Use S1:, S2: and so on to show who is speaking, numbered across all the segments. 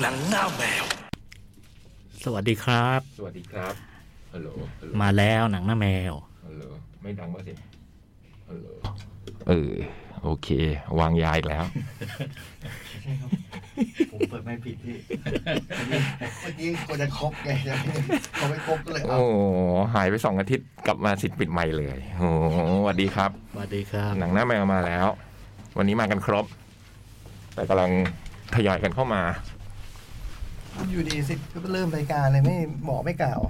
S1: หนังหน้าแมว
S2: สวัสดีครับ
S3: สวัสดีครับ ฮัลโหล ฮัลโหล
S2: มาแล้วหนังหน้าแมว
S3: ฮัลโหล ไม่ดังว่าสิ ฮัลโหล เออ โอเค วางยาอีกแล้ว
S4: ใช่ครับ ผมเปิดไม่ผิดพี่เมื่อกี้ ควรจะครบไงแต่เขาไม่ครบก็เลยเอา
S3: โอ้โหหายไปสองอาทิตย์กลับมาสิทธิ์ปิดใหม่เลย โอ้โหสวัสดีครับ
S2: สวัสดีครับ
S3: หนังหน้าแมวมาแล้ว วันนี้มากันครบ แต่กำลังทยอยกันเข้ามา
S4: อยู่ดีสิก็เริ่มรายการเลยไม่บอกไม่กล่าว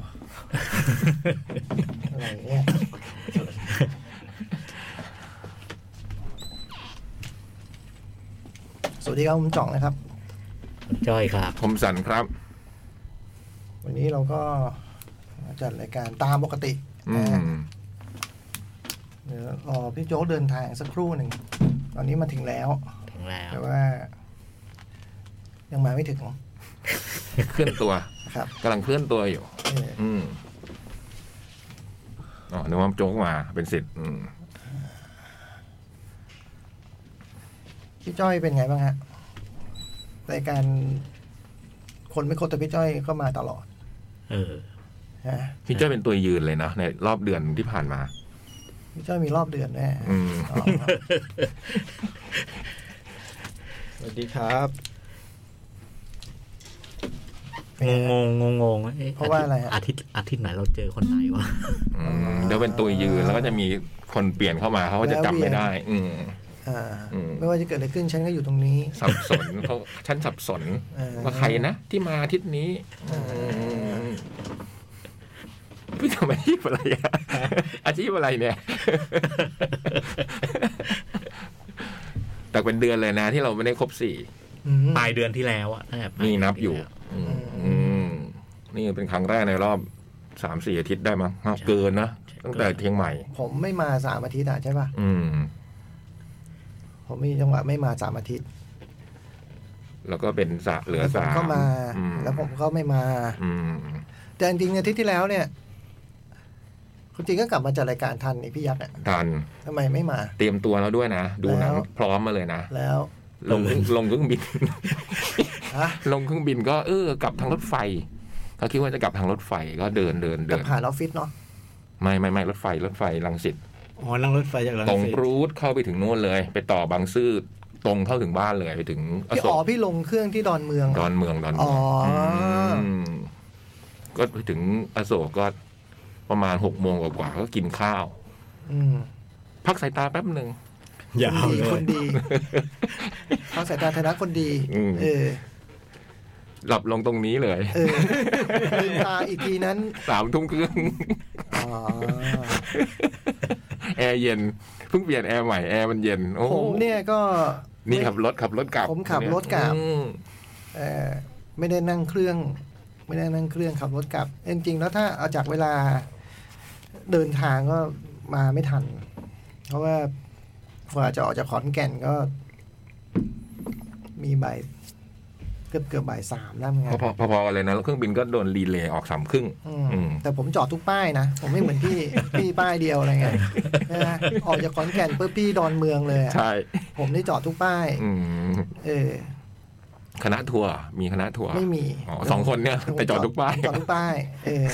S4: อะไรเนี่ยสวัสดีครับผมจ่องนะครับ
S2: จ้อยครับ
S3: ผมสันครับ
S4: วันนี้เราก็มาจัดรายการตามปกติ
S3: อื
S4: นะ
S3: ม
S4: ฮะเดี๋ยวรอพี่โจ๊กเดินทางสักครู่หนึ่ง ตอนนี้มาถึงแล้ว
S2: ถึงแล้ว
S4: แต่ว่า ยังมาไม่ถึง
S3: เคลื่อนตัว
S4: นะครับ
S3: กำลังเคลื่อนตัวอยู่
S4: เออ
S3: อืมอ๋อนึกว่าโจ๊กมา เป็นสิทธิ์อืม
S4: พี่จ้อยเป็นไงบ้างฮะรายการคนไม่คบแต่พี่จ้อยก็มาตลอด
S2: เออ
S4: ฮะ
S3: พี่จ้อยเป็นตัวยืนเลยนะในรอบเดือนที่ผ่านมา
S4: พี่จ้อยมีรอบเดือนแน่
S3: อืม
S4: อ๋อ
S5: สวัสดีครับ
S4: เป็นไง
S2: งงงงงงเอ๊
S4: เพราะว่าอะไรฮะ
S2: อาทิตย์อาทิตย์ไหนเราเจอคนไหนวะ
S3: อืมเดี๋ยวเป็นตัวยืนแล้วก็จะมีคนเปลี่ยนเข้ามาเขาก็จะจำไม่ได้ อืม
S4: อ่า
S3: อืม
S4: ไม่ว่าจะเกิดอะไรขึ้นฉันก็อยู่ตรงนี้
S3: สับสนเขาฉันสับสน
S4: เออ
S3: ว่าใครนะที่มาอาทิตย์นี้พี่ทำอาชีพอะไรอะอาชีพอะไรเนี่ย แต่เป็นเดือนเลยนะ ที่เราไม่ได้ครบสี่
S4: อืม
S2: ปลายเดือนที่แล้วอะตั้งแต่ปลา
S3: นี่
S2: เดื
S3: นับอยู่
S2: ที่แล้ว
S3: อืมอืมนี่เป็นครั้งแรกในรอบสามสี่อาทิตย์ได้มั้งอ้าวเกินนะตั้งแต่เทียงใหม่
S4: ผมไม่มาสามอาทิตย์อะใช่ป่ะ
S3: อืม
S4: ผมมีจังหวะไม่มาสามอาทิตย์
S3: แล้วก็เป็นสะเหลือ
S4: แล้วผ
S3: สามม
S4: ก็มา
S3: อื
S4: แล้วผมก็ไม่มา
S3: อืม
S4: แต่จริงๆอาทิตย์ที่แล้วเนี่ยคุณจริงก็กลับมาจัดรายการทันไอพี่ยักษ์อะ
S3: ทัน
S4: ทำไมไม่มา
S3: เตรียมตัวแล้วด้วยนะ ดูหนัง
S4: แล้ว
S3: พร้อมมาเลยนะ
S4: แล้ว
S3: ลงเครื่องลงเครื่องบิน
S4: ฮะ
S3: ลงเครื่องบินก็เออกลับทางรถไฟเขาคิดว่าจะกลับทางรถไฟก็เดินเดิน
S4: กลั
S3: เดิ
S4: บ
S3: น
S4: ผ่านออฟฟิศเนาะ
S3: ไม่ไม่ไม่รถไฟรถไฟลังสิต
S5: อ๋อนั่งรถไฟจากรัง
S3: ตรง
S5: สิต
S3: รูทเข้าไปถึงนู่นเลย ไปต่อบางซื่อตรงเข้าถึงบ้านเลยไปถึงอ
S4: พี่
S3: โศ
S4: อ๋อก พี่ลงเครื่องที่ดอนเมือง
S3: ดอนเมืองดอนเมือง
S4: อ๋ออื
S3: มก็ไปถึงอโศกก็ประมาณหกโมงกว่าๆก็กินข้าว
S4: อืม
S3: พักสายตาแป๊บหนึ่ง
S5: ยา
S4: ค
S5: ว
S4: น
S5: เล
S4: ดีค
S5: ย
S4: นดีเขาสายตาธนะคนดี
S3: อืม
S4: เออ
S3: หลับลงตรงนี้เลย
S4: เออลืมตาอีกทีนั้น
S3: สามทุ่มครึ่ง
S4: อ๋อ
S3: แอร์เย็นเพิ่งเปลี่ยนแอร์ใหม่แอร์มันเย็นโอ้
S4: ผมเนี่ยก็
S3: นี่ขับรถขับรถกลับ
S4: ผมขับรถกลับ
S3: อืม
S4: เอ่อไม่ได้นั่งเครื่อง ไม่ได้นั่งเครื่องขับรถกลับเอ้ยจริงๆแล้วถ้าเอาจากเวลาเดินทางก็มาไม่ทัน เพราะว่ากว่าจะออกจากขอนแก่นก็ มีบ่ายเกือบเกือบบ่ายสามแล้วไง
S3: พอพอพอกันเลยนะแล้วเครื่องบินก็โดนรีเลย์ออกสามครึ่ง
S4: อืม
S3: อืม
S4: แต่ผมจอดทุกป้ายนะ ผมไม่เหมือน พี่ พี่ป้ายเดียวอะไรเงี้ยนะออกจากขอนแก่นเพื่อพี่ดอนเมืองเลยอะ
S3: ใช่
S4: ผมได้จอดทุกป้าย
S3: อืม
S4: เออ
S3: คณะทัวร์มีคณะทัวร์
S4: ไม่มี
S3: อ๋อสองคนเนี่ยไปจอดทุกป้าย
S4: จอดทุกป้าย เออ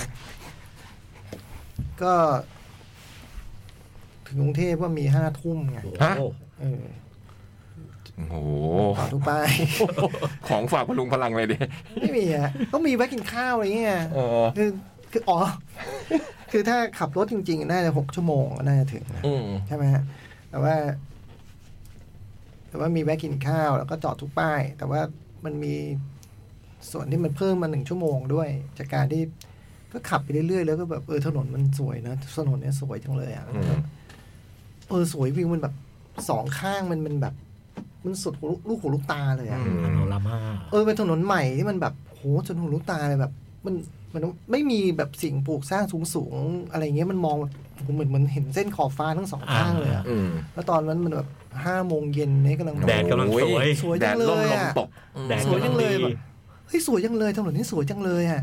S4: ก็ ถึงกรุงเทพว่ามีห้าทุ่มไง
S2: โอ้โห
S4: เออ
S3: โอ้โห
S4: จอดทุกป้าย
S3: ของฝากพลุงพลังเลยดิ
S4: ไม่มีอะก็มีไว้กินข้าวอะไรเงี้ย
S3: เออ
S4: คือคืออ๋อ คือถ้าขับรถจริงๆ น่าจะหกชั่วโมงก็น่าจะถึงนะ
S3: อืม
S4: ใช่ไหมฮะ แต่ว่า แต่ว่ามีแวะกินข้าวแล้วก็จอดทุกป้าย แต่ว่ามันมีส่วนที่มันเพิ่มมาหนึ่งชั่วโมงด้วย จากการที่ก็ขับไปเรื่อยๆ แล้วก็แบบเออถนนมันสวยนะถนนเนี้ยสวยจังเลยอ่ะ
S3: อืม
S4: เออสวยวิวมันแบบสองข้างมันมันแบบ มันสุดหูลูกหูลูกตาเลยอ่ะ
S2: พาโนรามา
S4: เออเป็นถนนใหม่ที่มันแบบโหจนหูลูกตาเลยแบบ มันมันไม่มีแบบสิ่งปลูกสร้างสูงๆอะไรเงี้ยมันมองผมเหมือนเหมือนเห็นเส้นขอบฟ้าทั้งสองข้างเลยอ่ะ
S3: อืม
S4: แล้วตอนนั้นมันแบบห้าโมงเย็นเนี่ยกำลัง
S2: แดดกำลังสวย
S4: สวย
S3: แด
S4: จั
S3: ด
S4: งเลย
S3: ร่มลม
S4: อะ
S3: ตกอืม
S2: แดด
S4: สวย
S2: กำ
S4: จั
S2: ลัง
S4: งเล
S2: ดี
S4: ยแบบ เฮ้ยสวยจังเลยถนนนี่สวยจังเลยอ่ะ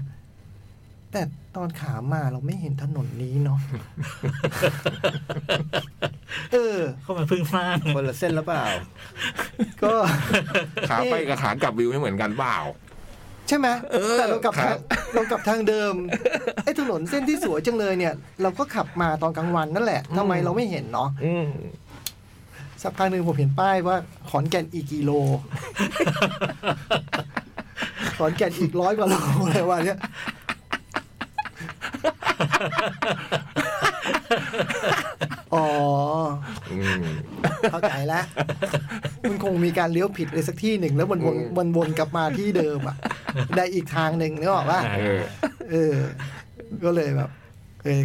S4: แต่ตอนขามาเราไม่เห็นถนนนี้ เนาะ เออ
S2: เข้ามาเพิ่งสร้าง
S5: คนละเส้นหรือเปล่า
S4: ก็
S3: ขาไปกับขากลับวิวไม่เหมือนกันเปล่า
S4: ใช่ไหม
S3: เออ
S4: แต่เรากลับ
S3: ครั
S4: ทาง
S3: บ
S4: เรากลับทางเดิมไอ้ถนนเส้นที่สวยจังเลยเนี่ย เราก็ขับมาตอนกลางวันนั่นแหละทำไมเราไม่เห็นเนาะ
S3: อืม
S4: สักพักหนึ่งผมเห็นป้ายว่าขอนแก่นอีกกิโล ขอนแก่นอีกร้อยกว่าโลอะไรวะเนี่ยอ๋อ
S3: อืม
S4: เข้าใจแล้ว มันคงมีการเลี้ยวผิดอะไรสักที่หนึ่ง แล้วมันวน
S3: อืม
S4: มันวนกลับมาที่เดิมอ่ะ ได้อีกทางหนึ่งนึกออกว่า
S2: ใช่
S3: เออ
S4: เออ ก็เลยแบบเออ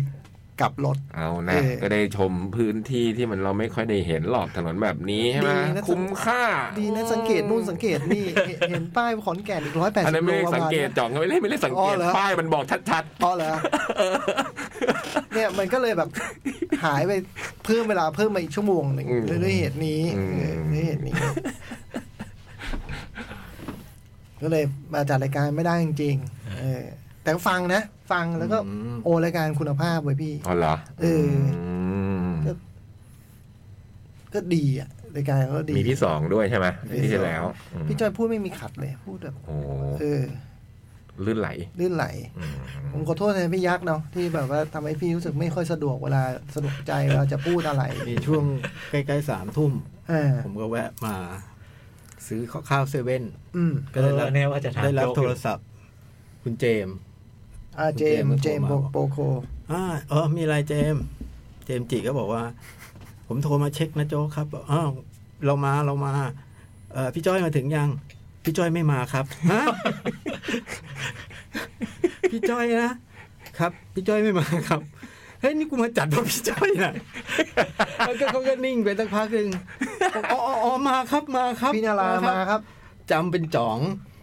S4: กลับรถ
S3: เอานะ
S4: เออ
S3: ก็ได้ชมพื้นที่ที่มันเราไม่ค่อยได้เห็นหรอกถนนแบบนี้ใช่ไหม
S4: ดีนะ
S3: คุ้มค่า
S4: ดีนะสังเกตนู่นสังเกตนี่เห็นเห็นป้ายขอนแก่นอีกร้อยแปด
S3: อัน
S4: สิ
S3: นั้
S4: บ
S3: น
S4: โล
S3: ไม่ได้
S4: ประ
S3: สัง
S4: มาณ
S3: เกต
S4: เนี้ย
S3: จ่องก็ไม่ได้ไม่ได้สังเก
S4: อ๋
S3: ต
S4: อเหรอ
S3: ป้ายมันบอกชัด
S4: อ๋อเหรอเนี่ยมันก็เลยแบบหายไปเพิ่มเวลาเพิ่มมาอีกชั่วโมงหนึ่งด้วยเหตุนี้เออด้วยเหตุนี้ ก็เลยมาจัดรายการไม่ได้จริงๆเออ แต่ก็ฟังนะ ฟังแล้วก็โอรายการคุณภาพเว้ยพี่
S3: ๆอ๋อเหรอ
S4: เออ
S3: ม
S4: ก็ ก็ดีอ่ะรายการก็ดี
S3: มีที่สองด้วยใช่ไหม
S4: มีที่
S3: ที่
S4: สอง
S3: แล้วม
S4: พี่จอยพูดไม่มีขัดเลยพูดแบบ
S3: โอ้โห
S4: เออ
S3: ลื่นไหล
S4: ลื่นไหล
S3: อืม
S4: ผมขอโทษแทนพี่ยักษ์เนาะที่แบบว่าทำให้พี่รู้สึกไม่ค่อยสะดวกเวลาสะดวกใจเวลาจะพูดอะไร
S5: มีช่วง ใกล้ๆสามทุ่ม
S4: อ่า
S5: ผมก็แวะมา ซื้อข้าวเซเว่น
S4: อืม
S5: ก็ได้รั
S2: เออเนี่ยว่าจะถาม
S5: ได้รับ
S2: โจ๊กอยู่
S5: โทรศัพท์ คุณเจมส์
S4: อ่าเจม
S5: คุณ
S4: ส์เจ
S5: เจ
S4: ม
S5: มส์
S4: ส์
S5: โทรมา
S4: โปโค
S5: อ่าเออมีอะไรเจมส์เจมส์จิก็บอกว่า ผมโทรมาเช็คนะโจ๊กครับบอกอ้าวเรามาเรามา เออพี่จ้อยมาถึงยัง พี่จ้อยไม่มาครับฮะ พี่จ้อยนะครับ พี่จ้อยไม่มาครับเฮ้ยนี่กูมาจัดเพราะพี่จ้อยนะแล้วก็เขาก็นิ่งไปสักพักหนึ่งบอกอ๋ออ๋ออ๋อมาครับมาครับ
S4: พี่นารามาครับ
S5: จำเป็นจ๋อง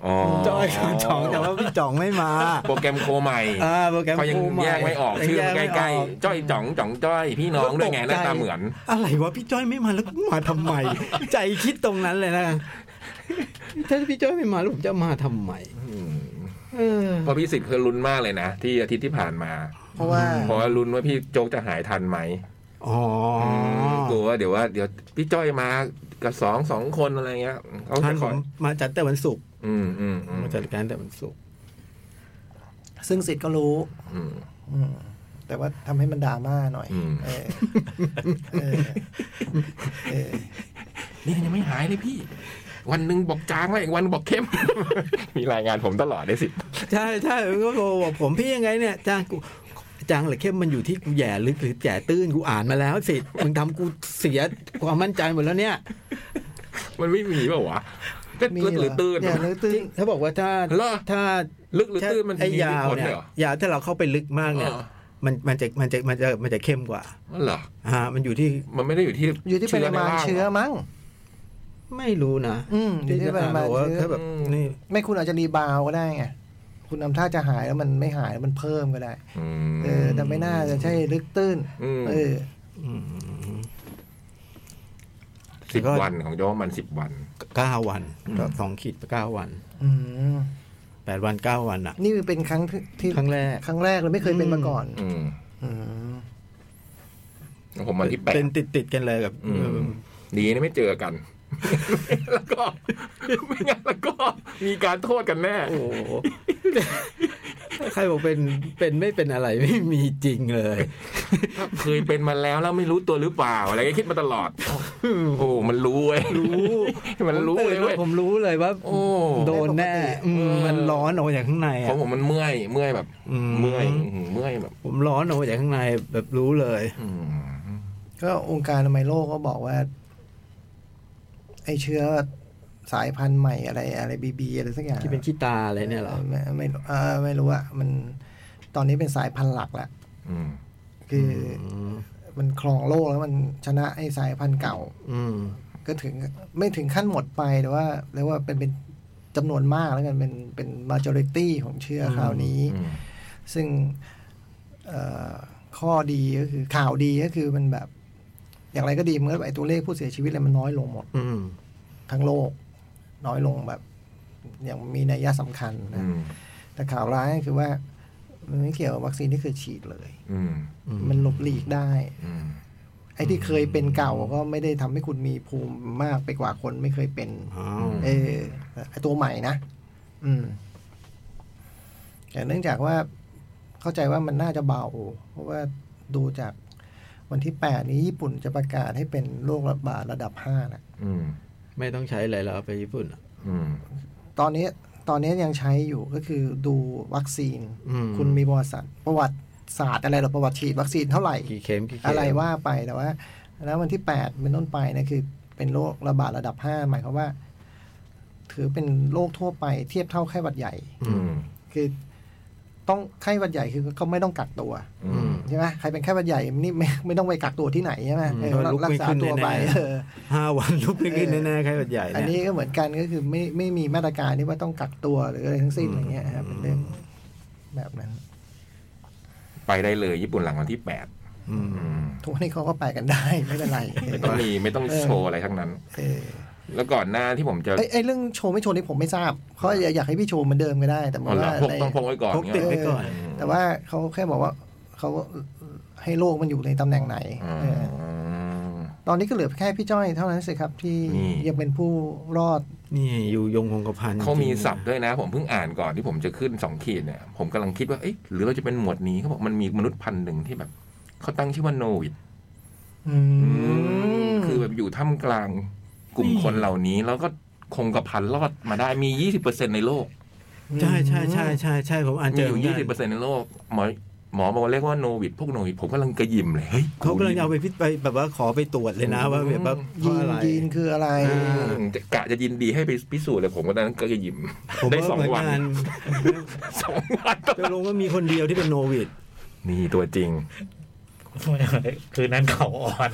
S3: อ๋อ
S5: จ้อยกับจ๋องแต่ว่าพี่จ๋องไม่มา
S3: โปรแกรมโคใหม่
S5: อ่าโปรแกรม
S3: เขายัง
S5: โทรมา
S3: แยกไม่ออก
S5: ยัง
S3: ชื่อ
S5: แย
S3: ใ
S5: ไม่
S3: กล้
S5: ออก
S3: ๆจ้อยจ่องจ่องจ้อยพี่น้องด้วยไงหน้าตาเหมือน
S5: อะไรวะพี่จ้อยไม่มาแล้วกูมาทำไม ใจคิดตรงนั้นเลยนะถ้าพี่จ้อยไม่มาแล้วผมจะมาทำไมเออ
S3: เพราะพี่สิทธิ์คือลุ้นมากเลยนะ ที่อาทิตย์ที่ผ่านมา
S4: เพราะว่า
S3: เพราะว่าลุ้นว่าพี่โจ๊กจะหายทันไหม
S5: อ๋ออก
S3: ลัวว่าเดี๋ยวว่าเดี๋ยวพี่จ้อยมากับสองสองคนอะไรเงี้ยเขา
S5: ท่า
S3: จะ
S5: น
S3: ข
S5: ผ
S3: อ
S5: มมาจัดแต่วันศุกร์
S3: อืมอืมอืม
S5: มาจัดรายการแต่วันศุกร์
S4: ซึ่งสิทธิ์ก็รู้
S3: อืม
S4: อืม แต่ว่าทำให้มันดราม่าหน่อย
S3: อืม
S4: เออเออเออ
S3: นี่ยังไม่หายเลยพี่ วันหนึ่งบอกจางแล้วอีกวันบอกเข้ม มีรายงานผมตลอดได้สิ
S5: ใช่ใช่ผมก็โทรบอกผมพี่ยังไงเนี่ยจางกูจางหรือเข้มมันอยู่ที่กูแย่ลึกหรือแย่ตื้นกูอ่านมาแล้วสิมึงทำกูเสียความมั่นใจหมดแล้วเนี่ย
S3: มันไม่มีเปล่าวะก็ลึกหรือตื้น
S4: เนี่ยหรือตื้น
S5: เขาบอกว่าถ้า
S3: เหรอ
S5: ถ้า
S3: ลึกหรือตื้นมัน
S5: ไอ้
S3: มี
S5: ยา
S3: ที่
S5: ว
S3: ผล
S5: เนี่ย
S3: เหรอ
S5: ยาวถ้าเราเข้าไปลึกมากเนี่ย
S3: เออ
S5: มันมันจะมันจะมันจะมันจะเข้มกว่า
S3: มันเหรอ
S5: ฮะมันอยู่ที่
S3: มันไม่ได้อยู่ที่
S4: อยู่ที่ปริมาณ
S3: ในร่ง
S4: เชื้อ
S3: หร
S4: มั้ง
S5: ไม่รู้นะ
S4: อืมอยู่ที่ปริมาณ
S5: แต่ว่า
S4: เชื้
S5: ถ้า
S4: อ
S5: แบบ
S3: อืม
S5: นี่
S4: ไม่คุณอาจจะรีบาวก็ได้ไงคุณทำท่าจะหายแล้วมันไม่หายแล้วมันเพิ่มก็ได้
S3: อืม
S4: เออ แต่ไม่น่าจะใช่ลึกตื้น
S3: อืม
S4: เออ
S5: อืม
S3: สิบวันของโจ๊กมันสิบวัน
S5: เก้าวันสองขีดเก้าวัน
S4: อืม
S5: แปดวันเก้าวันอ่ะ
S4: นี่เป็นครั้งที่
S5: ครั้งแรก
S4: ครั้งแรกเลยไม่เคยเป็นมาก่อน
S3: อืม
S4: อืม
S3: แล้วผมมันที่แปด
S5: เป็นติดติดๆกันเลยกับ
S3: อืมดีนะไม่เจอกัน แล้วก็ไม่งั้นแล้วก็มีการโทษกันแน่
S5: โอ้โห ใครบอกเป็นเป็นไม่เป็นอะไรไม่มีจริงเลย
S3: เคยเป็นมาแล้วแล้วไม่รู้ตัวหรือเปล่าอะไรก็คิดมาตลอด โอ้มันรู้เว้ย
S5: รู้
S3: มันรู้
S5: ผม
S3: เล
S5: ตื่
S3: ย
S5: น
S3: เว้ย
S5: ผมรู้เลยว่า
S3: โอ้
S5: โดนแน่อืมมันร้อนออกมาจากข้างใน
S3: ขอ
S5: อ่ะ
S3: งผมมันเมื่อยเมื่อยแบบ
S5: อืม
S3: เมื่อยอืมเมื่อยแบบ
S5: ผมร้อนออกมาจากข้างในแบบรู้เลย
S3: อืม
S4: ก็องค์การอนามัยโลกก็บอกว่า ไอเชื้อสายพันธุ์ใหม่อะไร อะไรบีบีอะไรสักอย่าง
S5: ที่เป็นขี้ตาอะไรเนี่ยเหรอ
S4: ไม่ไม่เออไม่รู้อะมันตอนนี้เป็นสายพันธุ์หลักแล้ว
S3: อืม
S4: คืออมันครองโลกแล้วมันชนะไอสายพันธุ์เก่า
S5: อืม
S4: ก็ถึงไม่ถึงขั้นหมดไปแต่ว่าเรียกว่าเป็นเป็นจำนวนมากแล้วกันเป็นเป็น majority ของเชื้อคราวนี้
S3: อืม
S4: ซึ่งเอ่อข้อดีก็คือข่าวดีก็คือมันแบบ อย่างไรก็ดีมันก็ไอตัวเลขผู้เสียชีวิตอะไรมันน้อยลงหมด
S5: อืม
S4: ทั้งโลก น้อยลงแบบอย่างมีนัยสำคัญนะ
S3: อืม
S4: แต่ข่าวร้ายก็คือว่ามันไม่เกี่ยวกับวัคซีนที่เคยฉีดเลย
S3: อืม
S5: อืม
S4: มันหลบหลีกได้
S3: อืม
S4: ไอ้ที่เคยเป็นเก่าก็ไม่ได้ทำให้คุณมีภูมิมากไปกว่าคนไม่เคยเป็น
S5: อ้าว
S4: เออไอ้ตัวใหม่นะ อืม แต่เนื่องจากว่าเข้าใจว่ามันน่าจะเบา เพราะว่าดูจากวันที่ 8 นี้ญี่ปุ่นจะประกาศให้เป็นโรคระบาดระดับ5นะ
S3: อืม
S5: ไม่ต้องใช้อะไรแล้วเอาไปญี่ปุ่นอะ
S3: อืม
S4: ตอนนี้ตอนนี้ยังใช้อยู่ก็คือดูวัคซีน
S5: อืม
S4: คุณมีประวัติศาสตร์ประวัติศาสตร์อะไรหรอประวัติฉีดวัคซีนเท่าไหร่
S5: กี่เข็มกี่เข็ม
S4: อะไรว่าไปแต่ว่า แล้ววันที่แปดเป็นต้นไปเนะคือ เป็นโรคระบาดระดับห้าหมายความว่า ถือเป็นโรคทั่วไปเทียบเท่าไข้หวัดใหญ่
S3: อืม
S4: คือ ต้องไข้หวัดใหญ่คือเขาไม่ต้องกักตัว
S3: อืม
S4: ใช่ไหมใครเป็นไข้หวัดใหญ่นี่ไม่ ไม่ต้องไปกักตัวที่ไหนใช่ไหมเออ
S5: ก็ลุก
S4: รั
S5: ไม่
S4: ษา
S5: ขึ้น
S4: ตัว
S5: แน่
S4: ไปเออ
S5: ๆห้าวันลุกไม่ขึ้น
S4: เออ
S5: แน่ๆใครบัดใหญ่
S4: อัน
S5: เย
S4: นี้ก็เหมือนกันก็คือไม่ไม่มีมาตรการที่ว่าต้องกักตัวหรืออะไรทั้งสิ้นอะไรเงี้ยครับเป็นเรื่องแบบนั้น
S3: ไปได้เลยญี่ปุ่นหลังวันที่แปด
S5: อืม
S3: อืม
S4: ทุกวันนี้เขาก็ไปกันได้ ไม่เป็นไร
S3: ไม่ต้องมีไม่ต้องโชว์อะไรทั้งนั้น
S4: เออ
S3: แล้วก่อนหน้าที่ผมจะ
S4: ไอ้ไอ้เรื่องโชว์ไม่โชว์นี่ผมไม่ทราบเขาอยากอยากให้พี่โชว์เหมือนเดิมก็ได้ แต่
S3: อ๋อเหรอ
S4: ว่า
S3: พก
S4: ใน
S3: ต้องพกไว้ก่อน
S5: พกติด
S3: เงี้ย
S5: ไว้ก่อน
S4: แต่ว่าเขาแค่บอกว่าเขาให้โลกมันอยู่ในตำแหน่งไหน
S3: อืม
S4: เออตอนนี้ก็เหลือแค่พี่จ้อยเท่านั้นสิครับ ที่
S3: นี่
S4: ยังเป็นผู้รอด
S5: นี่อยู่ยงคงกระพัน
S3: เขามี
S5: จริงๆนะ
S3: ศัพท์ด้วยนะ ผมเพิ่งอ่านก่อนที่ผมจะขึ้นสองขีดเนี่ย ผมกำลังคิดว่าเอ๊ะหรือเราจะเป็นหมวดนี้เขาบอกมันมีมนุษย์พันธุ์หนึ่งที่แบบเขาตั้งชื่อว่าโนวิด
S4: อืม
S3: คือแบบอยู่ท่ามกลางกลุ่มคนเหล่านี้ แล้วก็คงกระพันรอดมาได้มียี่สิบเปอร์เซ็นในโลก
S5: ใช่ใช่ใช่ใช่ใช่ผมอ่านเจ
S3: มี
S5: อ
S3: อยู่ยี่สิบเปอร์เซ็นในโลกหมอหมอบอกว่าเรียกว่าโนวิดพวกโนวิดผมกำลังกระยิมเลยฮ้ย
S5: เขากำลังจะเอาไปพิจไปแบบว่าขอไปตรวจเลยนะ
S3: อืม
S5: ว่าแบบว่าเพ
S4: ยีน
S5: ราะอะไร
S4: ยีนคืออะไร
S5: อ่า
S3: อืมจะกะจะยินดีให้ไปพิสูจน์เลยผมก็ตอนนั้นก็กระยิม
S5: ผม
S3: ได้
S5: ว่า
S3: สอง
S5: เหมือน
S3: วัน
S5: กัน
S3: สองวัน
S5: จะลงว่ามีคนเดียวที่เป็นโนวิด
S3: นี่ตัวจริง
S2: คืนนั้น เขาอ่อน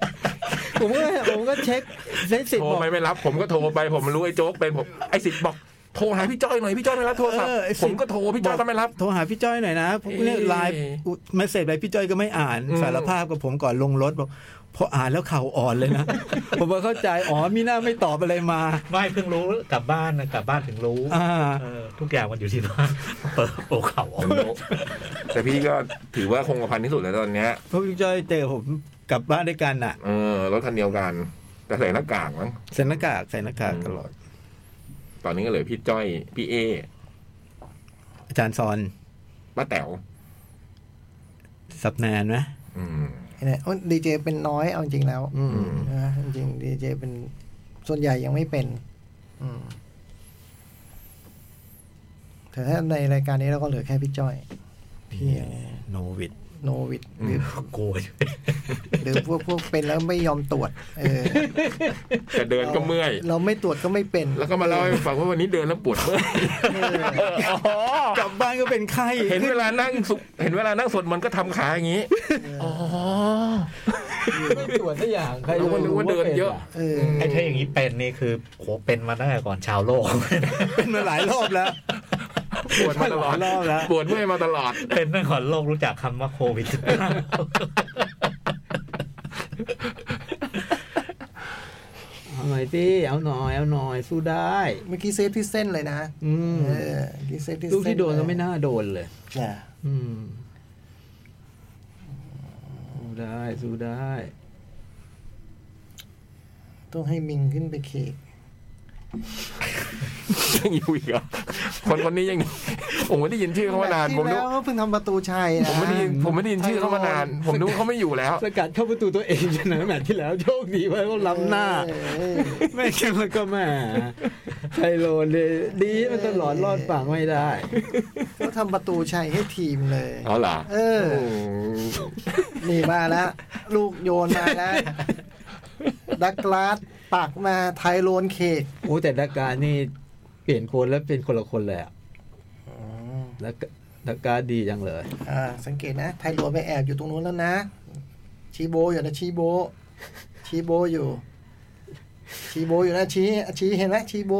S4: ผมก็ผมก็เช็คเช็คสิท
S3: โท
S4: ธิ์
S3: ร
S4: บอก
S3: ไปไม่รับผมก็โทรไปผมรู้ไอ้โจ๊กเป็นผมไอ้สิทธิ์บอกโทรหาพี่จ้อยหน่อยพี่จ้อยไม่รับโทรศัพท์
S5: เออไอ้
S3: ผ
S5: สิ
S3: มก็โทรพี่จ้อยก็ไม่รับ
S5: โทรหาพี่จ้อยหน่อยนะผมเนี่ย
S3: เอ๊ะ
S5: ไลน์เมสเซจอะไรพี่จ้อยก็ไม่อ่าน
S3: อืม
S5: สารภาพกับผมก่อนลงรถบอกพออ่านแล้วเข่าอ่อน เลยนะ ผมว่าเข้าใจอ๋อมีหน้าไม่ตอบอะไรมา
S2: ไม่เพิ่งรู้กลับบ้านนะกลับบ้านถึงรู้
S5: อ่า
S2: เออทุกอย่างมันอยู่ที่บ้าน เปิดโปะเขาอ่อน
S3: แต่พี่ก็ถือว่าคงกระพันที่สุดแล้วตอนเนี้ย
S5: เพราะพี่จ้อยเจอผมกลับบ้านด้วยกันน่ะ
S3: เออรถคันเดียวกัน แต่ใส่หน้ากากมั้ง
S5: ใส่หน้ากากใส่หน้ากากตลอด
S3: ตอนนี้ก็เหลือพี่จ้อยพี่เอ
S5: อาจารย์สอน
S3: ป้าแต๋ว
S5: สับแนนไหม
S3: อืม
S4: เนี่ยดีเจเป็นน้อยเอาจริงๆแล้ว
S5: อืม
S3: ม
S4: นะจริงดีเจเป็นส่วนใหญ่ยังไม่เป็น อืมแต่ถ้าในรายการนี้เราก็เหลือแค่พี่จ้อย พี่อะไรนะ
S5: โนวิด
S4: โนวิดหรือ
S2: โกย
S4: หรือพวกพวกเป็นแล้วไม่ยอมตรวจ เออ
S3: แต่เดินก็เมื่อย
S4: เราไม่ตรวจก็ไม่เป็น
S3: แล้วก็มาเล่าให้ฟังว่าวันนี้เดินแล้วปวดเมื่อย
S4: เออก
S5: ลับบ้านก็เป็นไข้
S3: เห็นเวลานั่งสุเห็นเวลานั่งสวดมันต์ก็ทำขาอย่างนี้อ๋อ
S5: ไม่ตรวจสัก อย่างใคร
S3: เราก็นึกว่าเดินเยอะ
S4: เออ
S2: ไอ้ถ้าอย่างนี้เป็นนี่คือโหเป็นมาตั้งแต่ก่อนชาวโลก
S5: เป็นมาหลายรอบแล้ว
S3: ปวดมาตลอด
S5: หลายรอบแล้ว
S3: ปวดเมื่อยมาตลอด
S2: เป็นตั้งแต่ก่อนโลกรู้จักคำว่าโควิด
S5: เอาหน่อยสิเอาหน่อยเอาหน่อยสู้ได้
S4: เมื่อกี้เซฟที่เส้นเลยนะ
S5: อืม
S4: เออเมื่อกี้เซฟที่เส้น
S5: ลูกที่โดนก็ไม่น่าโดนเลย
S4: จ้ะ
S5: อืมสู้ได้สู้ได้
S4: ต้องให้มิงขึ้นไปเคก
S3: ยังอยู่อีกเหรอคนคนนี้ยัง ผมไม่ได้ยินชื่อเขามานาน ผมนึก
S4: ที่แล้วก็เพิ่งทำประตูชัย
S3: ผ
S4: นะ
S3: มไม่ได้ยินผมไม่ได้ยินชื่อเขามานาน ผมนึกว่าเขาไม่อยู่แล้ว
S5: สกัดเข้าประตูตัวเองชนะแมตช์ที่แล้วโชคดีไว้ว่าล้ำหน้า
S4: เออ
S5: ไม่ใช่มันก็แหม่ไทโรนเลยดีมันตลอดรอดฝั่งไม่ได้
S4: เขาทำประตูชัยให้ทีมเลย
S3: อ๋อเหรอ
S4: เออ
S3: ม
S4: นี่มาแล้ว ลูกโยนมาแล้ว ดักลาสปักมาไทยโลนเคก
S5: โอ้แต่ดาการนี่เปลี่ยนโคนแล้วเป็นคนละคนเลยอะดากาดาการดีจังเลย
S4: อ่าสังเกตนะ ไทยหลวงไปแอบอยู่ตรงนู้นแล้วนะ ชีโบอยู่นะชีโบ ชีโบอยู่ ชีโบอยู่นะชีชีเห็นไหมชีโบ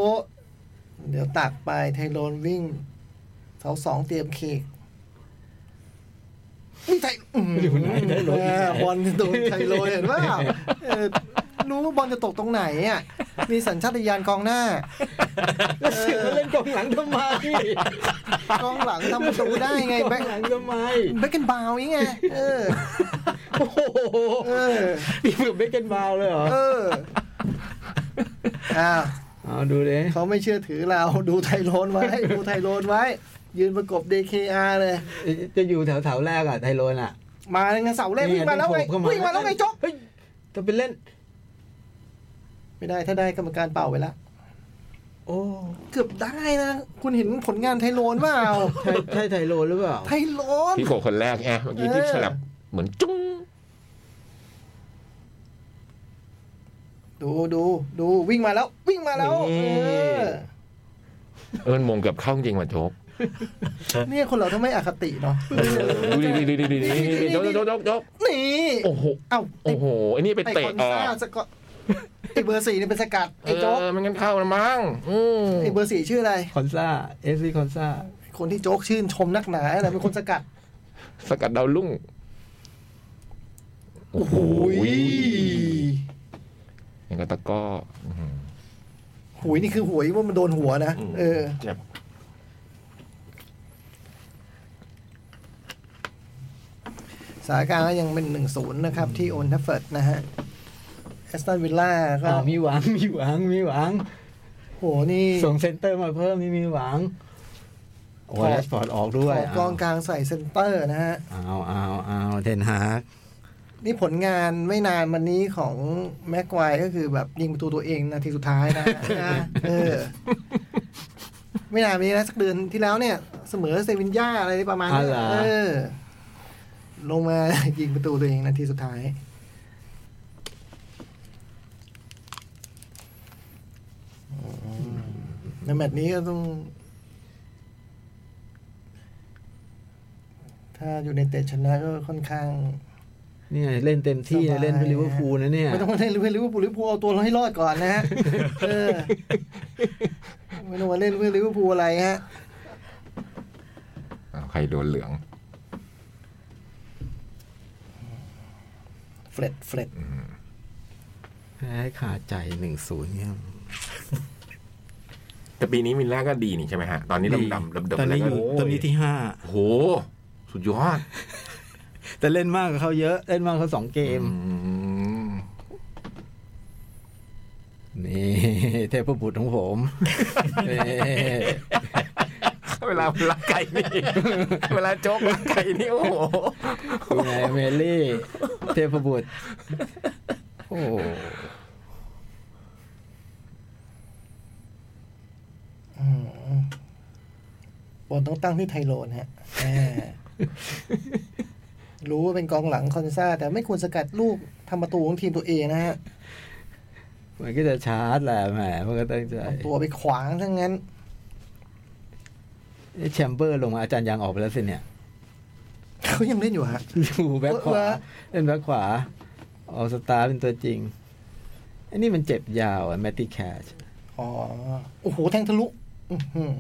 S4: เดี๋ยวตักไปไทยโลนวิ่งเสาสองเตรียมเคกนี่ไทย
S5: อยู่ไหนไทยโลน
S4: เออบอลโดนไทยโลนเห็นว่ารู้ว่าบอลจะตกตรงไหนอ่ะมีสัญชาตญาณกองหน้า
S5: แล้วเสือมาเล่นกองหลังทำไม
S4: กองหลังทำประตูได้ไง
S5: กอ
S4: แบ็ค
S5: งหลัง ทำไม
S4: แบ็คกันบาวนี่ไงเออ
S5: โอ้โห
S4: เออ
S5: นี่เหมือนเบคเกนบาวเลยเหรอ
S4: เอออ้าว
S5: เอาดูดิ
S4: เขาไม่เชื่อถือเราดูไทยโลนไว้ ดูไทยโลนไว้ ยืนประกบ DKR เลย
S5: จะอยู่แถวแถวๆแรกอะไทโรนอะ
S4: มาเลยนะเสาเล่นวิ่งมาแล้วไง
S5: นี่
S4: วิ่งมาแล้วไงจบ
S5: เฮ้ยจะไปเล่น
S4: ไม่ได้ถ้าได้กรรมการเป่าไปละ
S5: โอ้
S4: เกือบได้นะ คุณเห็นผลงานไทโรนเปล่า
S5: ใช่ใช่ไทโรนหรือเปล่า
S4: ไทโรน
S3: พี่โกคนแรกแอะเมื่อกี้ที่
S4: เออ
S3: สลับเหมือนจุ้ง
S4: ดูดูดูวิ่งมาแล้ว วิ่งมาแล้วเออ
S3: เออมันมงเกับเข้าจริงว่ะโจ๊ก
S4: เนี่ยคนเราถ้าไม่อคติเนาะ
S3: ดูดิดูดิดูดิดูดิโจ๊กโจ๊กโจ๊กโจ๊ก
S4: นี่
S3: โอ้โห
S4: เอ้า
S3: โอ้โหไอ้นี่ไป
S4: ไอ้
S3: เตะ
S4: คน
S3: ออ
S4: ซ่าก สะกอไอ้เบอร์สี่เนี่ยเป็นสกัด
S3: เอ
S4: ไอ้โจ๊ก
S3: อมันงั้นเข้านะมั้งอืม
S4: ไอ้เบอร์สี่ชื่ออะไร
S5: คอนซ่าเอฟซีคอนซ่า
S4: คนที่โจ๊กชื่นชมนักหนาอะไรเป็นคนสกัด
S3: สกัดดาวลุ่งโอ้โหยังก็ตะกร้ออื้อหือ
S4: หวยนี่คือหวยว่ามันโดนหัวนะเออ
S3: เจ็บ
S4: สถานการณ์ก็ยังเป็นหนึ่งศูนย์นะครับ ที่โอนทัฟเฟิร์ดนะฮะแอสตันวิลล่าก็
S5: อ้าวมีหวังมีหวังมีหวัง
S4: โหนี่
S5: ส่งเซนเตอร์มาเพิ่มนี่มีหวังโอ้แรชฟอร์ดออกด้วย
S4: ขอกองกลางใส่เซนเตอร์นะฮะ
S5: เอาเอาเอาเทนฮาร์ก
S4: นี่ผลงานไม่นานวันนี้ของแม็กควายก็คือแบบยิงประตูตัวเองนาทีสุดท้าย นะ นะเออ ไม่นานวันนี้นะสักเดือนที่แล้วเนี่ย เสมอเซวินญ่าอะไรประมาณเนี้ยเออ ลงมา ยิงประตูตัวเองนาทีสุดท้าย ในแมตช์นี้ก็ต้อง ถ้าอยู่ในเตดชนะก็ค่อนข้าง
S5: นี่ไงเล่นเต็มที่
S4: สบาย
S5: เล่นเป็นลิเวอร์พูลนะเนี่ย
S4: ไม่ต้องมาเล่นลิเวอร์พูลลิเวอร์พูลเอาตัวเราให้รอดก่อน นะฮะ เออ ไม่ต้องมาเล่นเพื่อลิเวอร์พูลอะไรฮะ
S3: อ้าวใครโดนเหลือง
S4: เฟรดเฟรด
S5: แพ้ขาดใจหนึ่งศูนย์เนี่ย
S3: แต่ปีนี้มิลล่าก็ดีนี่ใช่ไหมฮะ ตอนนี้ดำดำดำดำ
S5: ตอนนี้อยู่
S3: แล้วก็
S5: ตอนนี้ที่ห้า
S3: โอ้โห สุดยอด
S5: แต่เล่นมากกว่าเขาเยอะ เล่นมากกว่าเขาสองเกม
S3: อืม
S5: นี่เทพบุตรของผมนี่
S3: เวลาเวลาไก่นี่ เวลาโจ๊กเวลาไก่นี่โอ้โห
S5: คุณไงเมลี่ เทพบุตรโอ้
S4: บอลต้องตั้งที่ไทโรนฮะแหมรู้ว่าเป็นกองหลังคอนซ่า แต่ไม่ควรสกัดลูกทำประตูของทีมตัวเองนะฮะ
S5: มันก็จะชาร์จแหละแหมมันก็ตั้งใจ
S4: เอาตัวไปขวางทั้งนั้น
S5: แชมเบอร์ลงมาอาจารย์ยางออกไปแล้วสิเนี่ย
S4: เขายังเล่นอยู่ฮะ
S5: อยู่แบ็คข
S4: เออเหร
S5: วา
S4: อ
S5: เล่นแบ็คขวาออสตาร์เป็นตัวจริงอันนี้มันเจ็บยาวอะแมตตี้แคช
S4: อ๋อ โอ้โห แทงทะลุอื้อหือ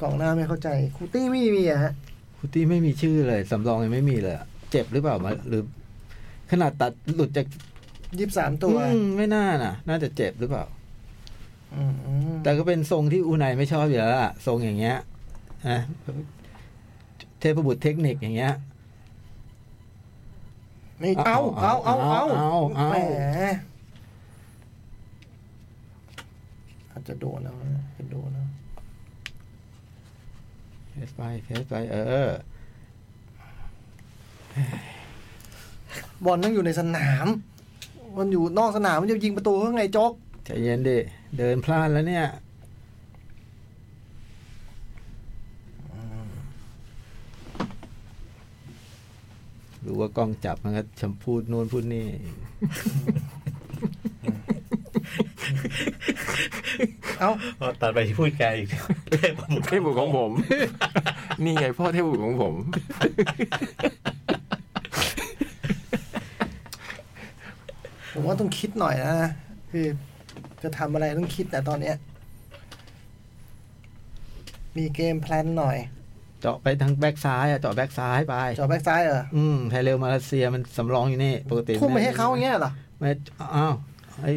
S4: กองหน้าไม่เข้าใจคูตี้ไม่มีอะฮะ
S5: คุตตี้ไม่มีชื่อเลย สำรองยังไม่มีเลยอะเจ็บหรือเปล่ามาหรือ ขนาดตัดหลุดจาก
S4: ยิบสามตัว
S5: อืมไม่น่าน่ะ น่าจะเจ็บหรือเปล่า
S4: อืม
S5: แต่ก็เป็นทรงที่อูไนไม่ชอบอยู่แล้วอะทรงอย่างเงี้ยนะเทพบุตรเทคนิคอย่างเงี้ย
S4: นี่เอาเอาเอาเอา
S5: เอาเอา
S4: แหมอาจจะโดนแล้วนะจะโดนแล้ว
S5: เพสไปเพสไปเออบ
S4: อลต้องอยู่ในสนามมันอยู่นอกสนามมันจะยิงประตูข้างในโจ๊ก
S5: ใจเย็นดิ เดินพลาดแล้วเนี่ย รู้ว่ากล้องจับมันก็ชมพูดนู่นพูดนี่
S4: เอา
S2: อ๋อตอนไปที่พูดแกอีกเทพบุตร
S3: เทพบุตรของผม นี่ไงพ่อเทพบุตรของผม
S4: ผมว่าต้องคิดหน่อยนะคือจะทำอะไรต้องคิดแต่ตอนเนี้ย มีเกมแพลนหน่อย
S5: เจาะไปทางแบ็กซ้ายอะเจาะแบ็กซ้ายไป
S4: จอแบ็กซ้ายเหรอ
S5: อืมไทยเร็วมาเลเซียมันสำรองอยู่นี่ ปกติ
S4: ทุ่มไปให้เขาอย่างเงี้ยเหรอ
S5: ไม่อ้าวไอ้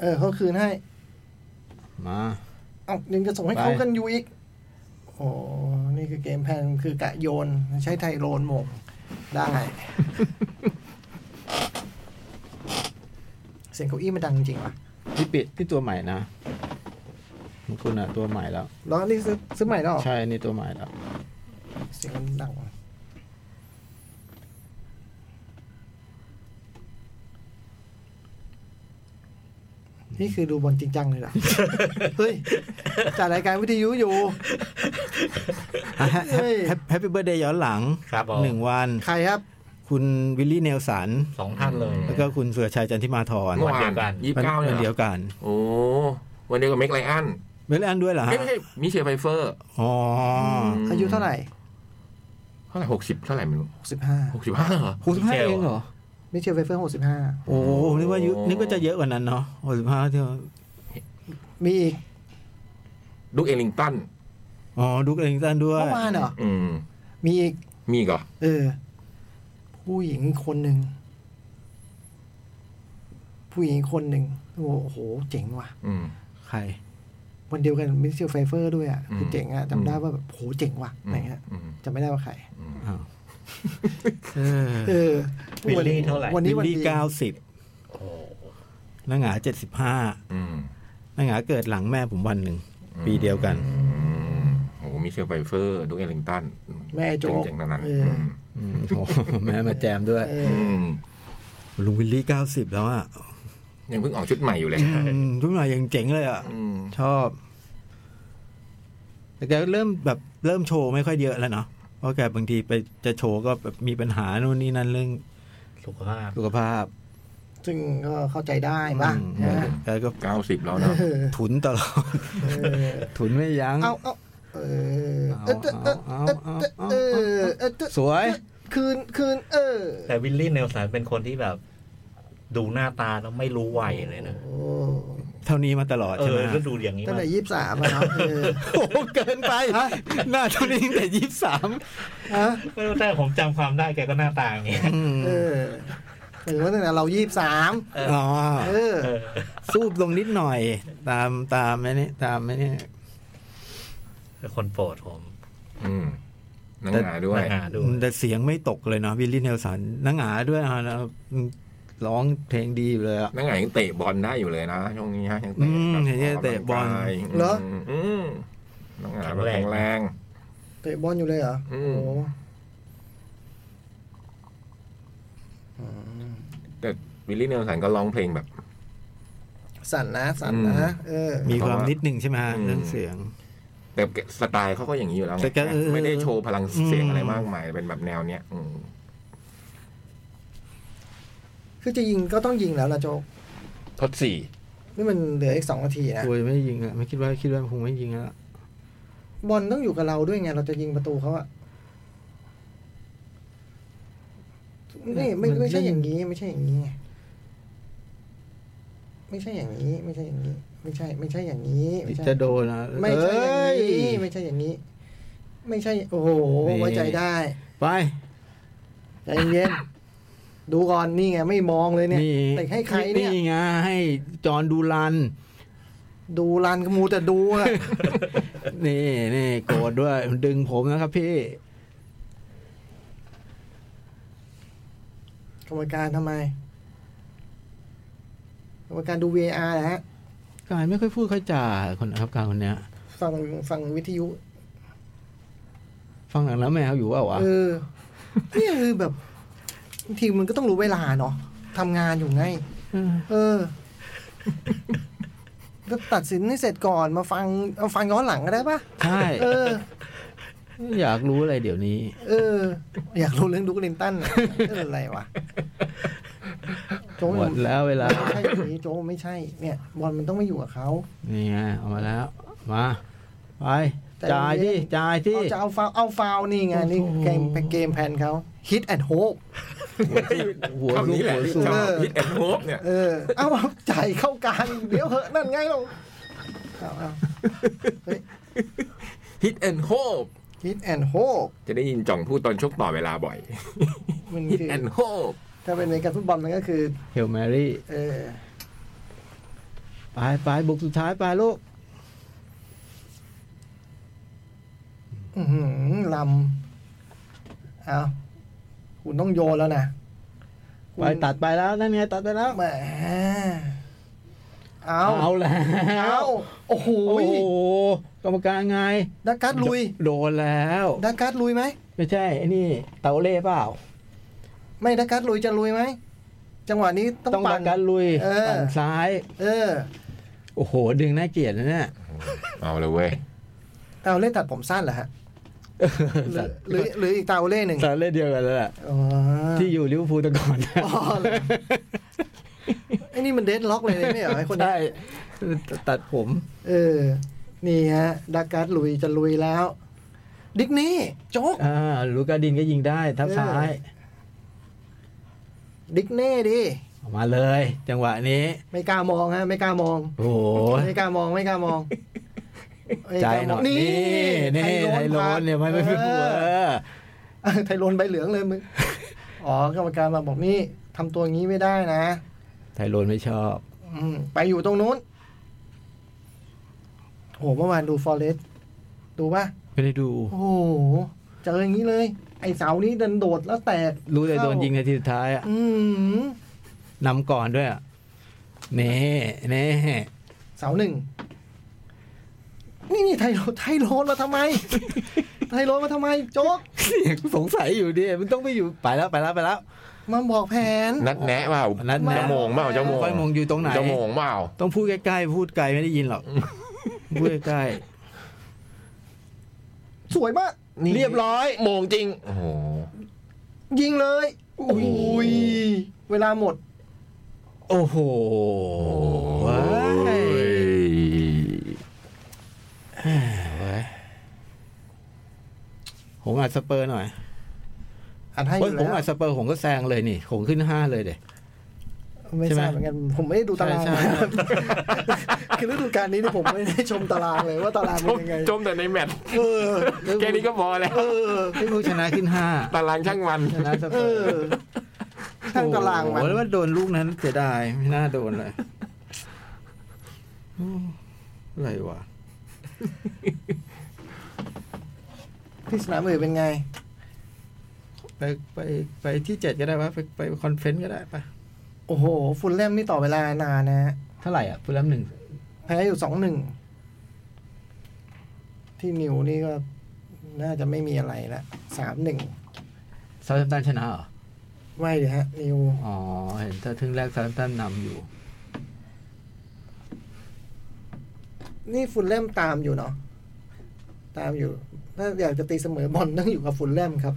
S4: เออเขาคืนให้
S5: มา
S4: เอายังจะส่งให้
S5: ไป
S4: เขากันอยู่อีกโอ้นี่คือเกมแพลนคือกะโยน ใช้ไทยโรนหมง ได้ เสียงเก้าอี้มันดังจริงๆว่ะ
S5: ที่ปิดที่ตัวใหม่นะ คุณอะตัวใหม่แล้ว
S4: แล้วนี่ซื้อซื้อใหม่แล้วเหรอ
S5: ใช่นี่ตัวใหม่แล้ว
S4: เสียงมันดังนี่คือดูบอลจริงจัง เลยเหรอ เฮ้ยจัดรายการวิทยุอยู่ เฮ้ย
S5: แฮปปี้เบ r ร์ a เดย์ย้อนหลัง
S2: ครับผม
S5: หนึ่งวัน
S4: ใครครับ
S5: คุณวิลลี่เนลสัน
S2: สองท่านเลย
S5: แล้วก็คุณสุรชัยจันทิมาธร
S3: เมื่อ
S2: วั
S3: วาน
S2: เดียวกัน
S3: นยี่สิบเก้าเนี่ย
S5: วัน
S3: เหร
S5: เดีย
S3: อ
S5: วกัน
S3: โอ้วันเดียวกับเมกไลอัน
S5: เมลอันด้วยเหรอ
S3: เอ้ย
S5: ฮะ
S3: ไม่ใช่มิเชลไฟเฟอร์
S5: อ๋ออ
S3: ม
S4: อายุเท่าไหร่
S3: เท่าไหร่หกสิบเท่าไหร่ไม่รู้
S4: หกสิบห้า
S3: หกสิบห้าเหรอ
S5: หกสิบห้าเองเหรอ
S4: ไม่เชื่อเวเฟอร์หกสิบห้า
S5: โอ้โหนึกว่ายุนึกว่าจะเยอะกว่านั้นเนาะหกสิบห้าที่ว่า
S4: มีอีก
S3: ดูเอลิงตัน
S5: อ๋อดูเอลิงตันด้วย
S4: เมื่อวานเหรอ
S3: อืม
S4: มีอีก
S3: มีอีกเหรอ
S4: เออ ผู้หญิงอีกคนหนึ่ง ผู้หญิงอีกคนหนึ่งโอ้โห เจ๋งว่ะ
S3: อืม
S5: ใคร
S4: วันเดียวกันมิสเชลไฟเฟอร์ด้วยอ่ะคือเจ๋งอ่ะจำได้ว่าแบบโหเจ๋งว่ะอะไรเงี้ย
S3: อืม
S4: จำไม่ได้ว่าใคร
S5: อ้าวเออ
S4: เออ
S2: วิลลี่เท่าไหร่
S4: วันนี้วัน
S5: บิลลี่
S4: ดี
S5: เก้าสิบ
S2: โอ้
S5: นางหงาเจ็ดสิบห้า
S3: อืม
S5: นางหงาเกิดหลังแม่ผมวันหนึ่ง ปีเดียวกัน
S3: อืมโอ้โหมิเชลไฟเฟอร์ ดูเอลิงตัน
S4: แม่โจ๊ก
S3: เจ๋งๆทั้งนั้น
S4: เออ
S3: อืม
S5: อืมโอ้ โหแม่มาแจมด้วย
S4: เอ
S3: อื
S4: อ
S3: ม
S5: ลุงวิลลี่เก้าสิบแล้วอ่ะ
S3: ยังเพิ่งออกชุดใหม่อยู่เลย
S5: อืมทุกหน่อยยังเจ๋งเลยอ่ะ
S3: อืม
S5: ชอบ แต่แกเริ่มแบบเริ่มโชว์ไม่ค่อยเยอะแล้วเนาะเพราะแกบางทีไปจะโชว์ก็แบบมีปัญหานู่นนี่นั่นเรื่อง
S2: สุขภาพ
S5: สุขภาพ
S4: ซึ่งก็เข้าใจได้ป่ะ
S5: อืม
S4: นะ
S5: แกก็
S3: เก้าสิบแล้วนะ
S4: เออ
S5: ถุนตลอด
S4: เออ
S5: ถุนไม่ยั้ง
S4: เอาเอาเออเออเออเออเออเออเออ
S5: สวย
S4: คืนคืน เออ
S2: แต่วิลลี่เนลสันเป็นคนที่แบบ ดูหน้าตาแล้วไม่รู้วัยเลยนะ
S4: โอ้
S5: เท่านี้มาตลอด
S2: เอ
S5: ใช่ไหม
S2: อก็ดูอย่างนี้
S4: ตั้ง
S2: มา
S4: แต่ยี่สิบสามอะเนาะเออ
S5: โอ้โหเกินไป
S4: ฮะ
S5: หน้าเท่านี้ตั้งแต่ยี่สิบสาม
S4: ฮะ
S2: ไม่รู้แต่ผมจำความได้แกก็หน้าตาอย่างนี้
S4: เออหรือว่าตั้งแต่เรายี่สิบสาม
S5: อ๋อ
S4: เออ
S2: เออ
S5: สูบลงนิดหน่อย ตามตามไอ้นี่ตามไอ้นี่
S2: เป็น คนโปรดผม
S3: อืมนังหนาด้วย
S2: หาดู
S5: แต่เสียงไม่ตกเลยเนาะวิลลี่เนลสันนังหงาด้วยฮะแล้วร้องเพลงดีอยู่เลยอะ
S3: นังหนายังเตะบอลได้อยู่เลยนะช่วงนี้ฮะยัง
S5: อื
S3: เตะแบบ
S5: มเห็นจะเตะบอล
S3: กกำงกาย
S4: เหรอ
S3: มอืมนังหนาแบบแข็งแรง
S4: เตะบอลอยู่เลยเหรอ
S3: อื
S4: โอ้
S3: ม
S4: โห
S3: แต่วิลลี่เนลสันก็ร้องเพลงแบบ
S4: สั่นนะ สั่นนะเออ
S5: มีความนิดหนึ่งใช่ไหมฮะ
S3: อืม
S5: เรื่องเสียง
S3: แต่สไตล์เขาก็อย่างนี้อยู่แล้วไง
S5: แต่ก็เออ
S3: ไม่ได้โชว์พลังเสียงอะไรมากมายเป็นแบบแนวเนี้ยอืม
S4: คือจะยิงก็ต้องยิงแล้วละโจก
S3: ทด สี่
S4: นี่มันเหลืออีกสองนาทีนะ
S5: กลัวจะไม่ยิงอะไม่คิดว่าคิดว่าคงไม่ยิงแล้วล่ะ
S4: บอลต้องอยู่กับเราด้วยไงเราจะยิงประตูเขาอะนี่ไม่ไม่ใช่อย่างนี้ ไม่ใช่อย่างนี้ไงไม่ใช่อย่างนี้ ไม่ใช่อย่างนี้ ไม่ใช่ ไม่ใช่อย่างนี้ไม่ใช่
S5: จะโดนนะ
S4: ไม่ใช่อย่างนี้
S5: เอ้ย
S4: ไม่ใช่อย่างนี้ ไม่ใช่ โอ้โห
S5: นี่
S4: ไว้ใจได้
S5: ไป
S4: ใจเย็นดูก่อนนี่ไงไม่มองเลยเนี่ย
S5: นี่
S4: แต่ให้ใครเนี่ย
S5: ไงให้จอห์นดูลัน
S4: ดูรันก็มูแต่ดูอะ
S5: นี่นี่โกรธด้วยดึงผมนะครับพี่
S4: กรรมการทำไมกรรมการดู VAR นะฮะ
S5: การไม่ค่อยพูดค่อยจ่าคนนะครับการคนเนี้ย
S4: ฟังฟังวิทยุ
S5: ฟังหลังน้ำแมวอยู่เปล่าวะ
S4: เออเนี่ยคือแบบบางทีมันก็ต้องรู้เวลาเนาะทำงานอยู่ไง
S5: เออ
S4: เออก็ตัดสินให้เสร็จก่อนมาฟังเอาฟังย้อนหลังก็ได้ปะ
S5: ใช่
S4: เออ
S5: อยากรู้อะไรเดี๋ยวนี้
S4: เออ อยากรู้เรื่องดูกลินตันอะเอออะไรวะโจ๊ก
S5: หมดแล้วเวลา
S4: ไม่ใช่อย่างนี้โจ๊กไม่ใช่ เนี่ย บอลมันต้องไม่อยู่กับเขา
S5: นี่ไงเอามาแล้ว มา ไป
S4: แต่
S5: จ่าย
S4: เย็
S5: ที่
S4: น
S5: จ่ายที่
S4: เอาจะเอาฟาวเอาฟาวนี่ไงนี่
S5: โอ้โห
S4: เกมเกมแพนเขา hit and hope
S5: หัว
S3: คำ
S5: สูง
S3: นี้แหละ
S5: หัว
S3: ที่
S5: สูง
S3: ชอบ
S4: เออ
S3: ฮิตแอนด์โฮปเนี่ย
S4: เออ เอาเอาจ่ายเข้ากลางเดี๋ยวเหอะนั่นไงเราเอาเอาเฮ้ย
S3: ฮิตแอนด์โฮป
S4: hit and hope
S3: จะได้ยินจ่องพูดตอนชกต่อเวลาบ่อย
S4: มัน
S3: ฮิต
S4: คือ
S3: แอนด์โฮป
S4: ถ้าเป็นในการฟุตบอลมันก็คือ
S5: เฮลแมรี่
S4: เออ
S5: ไปไปบุกสุดท้ายไปลูก
S4: อื้อหือลำเอาคุณต้องโยนแล้วนะ
S5: ไปตัดไปแล้วนั่นไงตัดไปแล้ว
S4: แหม เอา
S5: เอาแล้
S4: เอา
S5: ว
S4: โอ้โห
S5: โอ้โหกรรมการไง
S4: ดันการ์ดลุย
S5: โดนแล้ว
S4: ดันการ์ดลุยไหม
S5: ไม่ใช่ไอ้นี่เตาเล่เปล่า
S4: ไม่ดันการ์ดลุยจะลุยไหมจังหวะนี้ต้อง
S5: ต้อง
S4: ปั่
S5: ดั
S4: น
S5: กการลุย
S4: เออ
S5: ปั่นซ้าย
S4: เออ
S5: โอ้โห ดึงน่าเกลียดนะเนี่ย
S3: เอาเลยเว้ย
S4: เอาเล่นตัดผมสั้นเหรอฮะห รือหรือหรืออีกตาโอเล่หนึ่ง
S5: สารเล่นเดียวกันแล้วแหละ
S4: อ๋อ
S5: ที่อยู่ลิเวอร์พูลแตะก่อน
S4: อ๋อเหรอ ไอ้นี่มันเดดล็อกเลยนะไม่เหรอไอ้คนนี้
S5: ได้ตัดผม
S4: เออ นี่ฮะดักการ์ดลุยจะลุยแล้ว ดิกนี่โจ๊ก
S5: อ่าลูกาดินก็ยิงได้ทับซ้าย
S4: ดิกเน่ดิ
S5: ออกมาเลย จังหวะนี้
S4: ไม่กล้ามองฮะ ไม่กล้ามอง
S5: โอ้โห
S4: ไม่กล้ามองไม่กล้ามองไม่
S5: ใจ
S4: กล้า
S5: ห
S4: ม
S5: น่
S4: อ
S5: อง ยนี่นี่ไทยโรนเนี่ยไม่ไม่ไม่กลัวเออ
S4: เออไทยโรนใบเหลืองเลยมึงอ๋อกรรมการมาบอกนี่ทำตัวงี้ไม่ได้นะ
S5: ไทยโรนไม่ชอบ
S4: อืมไปอยู่ตรงนู้นโหเมื่อวานดูฟอเรสดูป่ะ
S5: ไม่ได้ดู
S4: โอ้โหเจออย่างนี้เลย ไอ้เสานี้ดันโดดแล้วแตก
S5: รู้แต่โดนยิง
S4: เข้า
S5: นาทีสุดท้ายอะ
S4: อืม
S5: นำก่อนด้วยอะเน่เน่
S4: เสาหนึ่ง นี่นี่ไทยโรนไทยโรนมาทำไม ไทยโรนมาทำไม โจ๊ก
S5: สงสัยอยู่ดิมันต้องไปอยู่ไปแล้วไปแล้วไปแล้ว
S4: มาบอกแผน
S3: นัดแนะเปล่า
S5: นัดแนะ
S3: เจ้าโมงเปล่าเจ้าโมง
S5: ค่อยมองอยู่ตรงไหน
S3: เจ้าโมงเปล่า
S5: ต้องพูดใกล้ๆ พูดไกลไม่ได้ยินหรอก พูดใกล้
S4: สวยมาก
S3: นี่
S5: ๆเรียบร้อย
S3: โมงจริง โอ้โห
S4: ยิงเลย โอ้ย เวลาหมด
S5: โอ้โหว้ายเอ้ยเว้ยผมอัดสเปอร์หน่อย
S4: อันให้อ
S5: เฮ้ย
S4: ยู่
S5: ผ
S4: แล้
S5: ม
S4: ว
S5: อัดสเปอร์ผมก็แซงเลยนี่ ผมขึ้นห้าเลยเด็
S4: ไม่
S5: ใช่ไหม
S4: ทราบเหมือนกัน ผมไม่ได้ดูตาราง
S5: ใช่ใช่
S4: คือฤดูกาล นี้เนี่ยผมไม่ได้ชมตารางเลยว่าตาราง
S3: จ
S4: เป็น
S3: ม
S4: ยังไง
S3: จมแต่ในแมตช์
S4: เออ
S3: แค่นี้ก็พอแล้ว
S5: ลิเวอร์พูลชนะขึ้นห้า
S3: ตารางช่างวัน
S5: ชนะสเป
S4: เอ
S5: อ
S4: อ
S5: ร์
S4: ทั้งตารางมัน
S5: โอ้โหแล้วว่าโดนลูกนั้นเสียดายไม่น่าโดนเลยอืมอะไรวะ
S4: ที่สนามอื่นเป็นไง
S5: ไปไปไปที่เจ็ดก็ได้วะไปไปคอนเฟนต์ก็ได้ปะ
S4: โอ้โห ฟุลแลมนี่ต่อเวลานานนะฮะ
S5: เท่าไหร่อ่ะฟูลแลมหนึ่ง
S4: แพ้อยู่สองหนึ่ง ที่นิวนี่ก็ น่าจะไม่มีอะไรละสามหนึ่ง
S5: ซาร์ตันชนะเหรอ
S4: ไม่เลยฮะ นิว
S5: อ๋อ เห็นถ้าถึงแรกซาร์ตันนำอยู่
S4: นี่ฟุลแลมตามอยู่เนาะตามอยู่ ถ้าอยากจะตีเสมอบอล ต้องอยู่กับฟุลแลมครับ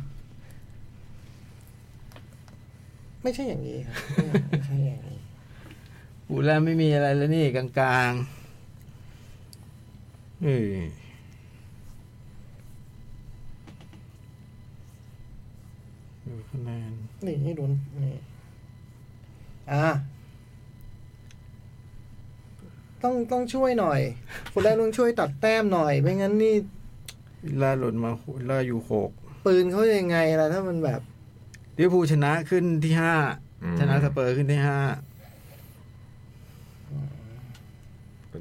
S4: ไม่ใช่อย่างนี้ครับไม่ใช่อย่างนี้
S5: ฟูลแลมไม่มีอะไรแล้วนี่กลางๆเอ้ยดูคะแนน
S4: นี่นี่โดนนี่อ่าต้องต้องช่วยหน่อยคุณแรกต้องช่วยตัดแต้มหน่อย ไม่งั้นนี่
S5: วิลล่าหล่นมาวิลล่าอยู่หก
S4: ปืนเขายังไงล่ะ ถ้ามันแบบ
S5: ลิเวอร์พูลชนะขึ้นที่ห้า
S3: อืม
S5: ชนะสเปอร์ขึ้นที่ห้า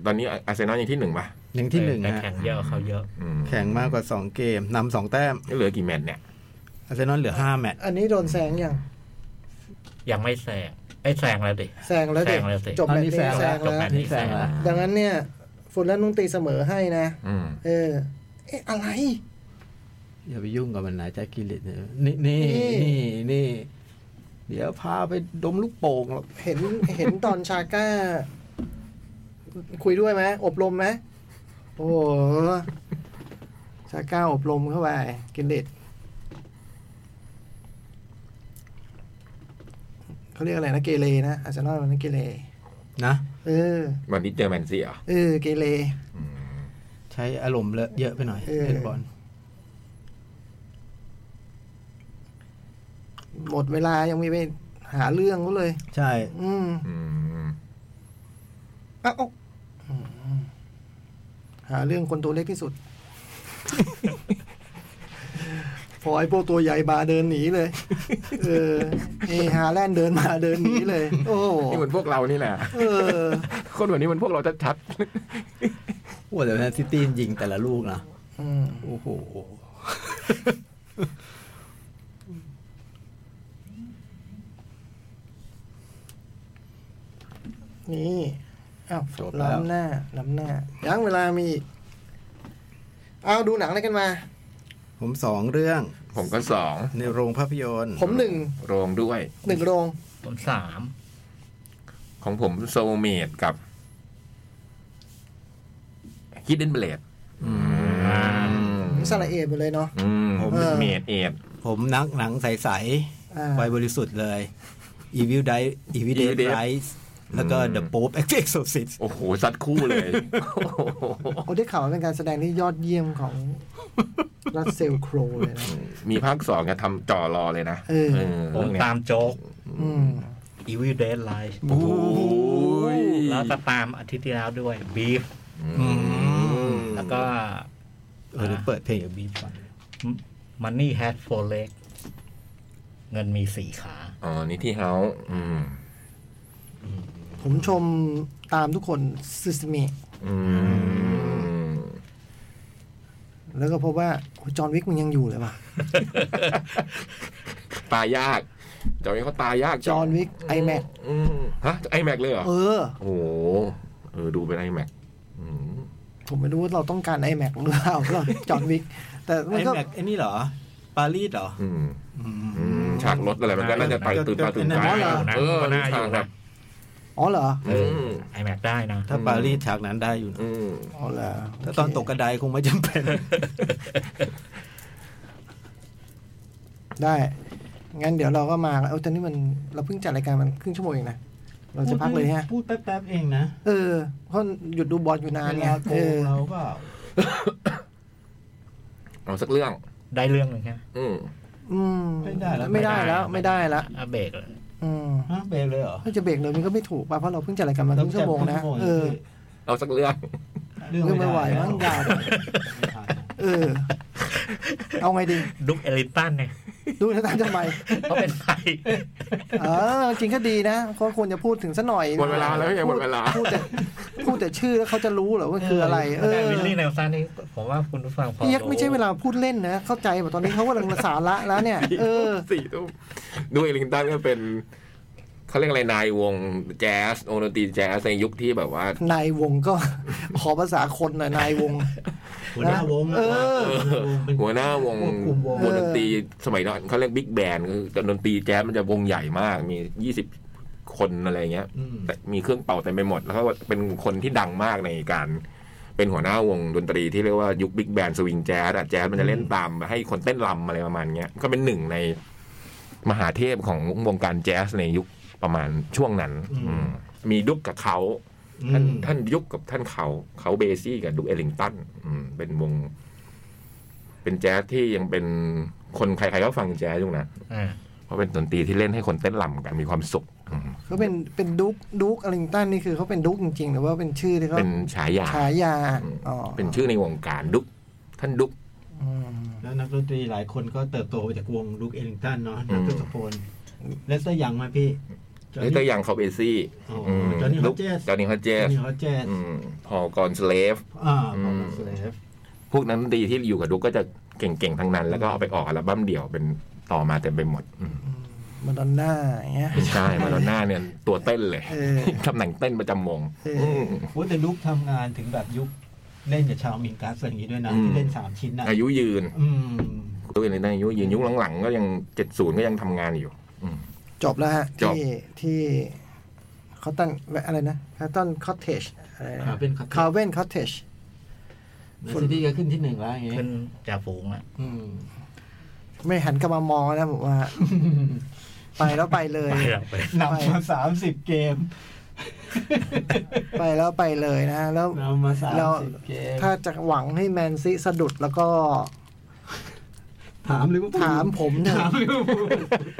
S3: ตอนนี้อาร์เซนอลยังที่หนึ่งป่ะ
S5: หนึ่งที่หนึ่ง
S2: แต่
S5: ฮะ
S2: แข่งเยอะเขาเยอะ
S3: อืม
S5: แข่งมากกว่าสองเกมนำสองแต้ม
S3: นี่เหลือกี่แมตช์เนี่ย
S5: อาร์เซนอลเหลือห้าแมตช์
S4: อันนี้โดนแซงยัง
S2: ยังไม่แซงไอ้ยแซงแล้วดิ
S4: แซงแล้วเด็ก
S2: แซงแล้วสิ
S4: จบ
S5: ตอน
S4: แบบ
S5: นี้
S4: นี้
S5: แซง
S4: แซ
S5: แล้ว
S4: งแล้
S2: บ
S4: ว
S2: บ
S5: นี่แซงแล้ว
S4: ดังนั้นเนี่ยฟุตแลนด์ต้องตีเสมอให้นะ
S3: อืม
S4: เออ เอ๊ะอะไร
S5: อย่าไปยุ่งกับมันนะแจ็คกิลลิตเนี่ยนี่นี่
S4: นี่
S5: นี่นี่ เดี๋ยวพาไปดมลูกโป่งหรอก
S4: เห็นเห็นตอนชาก้า คุยด้วยไหมอบรมไหมโอ้โหชาก้าอบรมเข้าไปกินเด็ดเขาเรียกอะไรนะเกเรนะอาร์เซนอลมันนะเกเร
S5: นะ
S4: เออ
S3: วันนี้เจอแมนซีเหรอ่ะ
S4: เออ เกเร
S5: ใช้อารมณ์เลอะเยอะไปหน่อย
S4: เออ
S5: เล่นบอล
S4: หมดเวลายังไมีไปหาเรื่องเขาเลย
S5: ใช่
S4: อืมเอ้าเอ้าอืมหาเรื่องคนตัวเล็กที่สุด พอไอ้พวกตัวใหญ่บาเดินหนีเลย เออเอฮาแลนด์เดินมาเดินหนีเลย โอ้โห
S3: นี่เหมือนพวกเรานี่ แหละ
S4: เออ
S3: คนแบบนี้เหมันพวกเราชัด
S5: โอ้แต่แมนซิตี้ยิงแต่ละลูกนะ
S4: อืม
S5: โอ้โห
S4: นี่ อ้าว
S5: จบแล้ว
S4: ล้ำหน้าล้ำหน้ายังเวลามีอีกเอาดูหนังอะไรกันมา
S5: ผมสองเรื่อง
S3: ผมก็สอง
S5: ในโรงภาพยนตร์
S4: ผมหนึ่ง
S3: โรงด้วย
S4: หนึ่งโรง
S2: ผมสาม
S3: ของผมโซเมดกับคิดเดนเบลด
S4: สระเอดหมดเลยเนาะ
S3: ผม
S4: เออ
S3: เมดเอ็ด
S5: ผมนักหนังใส
S4: อ่า
S5: ๆไวบริสุทธิ์เลย Evil Die Evil Dead Rise แล้วก็ The Pope Exorcist
S3: โอ้โหซัดคู่เลย
S4: โอ้ได้ข่าวว่าเป็นการแสดงที่ยอดเยี่ยม ของรัสเซลโครว์เลยนะ
S3: มีภาคสองจะทำจ่อรอเลยนะ
S4: เออ
S3: เออ
S2: ผม
S3: เรื่องเนี้ย
S2: ตามโจ๊ก
S4: อืม
S2: Evil Dead Rise
S3: โอ้โห
S2: แล้วก็ตามอาทิตย์ที่แล้วด้วย Beef
S3: อืม
S2: แล้วก็
S5: เออเดี๋ยวเปิดเพลงกับบีบก่อน
S2: Money Has Four Leg เงินมีสี่ขา
S3: อ๋อนี่ที่เฮาส์อืม
S4: ผมชมตามทุกคนซูซ m มิ
S3: อืม
S4: แล้วก็พบว่าโอ้จอห์นวิกมันยังอยู่เลยว่ะ
S3: ตายยากจอยเขาตายยาก
S4: จอห์นวิกไอแม็ก
S3: อืมฮะไอแม็กเลยเหรอ
S4: เออ
S3: โอ้โหเออดูเป็นไอแม็ก
S4: ผมไม่รู้ว่าเราต้องการไอแม็กหรือเปล่า เราจอห์นวิก แต่มั
S5: ไอ้
S4: นก็
S5: แม็กไอ้นี่เหรอ ปารีสเหรอ
S3: อืมฉากรถอะไรมันก็น่าจะตื่นตื่นตาตื่นใจ
S2: น่าอยู่นะ
S3: เออ
S2: น่าอยู่นะ
S3: ฉากแบบ
S4: อ๋อเหรอ
S3: อืม
S2: ไอแม็กได้นะ
S5: ถ้าปารีสฉากนั้นได้อยู่นะ
S3: อืม
S4: อ๋อเหรอ
S5: ถ้าตอนตกกระไดคงไม่จำเป็น
S4: ได้ งั้นเดี๋ยวเราก็มาเออตอนนี้มันเราเพิ่งจัดรายการมันครึ่งชั่วโมงเองนะ เราจะพักเลยฮะ
S5: พูดแป๊บๆเองนะ
S4: เออเพราะหยุดดูบอลอยู่นาน
S5: เว
S4: ไง
S5: ลาโก
S4: เอง อ
S5: เราก็
S3: เอาสักเรื่อง
S2: ได้เรื่องหนึ่งฮะ
S3: อืม
S4: อืม
S5: ไม่ได้แล้ว
S4: ไม่ได้แล้วไม่ได้แล้ว
S2: อ่ะเบรกเลย
S4: อืม
S5: ฮะเบรกเลยเหรอ
S4: ถ้าจะเบรกเลยมันก็ไม่ถูกป่ะเพราะเราเพิ่งจัดรายการมาครึ่งชั่วโมงนะ เออ
S3: เอาสักเรื่อง
S5: เรื่อง
S4: เรื่องไม่
S5: ไม่
S4: ไหว
S5: ได้
S4: มั้งยาว
S5: ไม่ทัน
S4: เออ เอาไงดี
S2: ดุ๊กเอลิตัน เนี่ย
S4: ดูนะตามทำไม
S2: เขาเป็นใคร
S4: เออจริงก็ดีนะก็ควรจะพูดถึงซะหน่อย
S3: หมดเวลาแล้วไงหมดเวลา
S4: พูดแต่พูดแต่ชื่อแล้วเขาจะรู้เหรอว่าคืออะไร เอ
S2: แต่
S4: อ
S2: วิลลี่แนลสันนี่ผมว่าคุณผู้ฟังพอ
S4: พี่ยักษ์ไม่ใช่เวลาพูดเล่นนะเข้าใจแบบตอนนี้เขากำลังสาระแล้ว เนี่ย เออ
S3: สี่ทุ่มดูเอลิงตันก็เป็นเขาเรียกอะไรนายวงแจ๊สวงดนตรีแจ๊สในยุคที่แบบว่า
S4: นายวงก็ ขอภาษาคนหน่อยนายวง
S5: หัวหน้าวง
S4: เออ
S5: เป็น
S3: หัวหน้าวง
S5: ควบคุมวง
S3: วงดนตรีสมัยนั้นเขาเรียกบิ๊กแบนด์คือดนตรีแจ๊สมันจะวงใหญ่มาก มียี่สิบคนอะไรเงี้ย
S5: อืม
S3: แต่มีเครื่องเป่าเต็มไปหมด แล้วก็เป็นคนที่ดังมากในการ เป็นหัวหน้าวงดนตรีที่เรียกว่ายุคบิ๊กแบนด์สวิงแจ๊สอะแจ๊สมันจะเล่นตามให้คนเต้นรำอะไรประมาณเนี้ยก็เป็นหนึ่งในมหาเทพของวงการแจ๊สในยุคประมาณช่วงนั้น อืมมีดุกกับเขา ท่านท่านยุคกับท่านเขาเขาเบซี่กับดุกเอลิงตันอืมเป็นวง เป็นแจ๊สที่ยังเป็นคนใครๆก็ฟังแจ๊สอยู่นะ
S2: อ่า
S3: เพราะเป็นดนตรีที่เล่นให้คนเต้นรำกันมีความสุขอืม
S4: เขาเป็นเป็นดุ๊กดุ๊กอลิงตันนี่คือเขาเป็นดุ๊กจริงๆ หรือว่าเป็นชื่อที่เขา
S3: เป็นฉายา
S4: ฉายา
S3: อืม
S4: อ๋อ
S3: เป็นชื่อในวงการดุกท่านดุก
S4: ม
S5: แล้วนักดนตรีหลายคนก็เติบโตมาจากวงลูกเอลิงตันเนาะนักทศพลเลสเตอร์ยังไหมาพี่
S3: เลสเตอร์ยังเขาเบซี่
S5: อ๋อจอห์นนี่
S3: ดุก
S5: Hodges
S3: จอห์นนี่ฮัจเจ
S5: จ
S3: ส
S5: อห์นนี่ฮอดเจส
S3: พอกอนสเลฟ
S5: อ่า
S3: อืม
S5: สเลฟ
S3: พวกนั้นดนตรีที่อยู่กับดุกก็จะเก่งๆทั้งนั้น แล้วก็เอาไปออกอัลบั้มเดี่ยวเป็นต่อมาเต็มไปหมดอืม
S4: มาดอนน่าอย่างเงี้ย
S3: ใช่มาดอนน่าเนี่ยตัวเต้นเลย
S4: เออ
S3: ตำแหน่งเต้นประจำวง
S4: เออ
S3: ม
S5: โอ้แต่ลุกทำงานถึงแบบยุคเล่นกับชาวมิงกัสอะไรอย่างงี้ด้วยนะ
S3: อืม
S5: ที่เล่นสามชิ้นนะ
S3: อายุยืน
S5: อืม
S3: ตัวเองได้อายุยืนยุคหลังๆ ก็ยังเจ็ดศูนย์ก็ยังทำงานอยู่
S4: จบแล้วฮะ
S3: จบ
S4: ที่ที่คอตตันอะไรนะคอตตันคอตเทจอะไร
S5: อ่าเป็นคา
S4: คาร์เวนคอตเทจ
S5: ซิตี้ก็ขึ้นที่หนึ่งแล้วอย่างงี้
S2: ขึ้นจ่าฝูงอ่ะ
S5: อืม
S4: ไม่หันกลับมามองนะผมว่า ไปแล้วไปเลย
S2: ไปแล้วไป
S5: นำมาสามสิบเกม
S4: ไปแล้วไปเลยนะฮะแล้ว
S5: นำมาสาม
S4: เรา
S5: สิบเกม
S4: ถ้าจะหวังให้แมนซีสะดุดแล้วก็
S5: ถามหรือว่า
S4: ถามผมเถอะ
S5: ถามหรือว่า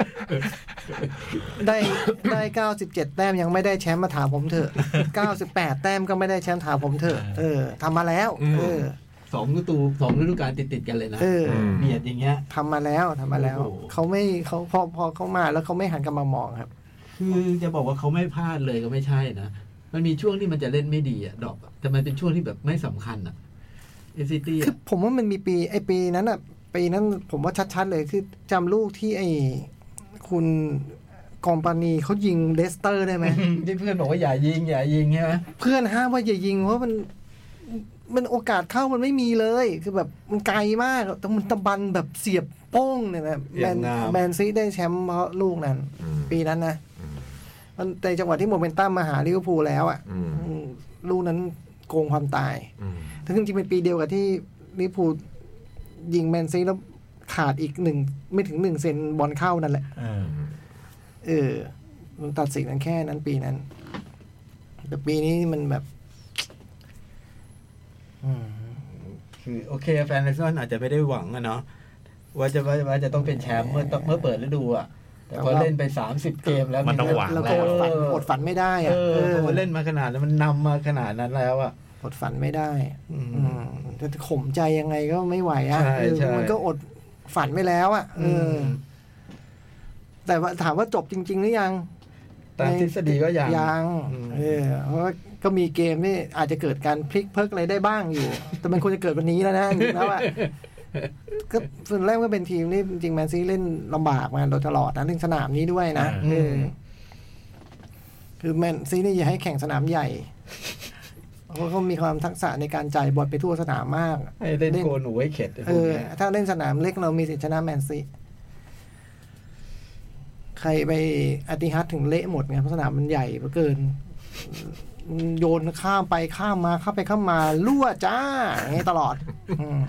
S4: ได้ได้ 97 แต้มยังไม่ได้แชมป์มาถามผมเถอะ 98 แต้มก็ไม่ได้แชมป์ถามผมเถอะ เออทำมาแล้ว
S3: อืม
S4: เออ
S5: สองฤดูสองฤดูกาลติดติดๆกันเลยนะ
S4: เออ
S5: เบียดอย่างเงี้ย
S4: ทำมาแล้วทำมาแล้ว
S5: โอ้โห
S4: เขาไม่เขาพอพอเขามาแล้วเขาไม่หันกลับมามองครับ
S5: คือจะบอกว่าเขาไม่พลาดเลยก็ไม่ใช่นะ มันมีช่วงที่มันจะเล่นไม่ดีอะดรอกแต่มันเป็นช่วงที่แบบไม่สำคัญอะเอซิตี้
S4: คือผมว่ามันมีปีไอปีนั้นอ่ะปีนั้นผมว่าชัดๆเลยคือจำลูกที่ไอคุณ คอมปานีเขายิงเดสเตอร์ ได้ไหม
S5: ที่เพื่อนบอกว่าอย่ายิงอย่ายิงใช่ไหม
S4: เพื่อนห้ามว่าอย่ายิงเพราะมันมันโอกาสเข้ามันไม่มีเลย คือแบบมันไกลมากแต่มันตะบันแบบเสียบโป้งเนี่ยนะแมนแมนซีได้แชมป์เพราะลูกนั้น
S3: อืม
S4: ปีนั้นนะ
S3: อืม
S4: มันในจังหวะที่โมเมนตัมมาหาลิเวอร์พูลแล้วอ่ะ
S3: อืม
S4: อืมลูกนั้นโกงความตาย
S3: อืม
S4: ถึงจริงๆเป็นปีเดียวกับที่ลิเวอร์พูลยิงแมนซีแล้วขาดอีกหนึ่งไม่ถึงหนึ่งเซนบอลเข้านั่นแหละ
S2: เออ
S4: เออมันตัดสินกันแค่นั้นปีนั้น แต่ปีนี้มันแบบ อืม
S5: คือโอเคแฟนอาร์เซนอลอาจจะไม่ได้หวังอะเนาะว่าจะว่าว่าจะต้องเป็นแชมป์เมื่อเมื่อเปิดฤดูอะแต่พอเล่นไป 30 เกมแล้ว
S2: มันต้องหวัง
S4: เราก็
S2: แล้ว
S4: อดฝันอดฝันไม่ได้อะ
S5: เออพอเล่นมาขนาดนั้นมันนำมาขนาดนั้นแล้วอ่ะ
S4: อดฝันไม่ได้
S5: อืม
S4: อืมแต่ข่มใจยังไงก็ไม่ไหวอ่ะ
S5: ใช่
S4: เออ
S5: ใช่
S4: มันก็อดฝันไปแล้วอ่ะเอออ แต่ว่าถามว่าจบจริง ๆ หรือยัง
S5: ตามทฤษฎีก็ยัง
S4: ยัง
S5: อืม
S4: เออเพราะว่าก็มีเกมที่อาจจะเกิดการพลิกเพิกอะไรได้บ้างอยู่ แต่มันควรจะเกิดวันนี้แล้วนะจริงๆแล้วอ่ะก็ส่วนแรกก็เป็นทีมที่จริงๆแมนซีเล่นลำบากมาโดยตลอดนะเรื่องสนามนี้ด้วยนะ
S5: อืม
S4: เออคือแมนซีนี่อย่าให้แข่งสนามใหญ่เพราะเขามีความทักษะในการจ่ายบอลไปทั่วสนามมาก
S5: ให้เล่นโกนหนูให้เข็ดไอ้พ
S4: เอ
S5: วก
S4: อ
S5: เนี้ย
S4: ถ้าเล่นสนามเล็กเรามีสิทธิชนะแมนซีใครไปอติฮัตถึงเละหมดไงเพราะสนามมันใหญ่เหลือเกิน โยนข้ามไปข้ามมาข้ามไปข้ามมาลั่วจ้าอย่างนี้ตลอด อืม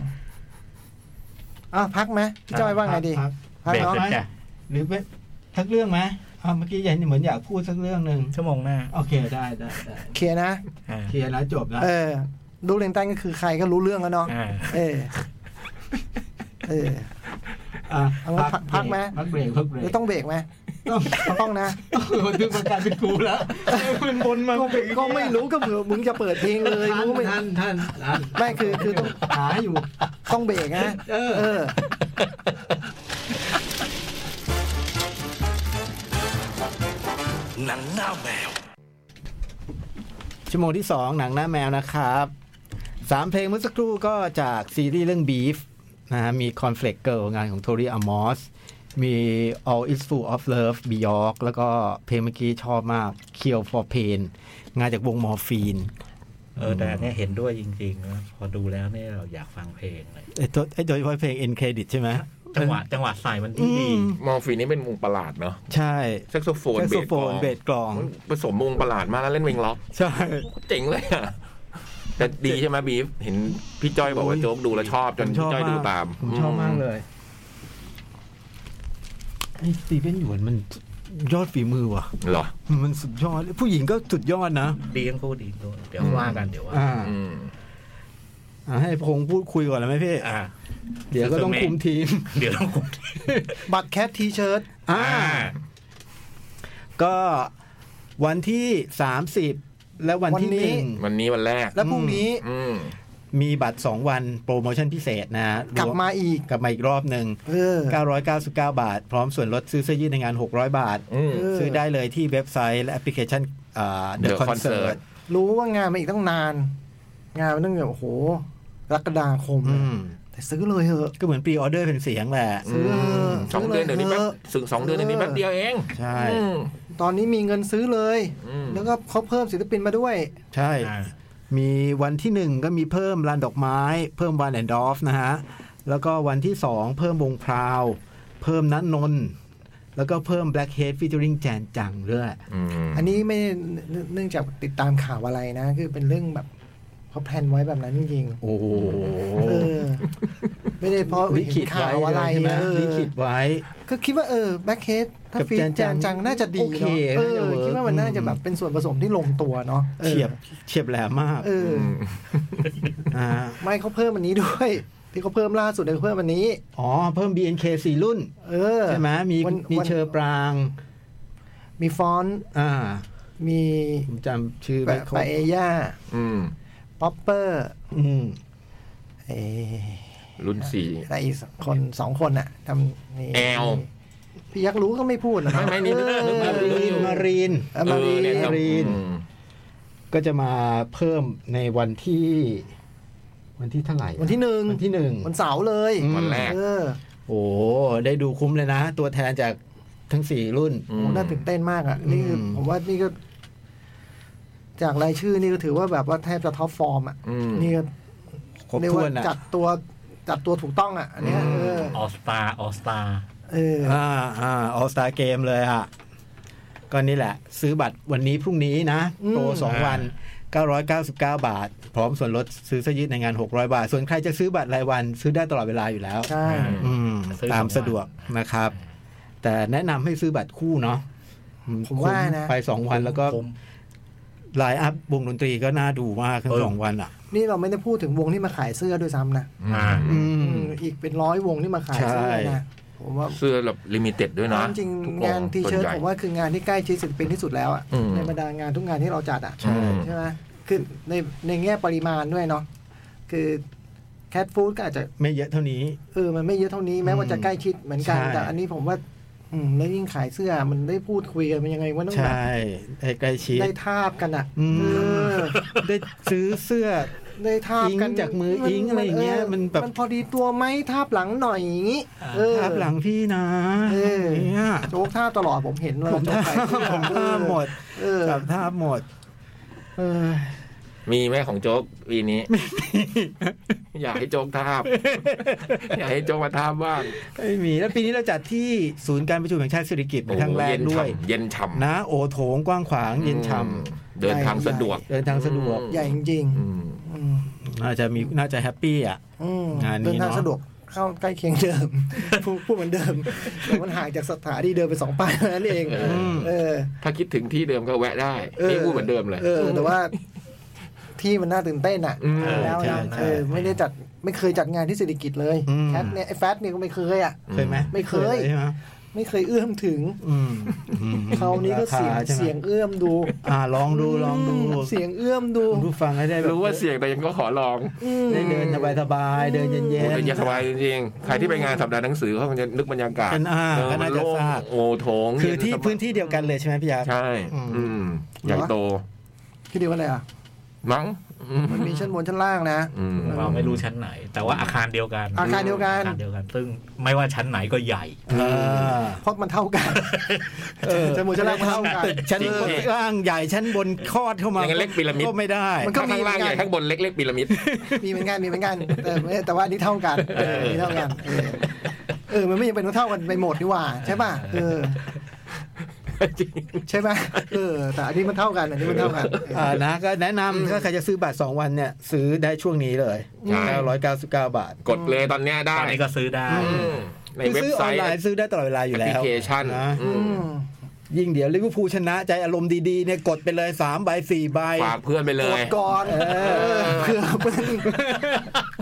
S4: อ่ะพักไหมพี่จ้อยว่าไงดี
S5: ครับ
S4: พัก
S2: เบรกเล
S4: เนาะ
S2: ยจ้ะ
S5: หรือไม่ทักเรื่องไหมอ้าวเมื่อกี้ยันเหมือนอยากพูดสักเรื่องหนึ่ง
S2: ชั่วโมงหน้า
S5: โอเคได้ได้ได้
S4: เคลียร์นะ
S2: อ่า
S5: เคลียร์แล้วจบแล้ว
S4: เออ ดูเลนใต้ก็คือใครก็รู้เรื่องแล้วเนาะ
S2: อ่า
S4: เออ เออ
S5: อ่ะ
S4: เอาพักพักไหม
S5: พักเบรกพักเบร
S4: แล้ว
S5: ก
S4: ต้องเบรกไหม
S5: ต้อง
S4: ต้องนะ
S5: คนทึ่งประกาศเป็นครูแล้วเป็นบนมา
S4: ก็ก็ไม่รู้ก็เผื่อมึงจะเปิดเพลงเลย
S5: ท่า
S4: กู
S5: น
S4: ก็ไม่
S5: ท่านท่านท่าน
S4: ไม่คือคือต้อง
S5: หาอยู่
S4: ต้องเบรกนะ
S5: เออ
S4: เออ
S5: ชั่วโมงที่ 2 หนังหน้าแมวนะครับสามเพลงเมื่อสักครู่ก็จากซีรีส์เรื่อง Beef นะฮะมี Conflict Girl งานของ Tori Amos มี All Is Full of Love b e y o r k แล้วก็เพลงเมื่อกี้ชอบมาก Kill for Pain งานจากวงมอร์ฟีน
S2: เออแต่อันเนี้ยเห็นด้วยจริงๆนะพอดูแล้วเนี่ยเราอยากฟังเพลงเลย
S5: โดยเฉพาะเพลง End Credit ใช่ไหม
S2: จังหวะจังหวะใส่มันดีดี
S5: อืม
S3: มอร์ฟีนนี่เป็นวงประหลาดเนาะ
S5: ใช่
S3: แซกโซโฟน
S5: แซก
S3: เบ
S5: โซ
S3: ส
S5: โฟ
S3: กลอน ง
S5: เบสกลอง
S3: มันผสมวงประหลาดมากแล้วเล่นเวงล็อก
S5: ใช่
S3: เจ๋งเลยอะแต่ดีใช่ไหมบีฟเห็นพี่จ้อยบอกว่า
S5: โอ้ย
S3: โจ๊กดูแล้วชอบจนพี่จ้อยดูตาม
S5: ผมชอบมากเลยไอ้สตีเวนหยวนมันยอดฝีมือว่ะ
S3: เหรอ
S5: มันสุดยอด ผู้หญิงก็สุดยอดนะ
S2: ดีทั้งคู่ดีทั้งคู่เดี๋ยวว่ากันเดี๋ยวว่า
S5: อ่า
S3: อืม
S5: อ่าให้พงษ์พูดคุยก่อนเลยไหมพี่
S2: อ่า
S5: เดี๋ยวก็ต้องคุมทีม
S2: เดี๋ยวต้องคุม
S4: บัตรแคททีเชิร์ต
S5: อ่า ก็วันที่ 30 และวันที่
S4: วันนี้
S5: หนึ่ง
S3: วันนี้วันแรก
S4: แล้วพรุ่งนี้
S3: อืม
S5: มีบัตร 2 วันโปรโมชั่นพิเศษนะฮะ
S4: กลับมาอีก
S5: กลับมาอีกรอบหนึ่ง
S4: เออ
S5: 999 บาท พร้อมส่วนลดซื้อเสื้อยืดในงาน 600 บาท
S3: อืม
S4: เออ
S5: ซื้อได้เลยที่เว็บไซต์และแอปพลิเคชันเด
S3: The
S5: อะคอนเสิร์ต
S3: Concert
S4: รู้ว่างานมันอีกตั้งนาน งานมันตั้งแบบโอ้โหกรกฎาคมเลยแต่ซื้อเลยเถอะ
S5: ก็เหมือนปรีออเดอร์เป็นเสียงแหละ
S4: ซื้อ
S3: สองเดือนเดี๋ยวนี้แป๊บสึงสองเดือนเดี๋ยวนี้แป๊บเดียวเอง
S5: ใช่
S3: อืม
S4: ตอนนี้มีเงินซื้อเลย
S3: อืม
S4: แล้วก็เขาเพิ่มศิลปินมาด้วย
S5: ใช่
S2: อ่า
S5: มีวันที่หนึ่งก็มีเพิ่มลานดอกไม้ เพิ่มวันแอนด์อฟนะฮะ แล้วก็วันที่สองเพิ่มวงพราว เพิ่มนัทนนท์แล้วก็เพิ่ม Blackhead featuring แจนจังด้วย
S3: อืม
S4: อันนี้ไม่ได้เนื่องเนื่องจากติดตามข่าวอะไรนะ คือเป็นเรื่องแบบเขาแพลนไว้แบบนั้นจริง
S5: โอ้โห
S4: ๆเออ ไม่ได้เพราะ
S5: ลิขิต
S4: ข่า
S5: ไว้
S4: วอะไร
S5: ใช่ไหม
S4: เออ
S5: ลิขิตไว้
S4: ก็คิดว่าเออแบ็คเฮดถ้า
S5: กับ
S4: ฟีด
S5: แจนจั
S4: แจ
S5: ง
S4: นจังน่าจะดี
S5: โอเค
S4: เนาะเอ
S5: น่าจะ
S4: อ
S5: เวิร์ก
S4: คิดว่ามันน่าจะ
S5: อืม
S4: แบบเป็นส่วนผสมที่ลงตัวเนาะออ
S5: เฉียบเฉียบแหลมมาก
S4: เอออ
S5: อ่า
S4: ไม่เขาเพิ่มอันนี้ด้วย ที่เขาเพิ่มล่าสุดเลยเพิ่มอันนี้
S5: อ๋อ เพิ่ม BNK สี่รุ่น
S4: เออ
S5: ใช่ไหมมี
S4: วัน
S5: มี
S4: วัน
S5: เชอร์ปราง
S4: มีฟอนต์
S5: อ่า
S4: มี
S5: ผมจำชื่อไม่
S4: ปะ
S5: ครบ
S4: ปะเอย่า
S3: อืม
S4: ป๊อปเปอร์
S5: อืม
S4: เออ
S3: รุ่นสี่
S4: อะไรอีกคนสองคนอะทำนี่
S3: แอล
S4: พี่ยักษ์รู้ก็ไม่พูดนะ
S3: ไม่ไม่นี่นึกนึก
S5: มา
S3: นึก
S5: รีน
S3: อยู่
S5: มารีน
S4: เออมารี
S3: เออเยครับ
S5: มารีน
S3: อืม
S5: ก็จะมาเพิ่มในวันที่ วันที่เท่าไหร่
S4: วันที่หนึ่ง
S5: วันที่หนึ่ง
S4: วันเสาร์เลย
S5: อืม
S3: วันแรก
S4: เออ
S5: โอ้ได้ดูคุ้มเลยนะ ตัวแทนจาก ทั้งสี่รุ่น
S3: อื
S4: โอ้
S3: ม
S4: โหน่าตื่นเต้นมากอ่ะนี่คือ
S5: อืม
S4: ผมว่านี่ก็ จากรายชื่อนี่ก็ถือว่าแบบว่าแทบจะท็อปฟอร์มอ่ะ
S3: อืม
S4: นี่ก็
S5: ครบ
S4: เรียก
S5: ถ้ว
S4: ว่าน
S5: อ่ะ
S4: จัดตัวจัดตัวถูกต้องอ่ะอันเนี้ย
S3: อืม
S4: เออ
S2: ออสตาออสตา
S4: เออ
S5: อ่าอ่าออสตาเกมเลยอ่ะ ก็นี่แหละ ซื้อบัตรวันนี้พรุ่งนี้นะ โปรสองวัน 999 บาท พร้อมส่วนลดซื้อเสื้อยืดในงาน 600 บาท ส่วนใครจะซื้อบัตรรายวัน ซื้อได้ตลอดเวลาอยู่แล้ว
S4: ใช่
S5: อืมตามสะดวกนะครับ แต่แนะนำให้ซื้อบัตรคู่เนาะอื
S4: ผมว่านะ
S5: ไปสองวันแล้วก็
S2: คุ้ม
S5: ไลน์อัพวงดนตรีก็น่าดูมากทั้ง
S2: เออ
S5: สองวันอ่ะ
S4: นี่เราไม่ได้พูดถึงวงที่มาขายเสื้อด้วยซ้ำนะ
S2: อ่า
S5: อืม
S4: อืมอีกเป็นร้อยวงที่มาขายเสื้อ
S5: ใช่
S4: นะผมว่า
S3: เสื้อแบบลิมิเต็ดด้วยนะ
S4: จริง
S3: ทุก
S4: ๆงาน
S3: ว
S4: ที
S3: ส่ว
S4: เชิร์ต
S3: ใหญ่
S4: ผมว่าคืองานที่ใกล้ชิดศิลปินที่สุดแล้วอ่ะ
S3: อืม
S4: ในบรรดางานทุกงานที่เราจัดอ่ะ
S3: ใช่
S4: ใช่ไหมคือในในแง่ปริมาณด้วยเนาะคือแคทฟู้ดก็อาจจะ
S5: ไม่เยอะเท่านี้
S4: เออมันไม่เยอะเท่านี้แม้ว่าจะใกล้ชิดเหมือนกัน
S5: ใช่
S4: แต่อันนี้ผมว่า อืมแล้วยิ่งขายเสื้อมันได้พูดคุยกันมันยังไงว่าต้องแบบ
S5: ใช่ได้ใกล้ชิด
S4: ได้ทาบกันอ่ะ
S5: อืม
S4: เออ
S5: ได้ซื้อเสื้อ
S4: ได้ทาบกัน
S5: อิงจากมืออิงอะไรอย่างเงี้ยมันแบบ
S4: พอดีตัวไหมทาบหลังหน่อยอย่างงี้เออ
S5: ทับหลังพี่นะ
S4: เออ
S5: เนี่ย
S4: โจ๊กทาบตลอดผมเห็นเลย
S5: ผม
S4: โจ๊ก
S5: ท่า
S4: ขายเสื้อ
S5: ผมท่าหมด
S4: เออ
S5: จับท่าหมด เออ
S3: มีไหมของโจ๊กปี นี้ อยากให้โจ๊กทาบ อยากให้โจ๊กมาทาบบ้าง
S5: ไม่มีแล้วปีนี้เราจัดที่ศูนย์การประชุมแห่งชาติสิริกิติ์เป็นครั้งแรก
S3: เย็น
S5: ด้วย
S3: ฉ่ำเย็นฉ่ำ
S5: นะ โอโถงกว้างขวางเย็นช่
S3: อืมเดินทางสะดวก
S5: ำเดินทางสะดวก
S4: ใหญ่จริง
S3: อืม
S4: ๆอืม
S5: น่าจะมีน่าจะแฮปปี้อ่ะ
S4: อืม
S5: งานนี้
S4: เดินทาง
S5: เนอะ
S4: สะดวกเข้าใกล้เคียงเดิม พูดพูดเหมือนเดิม แต่มันห่างจากสถานีเดิมไปสองป้ายเท่านั้นเอง
S5: ม
S4: เออ
S3: ถ้าคิดถึงที่เดิมก็แวะได้
S4: เออ
S3: นี่พูดเหมือนเดิมเลย
S4: เออ แต่ว่า ที่มันน่าตื่นเต้นอ่ะ
S3: อืม
S4: แล้ว
S5: ใช่
S4: นะ
S5: ใช่
S4: เออไม่ได้จัดไม่เคยจัดงานที่เศรษฐกิจเลย
S5: อืม
S4: แคทเนี่ยไอ้แฟตเนี่ยก็ไม่เคยอ่ะ
S5: เคยไหม
S4: ไม่เคย
S5: ใช่ไหม
S4: ไม่เคยเอื้อมถึง
S5: อืมอืม
S4: คราวนี้ก็เสียง
S5: ราคาใช่ไหม
S4: เสียงเอื้อมดู
S5: อ่าลองดูลองดู
S4: มเสียงเอื้อมดู
S5: คุณผู้ฟังให้ได้แบบ
S3: รู้ว่าเสี่ยงแต่ยังก็ขอลอง
S4: อืม
S5: ได้เดินสบายสบายๆเดินเย็นเย็
S3: โอ้
S5: น
S3: แต่เย็นสบายจริงๆใครที่ไปงานสัปดาห์หนังสือเขาคงจะนึกบรรยากาศ
S5: เป็นอ่า
S3: เออ
S5: ก็
S3: มั
S5: น่าน จะ
S3: โล่ง
S5: ทราบ
S3: โอ้โถง
S5: คือที่
S3: เย็สบาย
S5: พื้นที่เดียวกันเลยใช่ไหมพี่ยา
S3: ใช่
S5: อืม
S3: อืมใหญ่โต
S4: คิดดีว่าอะไรอ่ะ
S3: มั้งอืม
S4: มันมีชั้นบนชั้นล่างนะ
S3: อืม
S2: เราไม่รู้ชั้นไหน แต่ว่าอาคารเดียวกัน
S4: อาคารเดียวกัน
S2: อาคารเดียวกัน ซึ่งไม่ว่าชั้นไหนก็ใหญ่
S5: อ่า
S4: เพราะมันเท่ากัน
S5: เออ
S4: ชั้นบนชั้นล่างมันเท่ากัน
S5: ตึกชั้น
S3: จริง
S5: บน
S3: เนี่ย
S5: ล่างใหญ่ชั้นบนคลอดเข้ามา
S3: อย่างนั้นเล็กพีระมิด
S5: ก็ไม่ได้
S4: มันก็
S3: ข้างล่างใหญ่ข้างบนเล็กเล็กพีระมิด
S4: มีเหมือนกันมีเหมือนกันแต่ไม่แต่ว่าอันนี่เท่ากันเอออันนี่เท่ากันเออเออ มันไม่ยังเป็นต้องเท่ากันไปหมดนี่หว่าใช่ป่ะเออใช่ป่ะเออ แต่อันนี้มันเท่ากันอันนี้มันเท่ากันเออ
S5: อ่านะก็แนะนำถ้าใครจะซื้อบัตร2วันเนี่ย ซื้อได้ช่วงนี้เลย
S3: ใช่
S5: 999 บาท
S3: กดเลยตอนเนี้ยได้
S2: ตอนนี้ก็ซื้อได้
S3: มใน
S5: คือ
S3: เว็บ
S5: ซื้อ
S3: ไซ
S5: ออน
S3: ต์
S5: ไลน์ซื้อได้ตลอดเวลาอยู่
S3: แอปพ
S5: แล้
S3: ลิ
S5: ว
S3: เคชัน
S5: นะ
S3: อื
S4: อื
S3: ม
S4: ม
S5: ยิ่งเดี๋ยวลิเวอร์พูลชนะใจอารมณ์ดีๆเนี่ยกดไปเลย3ใบ4ใบ
S3: ฝากเพื่อนไปเล
S4: ก
S3: ย
S4: ดก่อนเออเผื่อมัน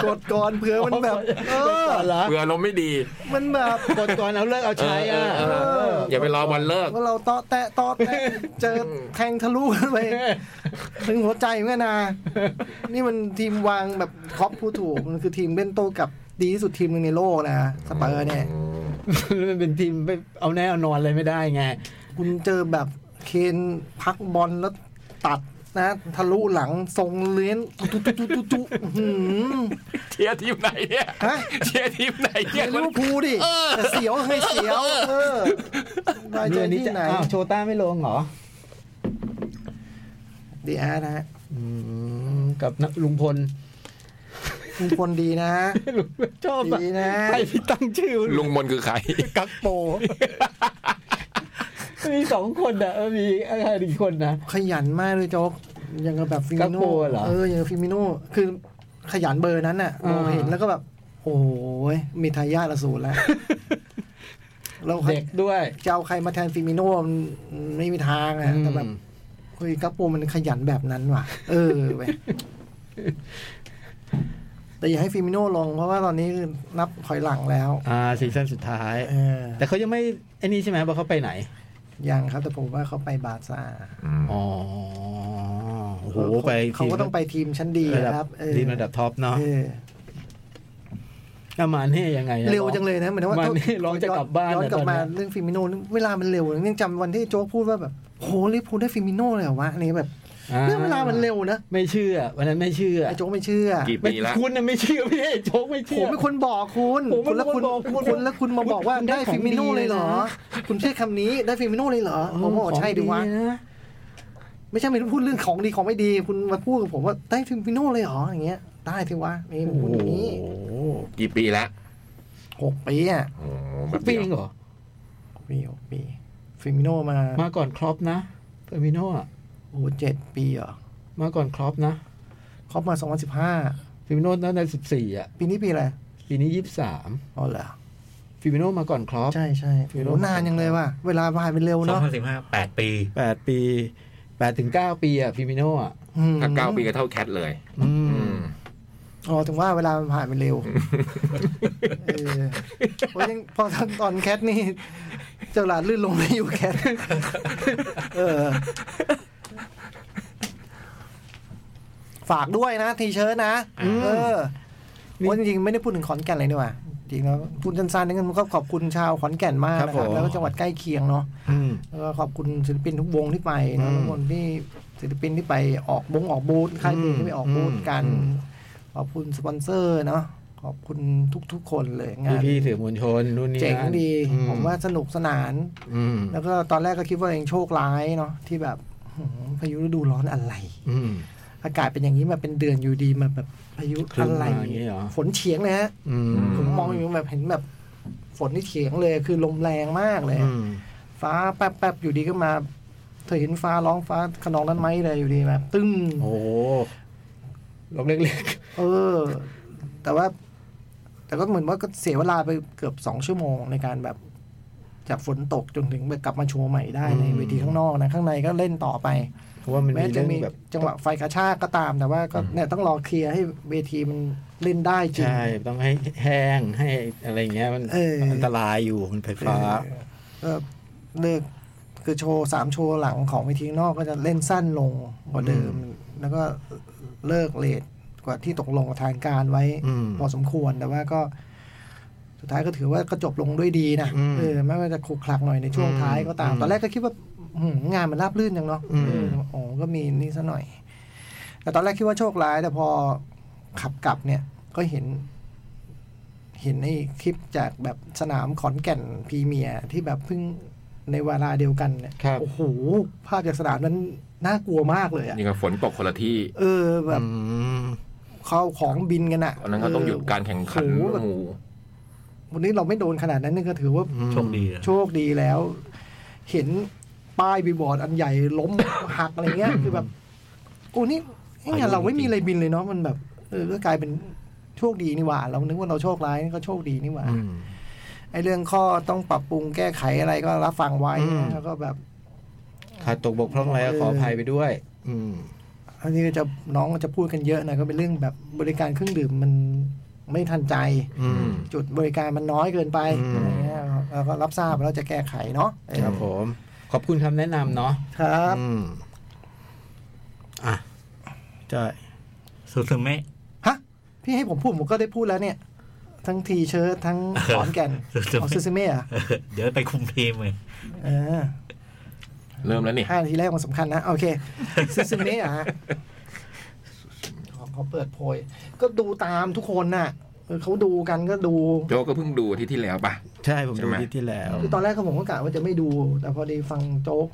S4: กดก่อนเผื่อมันแบบเออ
S5: เหรอ
S3: เพื่อลมณ์ไม่ดี
S4: มันแบบ
S5: กดก่อนเอาเลิกเอาใช้อ่ะ
S3: เออเอ
S4: เออ
S3: อย่าไปรอบอลเลิก
S4: ว่า เราตอแตะตอแตะเจอแทงทะลุ กันไปถึงหัวใจเหมื่อนกันนะนี่มันทีมวางแบบท็อปผู้ถูกมันคือทีมเล่นโต้กลับดีที่สุดทีมหนึ่งในโลกนะสเปอร์เนี่ย
S5: มันเป็นทีมไม่เอาแน่เอานอนเลยไม่ได้ไง
S4: คุณเจอแบบเคนพักบอลแล้วตัดนะ ทะลุหลังทรงเลี้ยนจุ๊จุ๊จุ๊จุ๊หืม
S3: เชียร์ทีมไหนเนี่ย
S4: ฮะ
S3: เชียร์ทีมไหน
S4: เชี
S3: เนี่ย ย
S4: ร์ลิเวอร์พูลดิแต่เสียวเคยเสียว เออไว้ใจ
S5: เดือนนี้
S4: ที่
S5: จะ
S4: ไหน
S5: อ้าวโชต้าไม่ลงเหรอ
S4: ดีอาร์นะฮะ
S5: อืมกับนะลุงพล
S4: ลุงพลดีนะ
S5: ลุงพลชอบอะ
S4: ดีนะ
S5: ใครที่ตั้งชื่อ
S3: ลุงมนคือใคร
S5: กักโป มีสองคนอ่ะเออมีอะไรอีกคนนะ
S4: ขยันมากเลยโจ๊กยังกับแบบฟิมิ
S5: กัป
S4: โน่
S5: โปเหรอ
S4: เออยังกับฟิมิโน่คือขยันเบอร์นั้นน่ะ
S5: อ่า
S4: มองเห็นแล้วก็แบบ โอ้ยมีทายาทละสูน แล้วแล้ว
S5: เด็กด้วย
S4: จะเอาใครมาแทนฟิมิโน่มันไม่มีทางอะแต่แบบ เฮ้ยกัปโปมันขยันแบบนั้นว่ะ เออไป แต่อย่าให้ฟิมิโน่ลง เพราะว่าตอนนี้คือนับถอยหลังแล้ว
S5: อ่าซีซั่นสุดท้าย
S4: เออ
S5: แต่เขายังไม่ไอ้นี่ใช่ไหมว่าเขาไปไหน
S4: ยังครับ แต่ผมว่าเขาไปบาร์ซ่า
S5: อ๋อโอ้โห
S4: เขา
S5: ไป
S4: เขาก็ต้องไปทีมชั้นดี
S5: ระดั
S4: ครับบเออ
S5: ทีมระดับท็อปเนาะ
S4: เออ
S5: อามาเน่ยังไงนะ
S4: เร็วจังเลยนะเหมือนว่า
S5: มาเน่ร้องจะกลับบ้าน
S4: ย้อนกลับมา
S5: ตเย
S4: เรื่องฟิมิโน่เรื่องเวลามันเร็วยังจำวันที่โจ๊กพูดว่าแบบโหลิเวอร์พูลได้ฟิมิโน่เลยเหรอวะอันนี้แบบ
S5: า
S4: เรื่องเวลามันเร็วนะ
S5: ไม่เชื่อ วันนั้นไม่เชื่อ
S4: ไอ้โจ๊กไม่เชื่อ
S3: กี่
S5: ไม่
S3: ปีละ
S5: คุณน่ะไม่เชื่อพี่โจ๊กไม่
S4: ผ
S5: เชื่อ
S4: มเป็นคนบอกคุณ
S5: ผมเป็น
S4: แล้ว
S5: คน
S4: คุณ
S5: บอกคุณ
S4: คุณแล้วคุณมาบอกว่า
S5: คุณได้
S4: ได้
S5: ของ
S4: ฟิมิโน่
S5: ดี
S4: เลยเหรอ
S5: เลยนะ
S4: คุณใช้คำนี้ได้ฟิมิโน่เลยเหรอผมบอกว่าใช่ดิวะ
S5: ของน
S4: ไม่ใช่ไม่พูดเรื่องของดีของไม่ดี คุณมาพูดกับผมว่าได้ฟิมิโน่เลยเหรออย่างเงี้ยได้สิวะนี่
S5: โอ้
S4: มันพูดอ
S5: โห
S4: ย่างนี้
S3: กี่ปีละ
S4: หกปีอ่ะ
S3: โอ้โหแบบ
S5: ปี
S3: เดียว
S5: เองเหรอ
S4: หกปีหกปีฟิมิโน่มา
S5: มาก่อนครอปนะเฟอร์มิโน่อะ
S4: โอ้เจ็ดปีเหรอ
S5: มาก่อนครอปนะ
S4: ครอบมาสองพันสิบห้า
S5: เฟอร์มิโน่ตั้งแต่สิบสี่อ่ะ
S4: ปีนี้ปีอะไร
S5: ปีนี้ยี่สิบสาม
S4: อ๋อเหรอ
S5: ฟิมิโนมาก่อนครอป
S4: ใช่ใช่
S5: ฟิมิโน่
S4: โอ้นานยังเลยว่ะเวลาผ่านไปเร็ว
S2: สอง
S4: เนาะ
S2: พันสิบห้าแปดปี
S5: แปดปีแปดถึงเก้าปีอ่ะฟิมิโนอ่ะ
S4: อืม
S3: ถ้าเก้าปีก็เท่าแคทเลย
S5: อื
S3: อืม
S5: ม
S4: อ๋อถึงว่าเวลามันผ่านไปเร็วเออโอ้ยยังพอตอนตอนแคทนี่เจ้าหลานลื่นลงไม่อยู่แคทเออ ฝากด้วยนะทีเชิ้ตนะเออว่าจริงๆไม่ได้พูดถึงขอนแก่นเลยดีกว่าจริงแล้วพูดสั้นๆนี่ก็ขอบคุณชาวขอนแก่นมากนะครับแล้วก็จังหวัดใกล้เคียงเนาะ
S5: อืม
S4: แล้วก็ขอบคุณศิลปินทุกวงที่ไปนะ
S5: อืม
S4: ทุกคนที่ศิลปินที่ไปออกบงออกบูธค่ายเพลงที่ไปออกบูธกัน
S5: อืม
S4: ขอบคุณสปอนเซอร์เนาะขอบคุณทุกๆคนเลยงาน
S5: พี่พี่ๆสื่อมวลชนนู่นนี่
S4: เจ๋ง
S5: นั่น
S4: ดี
S5: อื
S4: ผมว่าสนุกสนาน
S5: อืม
S4: แล้วก็ตอนแรกก็คิดว่าเองโชคร้ายเนาะที่แบบหืมพายุฤดูร้อนอะไร
S5: อืม
S4: อากาศเป็นอย่างนี้มาเป็นเดือนอยู่ดีมาแบบพายุ
S5: ครึ้
S4: อะ
S5: ม
S4: ไร
S5: มาอย่างนี้เหรอ
S4: ฝนเฉียงเลยฮะ
S5: อืม
S4: ผมมองอยู่แบบเห็นแบบฝนที่เฉียงเลยคือลมแรงมากเลย
S5: อืม
S4: ฟ้าแป๊บๆ อยู่ดีก็มา เธอเห็นฟ้าร้องฟ้าขนองนั้นไหมเลยอยู่ดีแบบตึ้ง
S5: โอ้โหลกเล็ก
S4: เออ แต่ว่า แต่ก็เหมือนว่าก็เสียเวลาไปเกือบสองชั่วโมงในการแบบ จากฝนตกจนถึงแบบกลับมาโชว์ใหม่ได้ในเวทีข้างนอกนะ ข้างในก็เล่นต่อไป
S5: ๆเพราะว่ามัน
S4: แม้
S5: มี
S4: จะ
S5: เรื่อง
S4: มี
S5: แบบ
S4: จังหวะไฟกระชากก็ตาม แต่ว่าก็เนี่ยต้องรอเคลียร์ให้เวทีมันเล่นได้จริง
S5: ใช่ต้องให้แห้งให้อะไรอย่างเงี้ยมัน
S4: เออ
S5: มันอันตรายอยู่มันไฟฟ้า
S4: เออเลิกคือโชว์สามโชว์หลังของเวทีข้างนอกก็จะเล่นสั้นลงกว่าเดิม แล้วก็เลิกเลทกว่าที่ตกลงกับทางการไว้
S5: อืม
S4: พอสมควรแต่ว่าก็ สุดท้ายก็ถือว่าก็จบลงด้วยดีนะ
S5: อืม
S4: เออแม้ว่าจะคลุกคลักหน่อยในช่วง
S5: อืม
S4: ท้ายก็ตาม
S5: อืม
S4: ตอนแรกก็คิดว่าหืมงานมันราบรื่นจังเนาะ
S5: อืม
S4: เอออ๋อก็มีนี่ซะหน่อย แต่ตอนแรกคิดว่าโชคร้าย แต่พอขับกลับเนี่ย ก็เห็น เห็นไอ้คลิปจากแบบสนามขอนแก่นพรีเมียร์ที่แบบเพิ่งในเวลาเดียวกันเนี่ย
S5: ครับ
S4: โอ้โหภาพจากสนามนั้นน่ากลัวมากเลยอะ
S3: นี่ก็ฝนตกคนละที่
S4: เออแบบ
S5: อืม
S4: เข้าของบินกันอะ
S3: อันนั้นก็ต้องหยุดการแข่งขัน
S4: โอ้โหแบบ
S3: โอ้โห
S4: วันนี้เราไม่โดนขนาดนั้นนี่ก็ถือว่า
S2: โชคดีนะ
S4: โชคดีแล้ว เห็นป้ายบีบอร์ดอันใหญ่ล้ม หักอะไรเงี้ย คือแบบโอ้นี่ไอ้งานเราไม่มีอะไรบินเลยเนาะมันแบบเออก็กลายเป็นโชคดีนี่หว่า เรานึกว่าเราโชคร้ายนี่ก็โชคดีนี่หว่า
S5: อืม
S4: ไอ้เรื่องข้อต้องปรับปรุงแก้ไขอะไรก็รับฟังไว้
S5: อืม
S4: นะแล้วก็แบบ
S5: ขาดตกบกพร่องอะไรก็ขออภัยไปด้วย อืม
S4: อันนี้ก็จะน้องก็จะพูดกันเยอะหนะก็เป็นเรื่องแบบบริการเครื่องดื่มมันไม่ทันใจ
S5: อืม
S4: จุดบริการมันน้อยเกินไป
S5: อืม
S4: อะไรเงี้ยเราก็รับทราบแล้วจะแก้ไขเนาะเออ
S5: ครับผม ขอบคุณคำแนะนำเนาะ
S4: ครับ
S5: อืมอ่ะใช่
S2: ซูซูเมะ
S4: ฮะ พี่ให้ผมพูดผมก็ได้พูดแล้วเนี่ย ทั้งทีเชิ้ตทั้งขอนแก่นของซูซิเม่เหรอะ
S2: เออ เดี๋ยวไปคุมทีมเลย
S4: เออ
S3: เริ่มแล้วนี่
S4: ห้านาทีแรกมันสำคัญนะ โอเคซูซิเม่อะฮะขอขอเปิดโพย ก็ดูตามทุกคนน่ะเออเขาดูกันก็ดู
S3: โจก็เพิ่งดูอาที่ที่แล้วป่ะ
S5: ใช่ผม
S3: ใช่
S5: ดู
S3: ไหม
S5: ที่ที่แล้ว
S4: คือตอนแรกก็ผมก็กะว่าจะไม่ดู แต่พอดีฟังโจ๊ก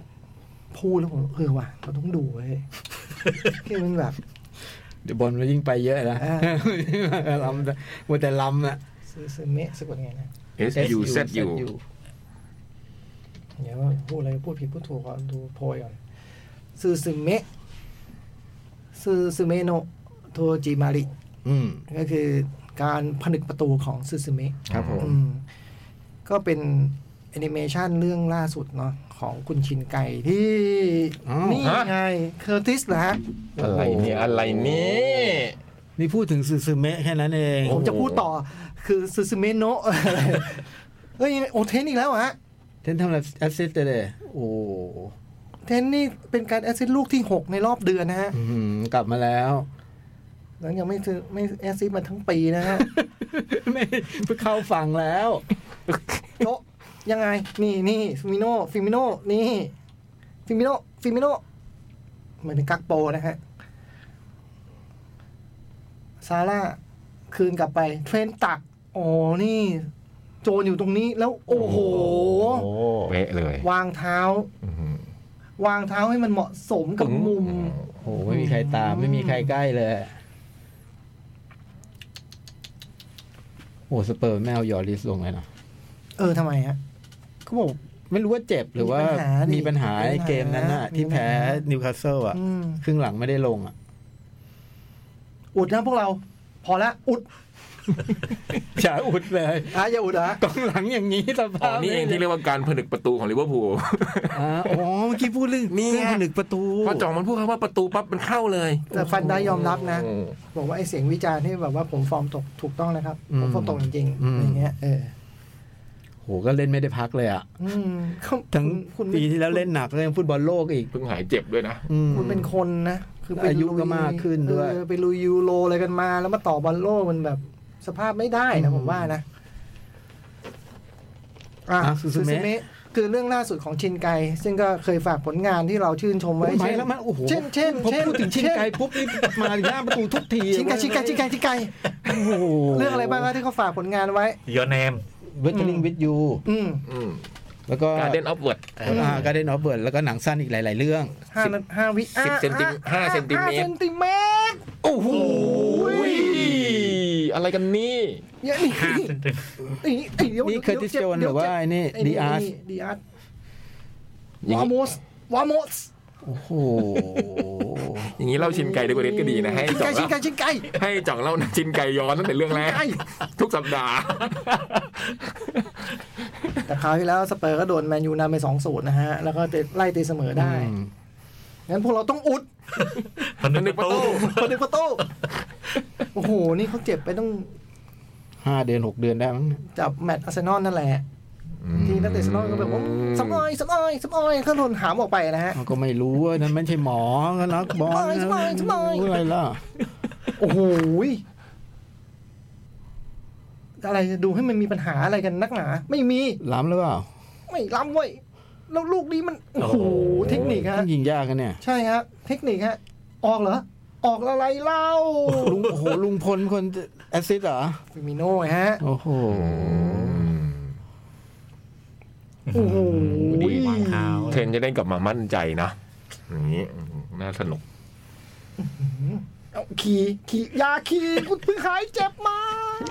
S4: พูดแล้วผมเออว่ะเราต้องดูเว้ย คือมันแบบ
S5: เดี๋ยวบอลมันยิ่งไปเยอะนะ
S4: อ่
S5: ลำมัวแต่ลำอ่ะ
S4: ซื้อซื้อเมะสะกดไงนะ
S3: S U Z U
S4: เดี๋ยวพูดอะไรพูดผิดพูดถูกก่อนดูโพยก่อนซื้อซื้อเมะซื้อซื้อเมโนะโทจิมาริ
S5: อืม
S4: ก็คือการผนึกประตูของซื้อซื้อเมะ
S5: ครับผม
S4: อืมก็เป็นแอนิเมชันเรื่องล่าสุดเนาะของคุณชินไก่ที่
S5: อ้าว
S4: นี่
S3: ฮะ
S4: ไงเคอร์ติสเหรอฮะ
S3: อะไรเนี่ยอะไรเนี่ย
S5: นี่พูดถึงซูซูเมะแค่นั้นเอง
S3: โ
S4: ผมจะพูดต่อคือซูซูเมโนะอะไรเฮ้ยโอเทนอีกแล้วเหรอฮะ
S5: เทนทำอะไรแอสซิสต์เลย โอ้
S4: เทนนี่เป็นการแอสซิสต์ลูกที่ 6 ในรอบเดือนนะฮะ
S5: อื้อหือกลับมาแล้ว
S4: แล้วยังไม่ซื้อไม่แอสซิสต์มาทั้งปีนะฮะ
S5: ไม่เพิ่งเข้าฝั่งแล้ว
S4: โนะยังไง นี่นี่ฟิมิโนฟิมิโนนี่ฟิมิโนฟิมิโน มันเป็นกักโปนะฮะ ซาร่า คืนกลับไป เทรนตัก โอ้นี่ โจรอยู่ตรงนี้แล้ว โอ้โห
S3: เป๊ะเลยว
S4: างเท้า
S3: อื้อหือ
S4: วางเท้าให้มันเหมาะสมกับมุม
S5: โอ้โหไม่มีใครตามไม่มีใครใกล้เลยโอ้สเปอร์แมวหยอดลิสลงเลยเนาะ
S4: เออทำไมฮะ
S5: เขาบอกไม่รู้ว่าเจ็บหรือว่า
S4: มี
S5: มี
S4: ปั
S5: ปัญ
S4: ญหาดิ
S5: หาไอ้เกมนั้นน่ะ
S4: มี
S5: ที่
S4: ปัญหา
S5: แพ้นิวคาสเซิลอ่ะ
S4: อืม
S5: ครึ่งหลังไม่ได้ลงอ่ะ
S4: อุดนะพวกเรา พอละ อุด
S5: อย่าอุดเลย
S4: อ่ะอย่าอุดนะ
S5: กองหลังอย่างนี้ส
S3: อ๋อ
S5: ภาพ
S3: นี่เองที่เรียกว่าการผนึกประตูของลิเวอร์พูล
S5: อ่าโอ้เมื่อกี้พูดเรื่อง
S3: นี่ไง
S5: เรื่องผนึกประตู
S3: พอจ่องมันพูดคำว่าประตูปั๊บมันเข้าเลย
S4: แต่ฟันได้ยอมรับนะ
S3: อืม
S4: บอกว่าไอ้เสียงวิจารณ์ที่แบบว่าผมฟอร์มตกถูกต้องนะครับ ผมฟอร์มตกจริงๆอะไรเงี้ย เออ
S5: โหก็เล่นไม่ได้พักเลยอ่ะ
S4: อืมเขา
S5: ทั้ง
S4: คุณคุณ
S5: ปีที่แล้วเล่นหนักเล่นฟุตบอลโลกอีก
S3: เพิ่งหายเจ็บด้วยนะ
S5: อืม
S4: คุณเป็นคนนะไป
S5: อายุ
S4: ลุ
S5: ก็มากขึ้นด้วย
S4: เออไปลุยยูโรอะไรกันมา แล้วมาต่อบอลโลกมันแบบ สภาพไม่ได้นะผมว่านะอ่ะ
S5: อ่ะซูซูเมะ
S4: ซูเมะคือเรื่องล่าสุดของชินไก ซึ่งก็เคยฝากผลงานที่เราชื่นชมไว้
S5: ไม่
S4: เช่น
S5: แล้วมันโอ้โห
S4: เช่นเช่น
S5: ผม
S4: เช่น
S5: พูดถึงชิน
S4: เช่น
S5: ไกปุ๊บนี่มาถึงหน้าประตูทุกที
S4: ชินไกชินไกชินไกชินไก
S5: โอ้โห
S4: เรื่องอะไรบ้างนะที่เขาฝากผลงานไว้
S2: ยอนแนม
S5: เวทลิงวิทยู
S4: อืม
S3: อืม
S5: แล้วก็
S3: การเดนออฟเวิร์ด
S5: การเดนออฟเบิร์ดแล้วก็หนังสั้นอีกหลาย ๆ เรื่อง
S4: ห้านาห้าวิอ่ะ
S3: สิบเซนติเมตรห้าเซนติเม
S4: ห้าเซ
S3: ตร
S4: นติเมตร
S3: โอ้โหอะไรกันนี่
S4: เนี่ยนี่
S2: ห้าเซนติเมตร
S4: ไอ้ไอ้เดี๋ยว
S5: นี่เคอร์ติสโจนส์ห
S4: เดี๋ย
S5: รือ
S4: ว
S5: ว่า
S4: เจ็บ
S5: ไอ้นี่
S4: ไอ้
S5: ดีอาร์
S4: ดีอาร์
S3: อย่าว
S4: างโม
S3: นี้
S4: สวาโมส
S5: โอ้โห
S3: อย่างนี้เล่าชินไก่ดีกว่านี้ก็ดีนะให้
S4: ชิน
S3: จ่
S4: ไก
S3: อง
S4: ชินไก
S3: เล่า
S4: ชินไก
S3: ให้จ่องเล่าหนังชินไก่ย้อนตั้งแต่เรื่องแรกทุกสัปดาห์
S4: แต่คราวที่แล้วสเปอร์ก็โดนแมนยูนำไปสองศูนย์นะฮะ แล้วก็ไล่ตีเสมอได้ งั้นพวกเราต้องอุด
S2: ผนึกประ ตู
S4: คนในประตูโอ้โห นี่เขาเจ็บไปต้อง
S5: ห้าเดือนหกเดือนได้มั้งเนี่ย
S4: จับแมตช์อาร์เซนอลนั่นแหละ ทีนักเตะอาร์เซนอลก็แบบว่าสำออยสำออยสำออยก็โดนหามออกไปนะฮะ
S5: มันก็ไม่รู้ว่านั่นไม่ใช่หมอก็นั กบอล
S4: สบายสบาย
S5: อะไรล่ะ
S4: โอ้โหยอะไรจะดูให้มันมีปัญหาอะไรกันนักหนา ไม่มี
S5: ล้ำหรือเปล่า
S4: ไม่ล้ำเว้ย แล้วลูกนี้มัน โอ้โห เทคนิคฮะ
S5: ต้องยิงยากกันเนี่ย
S4: ใช่ฮะเทคนิคฮะ ออกเหรอ ออกอะไรเล่า
S5: ลุงโอ้โหลุงพลคนแอสซิสต์เหรอ
S4: ฟิมิโน่ฮะ
S5: โอ้โห
S4: โอ้โห
S2: ดีวางเท้า
S3: เทรนจะได้กลับมามั่นใจนะอย่างนี้น่าสนุก
S4: เอาขี่ขี่ยาขี่กูเพิ่งหายเจ็บมา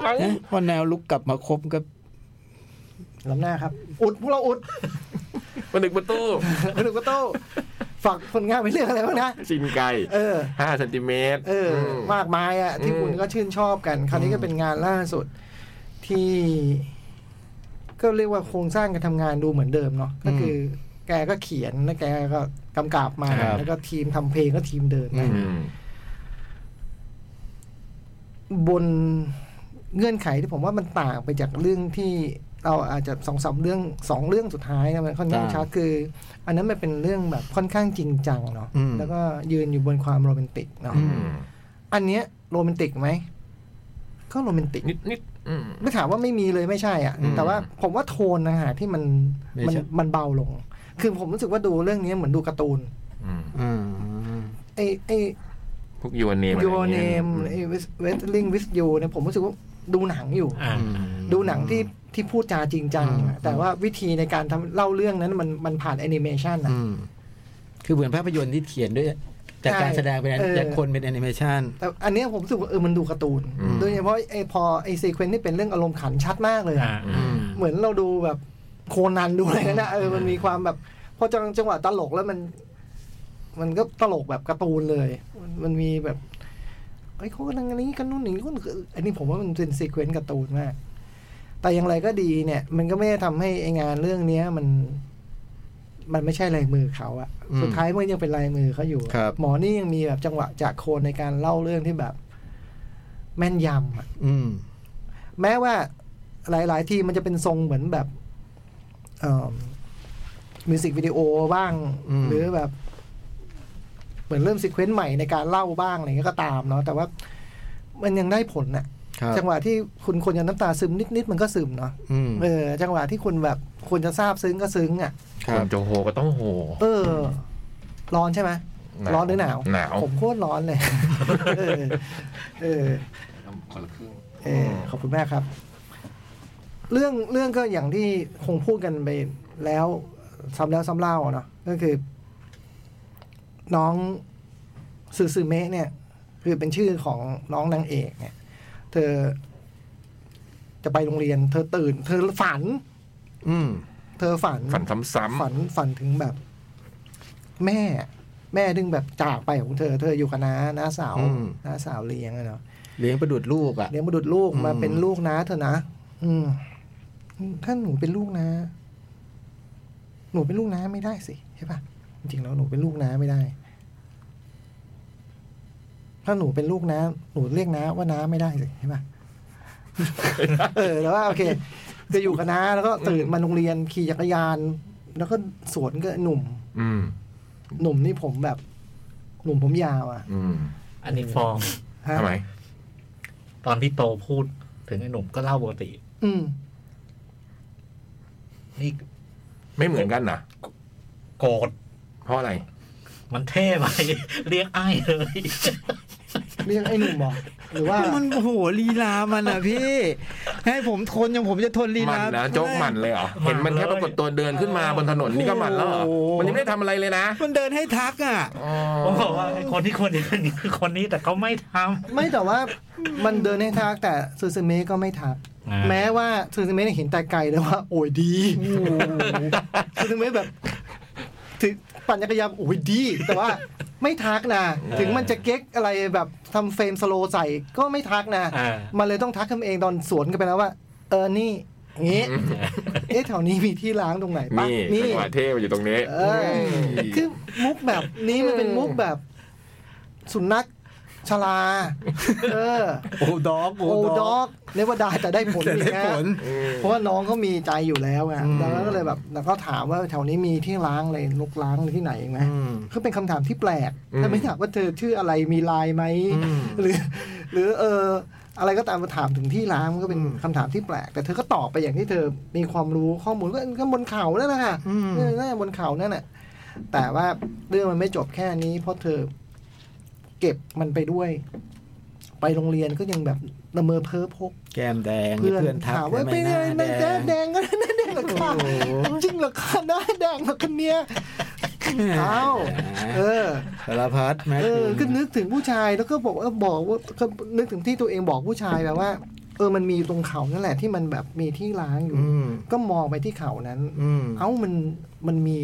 S5: เอ๊ะพอแนวลุกกลับมาครบก็
S4: ล้ำหน้าครับ อุดพวกเราอุ ด
S3: ประนึกประตู
S4: พนึกว่าโต้ฝากผลงานไปเรื่องอะไรบ้างนะ
S3: ชินไก่
S4: เออ
S3: ห้าเซนติเมตร
S4: เอออ
S3: ม
S4: มากมายอะที่
S3: อืม
S4: คุณก็ชื่นชอบกัน คราวนี้ก็เป็นงานล่าสุดที่ ก็เรียกว่าโครงสร้างการทำงานดูเหมือนเดิมเนาะก็คือ แกก็เขียนแล้วแกก็กำกับมา
S5: ครับ
S4: แล้วก็ทีมทำเพลงก็ทีมเดิมนะ
S3: อืม
S4: บนเงื่อนไขที่ผมว่ามันต่างไปจากเรื่องที่เราอาจจะสองสามเรื่องสองเรื่องสุดท้ายนะมันค่อนข้าง
S5: ต่าง
S4: ชัดคือ อันนั้นมันเป็นเรื่องแบบค่อนข้างจริงจังเนาะ
S5: อืม
S4: แล้วก็ยืนอยู่บนความโรแมนติกเนาะ
S3: อืม
S4: อันเนี้ยโรแมนติกไหมก็โรแมนติก
S3: นิดนิดอืม
S4: ไม่ถามว่าไม่มีเลยไม่ใช่อ่ะ
S3: อืม
S4: แต่ว่าผมว่าโทนนะฮะที่มัน
S5: ไม่
S4: มัน
S5: ใช่
S4: มันเบาลง คือผมรู้สึกว่าดูเรื่องนี้เหมือนดูการ์ตูน
S3: อืม
S5: อ่า
S4: ไอ้ไอ้
S3: พวกยูเนม
S4: your name ไอ้ wrestling with you เนี่ยผมรู้สึกว่าดูหนังอยู่
S2: อ่า
S4: ดูหนังที่ที่พูดจาจริงจัง
S5: อืม
S4: อะแต่ว่าวิธีในการทำเล่าเรื่องนั้นมันมันผ่านแอนิเมชันนะ
S5: อืมคือเหมือนภาพยนตร์ที่เขียนด้วย จากการแสดงเป็น
S4: เออ
S5: จากคนเป็นแอนิเมชัน
S4: แต่อันเนี้ยผมรู้สึกว่าเออมันดูการ์ตูน
S3: อืม
S4: โดยเฉพาะไอพอไอซีเควนซ์ที่เป็นเรื่องอารมณ์ขันชัดมากเลยอะ
S2: อ่า
S4: เหมือนเราดูแบบโคนันดูอะไรนั่นนะเออมันมีความแบบพอจังจังหวะตลกแล้วมัน มันก็ตลกแบบการ์ตูนเลย มันมันมีแบบไอ้ยเขากำลังอันนี้กันนู่นนี่นู่นคืออันนี้ผมว่ามันเป็นซีเควนซ์การ์ตูนมาก แต่อย่างไรก็ดีเนี่ย มันก็ไม่ได้ทำให้ไองานเรื่องเนี้ยมัน มันไม่ใช่ลายมือเขาอะ
S5: อืม
S4: สุดท้ายมันยังเป็นลายมือเขาอยู่อะ
S5: ครับ
S4: หมอนี่ยังมีแบบจังหวะจากโคนในการเล่าเรื่องที่แบบ แม่นยำอะ
S5: อืม
S4: แม้ว่าหลาย ๆ ที่มันจะเป็นทรงเหมือนแบบมิวสิกวิดีโอ music video บ้าง
S5: อืม
S4: หรือแบบ เหมือนเริ่มซีเควนต์ใหม่ในการเล่าบ้างอะไรเงี้ยก็ตามเนาะแต่ว่ามันยังได้ผลน่ะ
S5: ครับ
S4: จังหวะที่คุณควรจะน้ำตาซึมนิด ๆ มันก็ซึมเนาะ
S5: อืม
S4: เออจังหวะที่คุณแบบควรจะซาบซึ้งก็ซึ้งอ่ะ
S5: ค
S3: ค
S5: รั
S3: น
S5: บ
S3: จะโหก็ต้องโห
S4: เออ ร้อนใช่ไหม
S3: าว
S4: ร้อนหรือหนาว
S3: หนาว
S4: ผมโคตรร้อนเลย เออเออ
S3: คนละครึ่ง
S4: เออขอบคุณมากครับ เรื่องเรื่องก็อย่างที่คงพูดกันไปแล้วซ้ำแล้วซ้ำเล่าอะเนาะก็คือ น้องซูซูเมะเนี่ย คือเป็นชื่อของน้องนางเอกเนี่ย เธอ จะไปโรงเรียน เธอตื่น เธอฝัน
S5: อืม
S4: เธอฝัน
S3: ฝันซ้ำ
S4: ฝันฝันถึงแบบ แม่ แม่ดึงแบบจากไปของเธอ เธออยู่กับน้าน้าสาว
S5: อืม
S4: น้าสาวเลี้ยงอะเนาะ
S5: เลี้ยงประดุดลูกอ่ะ
S4: เลี้ยงบุตรลูก
S5: อืม
S4: มาเป็นลูกนะเถอะนะ อืม ถ้าหนูเป็นลูกนะ หนูเป็นลูกนะไม่ได้สิใช่ปะจริงๆแล้วหนูเป็นลูกนะไม่ได้ ถ้าหนูเป็นลูกนะหนูเรียกนะว่านะไม่ได้สิใช่ปะ เออแล้วว่าโอเคจะอยู่กับน้าแล้วก็ตื่นมาโรงเรียนขี่จักรยาน แล้วก็สวนก็หนุ่ม
S3: ๆอืม
S4: หนุ่มนี่ผมแบบ หนุ่มผมยาวอ่ะ
S3: อืม
S2: อันนี้ฟอร์ม
S4: ฮะ
S3: ทำไม
S2: ตอนพี่โตพูดถึงไอ้หนุ่มก็เล่าปกติ
S4: อืม
S2: นี่
S3: ไม่เหมือนกันนะ
S2: โกรธ
S3: เพราะอะไร
S2: มัน เท่ไป เรียกไอ้าย เลย
S4: เรียกไอ้หนุ่มบอกหรือว่า
S5: มันโอ้โหลีลามันอ่ะพี่ ให้ผมทนอย่างผมจะทนลี
S3: มั
S5: ลาน ม
S3: นะโจ๊กมันเลยเหรอ เห็นมันแค่ปรากฏตัวเดินขึ้นมาบนถนนนี่ก็มันแล้วเหรอมันยังไม่ได้ทำอะไรเลยนะ
S5: มันเดินให้ทักอ่ะ
S3: อ๋อ
S2: ผมบอกว่าไอ้คนที่ควรจะเป็นคือคนนี้แต่เขาไม่ท
S4: ไม่แต่ว่ามันเดินให้ทักแต่ซูซูเมะก็ไม่ทัก
S2: ำ
S4: แม้ว่าซูซูเมะเนี่ยเห็นแต่ไกลแล้วว่า โอ้ยดีซูซูเมะแบบถึงปั่นจักรยานโอ้ยดี แต่ว่าไม่ทักนะ ถึงมันจะเก๊กอะไรแบบทำเฟรมสโลว์ใส่ก็ไม่ทักนะ
S2: อ่า
S4: มันเลยต้องทักกันเองตอนสวนกันไปแล้วว่า เออนี่อย่างงี้ เอ๊ะแถวนี้มีที่ล้างตรงไหนปะ
S3: นี่จังหวะเท่มันอยู่ตรงนี้
S4: เออคือมุกแบบนี้มันเป็นมุกแบบ สุนัขชลา เออ
S5: โอ้ด็อก
S4: โอ้ด็อกเนว่าได้แต่ได้ผล
S5: แต่
S4: อี
S5: ได้
S4: กนะ
S5: ผล
S4: เพราะว่าน้องเขามีใจอยู่แล้วไง
S5: อืม
S4: แล้วก็เลยแบบแล้วก็ถามว่าแถวนี้มีที่ล้างอะไรลกล้างที่ไหนไหม
S5: อืม
S4: ก็เป็นคำถามที่แปลกถ้าไม่ถามว่าเธอชื่ออะไรมีไลายไหม
S5: อืม
S4: หรือ หรือเออ อะไรก็ตามมาถามถึงที่ล้างมันก็เป็น
S5: อืม
S4: คำถามที่แปลก แต่เธอก็ตอบไปอย่างที่เธอมีความรู้ข้อมูลก็ก็บนเขานั่นแหละค่ะ
S5: อืม
S4: เออนั่นแหละบนเขานั่นแหละแต่ว่าเรื่องมันไม่จบแค่นี้ เพราะเธอเก็บมันไปด้วย ไปโรงเรียนก็ยังแบบละเมอเพ้อพก
S5: แก้มแดง
S4: เพื่อ
S5: เพื่อน นทัก
S4: ถามว่า
S5: ใช่
S4: เป็นไง
S5: หหา
S4: มันแดงแดงก็หน้าแด งเหรอคะจริงเหรอคะหน้าแดงเหรอคะเนี่ยเอ้าเออ
S5: สารพัดแม่
S4: เออ
S5: คุ
S4: ก็
S5: ณ
S4: นึกถึงผู้ชายแล้วก็บอกว่าบอกว่าก็นึกถึงที่ตัวเองบอกผู้ชายแบบว่า เออมันมีตรงเขานั่นแหละที่มันแบบมีที่ล้างอยู่
S5: อืม
S4: ก็มองไปที่เขานั้น
S5: อืม
S4: เอ้ามันมันมี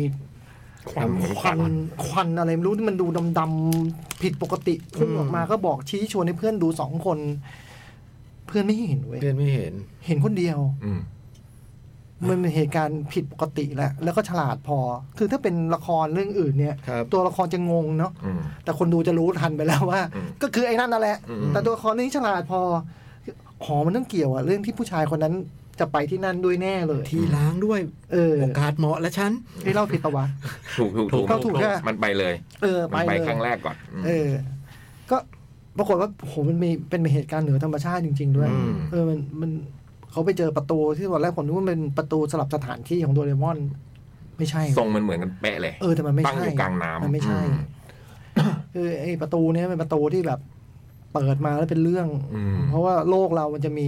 S3: ควัน
S4: ควันควันอะไรไม่รู้ที่มันดูดำๆผิดปกติพุ่งออกมา
S5: อืม
S4: ก็บอกชี้ชวนให้เพื่อนดูสองคน เพื่อนไม่เห็นเว้ย
S5: เพื่อนไม่เห็น
S4: เห็นคนเดียว
S3: อืม
S4: มันเป็นเหตุการณ์ผิดปกติแหละ แล้วก็ฉลาดพอ คือถ้าเป็นละครเรื่องอื่นเนี่ย
S5: ครับ
S4: ตัวละครจะงงเนาะ
S3: อืม
S4: แต่คนดูจะรู้ทันไปแล้วว่า
S3: อืม
S4: ก็คือไอ้นั่นนั่นแหละ
S3: อืม
S4: แต่ตัวละครนี้ฉลาดพอหอมันต้องเกี่ยวอะเรื่องที่ผู้ชายคนนั้นจะไปที่นั่นด้วยแน่เลย
S5: ทีล้างด้วย
S4: เออ
S5: โอกาสเหมาะและฉัน
S4: ไอ้เล่าผิดปะวะ
S3: ถูกถูกถูก
S4: เข้าถูกใช่ไหม
S3: มันไปเลย
S4: เออ
S3: มั
S4: ไป
S3: นไป
S4: เลย
S3: ครั้งแรกก่อนม
S4: เออ ก็ปรากฏว่าโหมันมีเป็นเหตุการณ์เหนือธรรมชาติจริง ๆ ด้วย
S3: อืม
S4: เออมันมันเขาไปเจอประตูที่ตอนแรกผมนึกว่ามันเป็นประตูสลับสถานที่ของโดเรมอน ไม่ใช่
S3: ทรงมันเหมือนกันเป๊ะเลย
S4: เออแต่มันไม่
S3: ตั้ง
S4: ใช่
S3: อยู่กลางน้ำ
S4: มันไม่ใช่
S3: อืม
S4: คือไอ้ประตูเนี้ยเป็นประตูที่แบบ เปิดมาแล้วเป็นเรื่อง
S3: อืม
S4: เพราะว่าโลกเรามันจะมี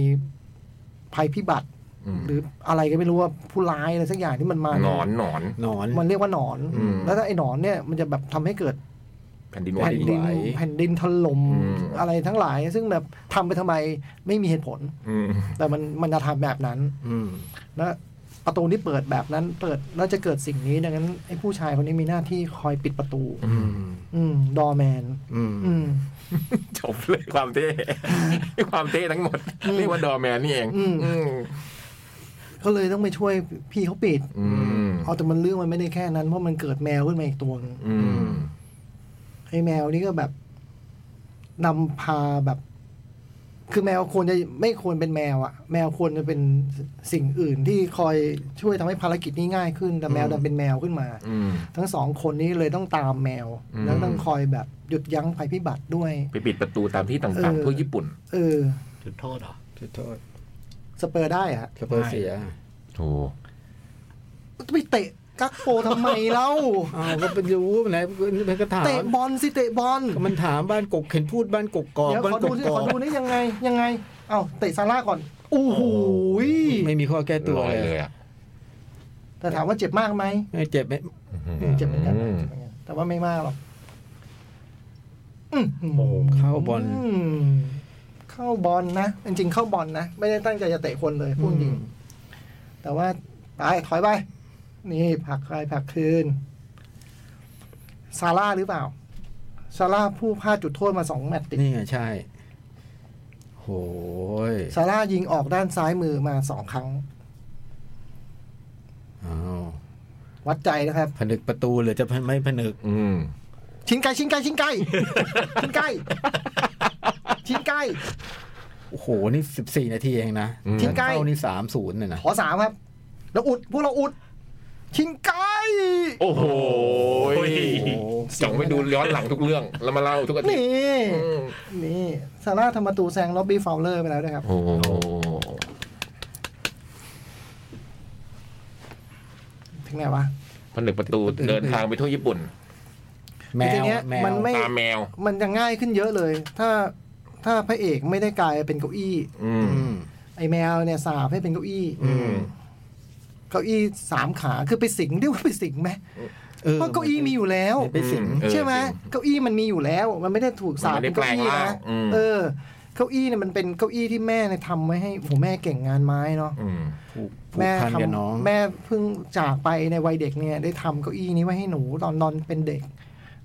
S4: ภัยพิบัติ
S3: ม
S4: หรืออะไรก็ไม่รู้ว่าผู้ร้ายอะไรสักอย่างที่มันมา
S3: หนอนหนอน
S5: นอน
S4: มันเรียกว่าหนอน
S3: อืม
S4: แล้วถ้าไอ้หนอนเนี่ยมันจะแบบทำให้เกิด
S3: แผ่นดินไหว
S4: แผ่นดินแผ่นดินถล่ม
S3: อืม
S4: อะไรทั้งหลาย ซึ่งแบบทำไปทำไมไม่มีเหตุผล
S3: อืม
S4: แต่มันมันจะทำแบบนั้น
S5: อืม
S4: แล้วประตูที่เปิดแบบนั้น เปิดแล้วจะเกิดสิ่งนี้ดังนั้นไอ้ผู้ชายคนนี้มีหน้าที่คอยปิดประตู
S5: อืม
S4: อืมดอแมน
S5: อืม
S4: อืม
S3: จบเลยความเท่ความเท่ทั้งหมดเรียกว่าดอแมนนี่เอง
S4: อืม
S3: อืม
S4: ก็เลยต้องไปช่วยพี่เขาปิด
S3: อืม
S4: เอาแต่มันเรื่องมันไม่ได้แค่นั้น เพราะมันเกิดแมวขึ้นมาอีกตัวหนึ่ง
S3: อืม
S4: ไอ้แมวนี่ก็แบบนำพาแบบ คือแมวควรจะไม่ควรเป็นแมวอะแมวควรจะเป็นสิ่งอื่นที่คอยช่วยทำให้ภารกิจนี้ง่ายขึ้น แต่แมวดันเป็นแมวขึ้นมา
S3: อืม
S4: ทั้งสองคนนี้เลยต้องตามแมว
S3: อืม
S4: แล้วต้องคอยแบบหยุดยั้งภัยพิบัติด้วย
S3: ไปปิดประตูตามที่
S4: เอ
S3: ต่าง
S4: อ
S3: ๆทั่วญี่ปุ่น
S4: เออ
S2: จุดโทษเหรอ
S5: ขอโทษ
S4: สเปอร์ได้อะ
S5: สเปอร์เสีย
S3: โอ้
S4: ไปเตะ กักโปทำไมเล่า
S5: อ้าวก็เป็นรู้ไหนมันก็ถาม
S4: เตะบอลสิเตะบอล
S5: ก็มันถามบ้านกกเห็นพูดบ้านกกกอก
S4: เดี๋ยว
S5: บ้าน
S4: ขอก ดู
S5: ก
S4: สิ
S5: ก
S4: ข
S5: อ
S4: อก ดูนี่ยังไงยังไงเอ้าเตะซาร่าก่อนโอ้โหย
S5: ไม่มีข้อแก้ตัว
S3: ลอย
S5: เล
S3: เลย
S5: ย
S3: อ่ะ
S4: แต่ถามว่าเจ็บมากไหม
S5: ไม่เจ็บไหม
S4: เจ็บเหมือนกันเจ็บเหมือนกันแต่ว่าไม่มากหรอกอื้อหือ
S5: เข้าบอล
S4: อืมเข้าบอลนะจริงๆเข้าบอลนะ ไม่ได้ตั้งใจจะเตะคนเลยพูดจริง
S5: อืม
S4: แต่ว่าไปถอยไป นี่ผลักไปผลักคืนซาร่าหรือเปล่าซาร่าผู้พลาดจุดโทษมาสองแมตช์ติด
S5: นี่ไงใช่โหย
S4: ซาร่ายิงออกด้านซ้ายมือมาสองครั้ง
S5: อ้าว
S4: วัดใจนะครับ
S5: ผนึกประตูหรือจะไม่ผนึก
S3: อืม
S4: ชิงไกลชิงไกลชิงไกลชิงไกลชิงไกล
S5: โอ้โห นี่สิบสี่นาทีเองนะ
S3: อืม
S5: ถ้าเข้านี่สามศูนย์เลยนะ
S4: ขอสามครับ แล้วอุดพวกเราอุด ชิงไกล
S3: โอ้โห
S2: โอ้ย
S3: จ๋องไปดูย้อนหลังทุกเรื่อง แล้วมาเล่าทุกอาทิต
S4: นี่
S3: ย์อืม
S4: นี่ซาร่าทำประตูแซงล็อบบี้ฟาวเลอร์ไปแล้วนะครับ
S3: โอ้โห
S4: ถึงไหนวะ
S3: ผนึกประตูเดินทางไปทั่วญี่ปุ่น
S5: แม
S4: คือที
S5: ว
S4: เนี้ย
S5: แมว
S4: มันไม่
S3: ตามแมว
S4: มันจะง่ายขึ้นเยอะเลย ถ้าถ้าพระเอกไม่ได้กลายเป็นเก้าอี้
S3: อื
S5: อื
S3: ม
S5: ม
S4: ไอแมวเนี่ยสาบให้เป็นเก้าอี้
S3: อืม
S4: เก้าอี้สามขาคือไปสิงเรียกว่าไปสิงไหมเพราะเก้าอี้มีอยู่แล้ว
S5: ไปสิง
S3: อืม เออ
S4: ใช่ไหม
S3: จริง
S4: เก้าอี้มันมีอยู่แล้ว มันไม่ได้ถูกสาบ
S3: มันไม่
S4: เป็
S3: ได้
S4: นเก้า
S3: แป
S4: อี้
S3: ลงร่า
S4: นะ
S3: งอืม
S4: เออ เก้าอี้เนี่ยมันเป็นเก้าอี้ที่แม่เนี่ยทำไว้ให้โหแม่เก่งงานไม้เนาะ
S3: อืม
S5: ผูกผูก
S4: แม่
S5: พัน
S4: ท
S5: กับน้อง
S4: ำแม่เพิ่งจากไปในวัยเด็กเนี่ย ได้ทำเก้าอี้นี้ไว้ให้หนูตอนนอนเป็นเด็ก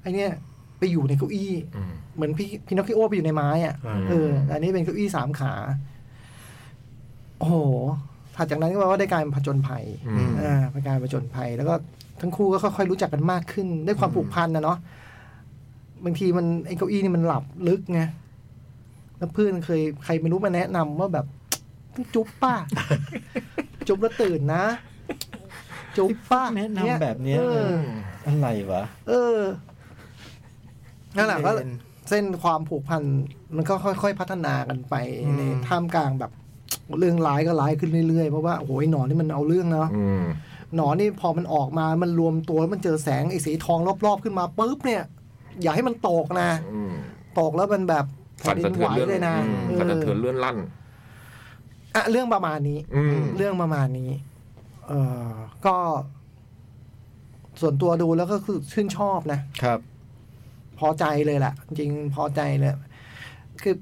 S4: ไอเนี่ยไปอยู่ในเก้าอี้
S3: อืม
S4: เหมือนพี่พี่นกพี่โอไปอยู่ในไม้อะ
S2: อ่า
S4: เอออันนี้เป็นเก้าอี้สามขา โอ้โหถัดจากนั้นก็แปลว่าได้การผจญภัย
S3: อืม
S4: อ่าเป็นการผจญภัย แล้วก็ทั้งคู่ก็ค่อยๆรู้จักกันมากขึ้นด้วยความผูกพันนะเนาะบางทีมันไอเก้าอี้นี่มันหลับลึกไงแล้วเพื่อนเคยใครไม่รู้มาแนะนำว่าแบบ จุ๊บป้า จุ๊บแล้วตื่นนะ จุ๊บป้า
S5: แนะนำแบบเนี้ย
S4: เออ
S5: อะไรวะ
S4: เออนั่นแหละก็
S5: เรีย
S4: เส้นความผูกพันมันก็ค่อยๆพัฒนากันไป
S5: อืม
S4: ในท่ามกลางแบบ เรื่องร้ายก็ร้ายขึ้นเรื่อยๆเพราะว่าโอ้โหไอ้หนอนนี่มันเอาเรื่องเนาะ
S3: อืม
S4: หนอนนี่พอมันออกมามันรวมตัวแล้วมันเจอแสงไอ้สีทองรอบๆขึ้นมาปุ๊บเนี่ย อย่าให้มันตกนะ
S3: อืม
S4: ตกแล้วมันแบบแผ่
S3: สั่นสะ
S4: นดิน
S3: เทือ
S4: ไหวน
S3: เลื่อน
S4: เลยนะ
S3: อืม
S4: เออ
S3: สั่นสะเทือนเลื่อนลั่น
S4: อ่ะเรื่องประมาณนี้
S3: อืม
S4: เรื่องประมาณนี้ เออก็ ส่วนตัวดูแล้วก็คือชื่นชอบนะ
S5: ครับ
S4: พอใจเลยแหละจริงๆพอใจเลย คือ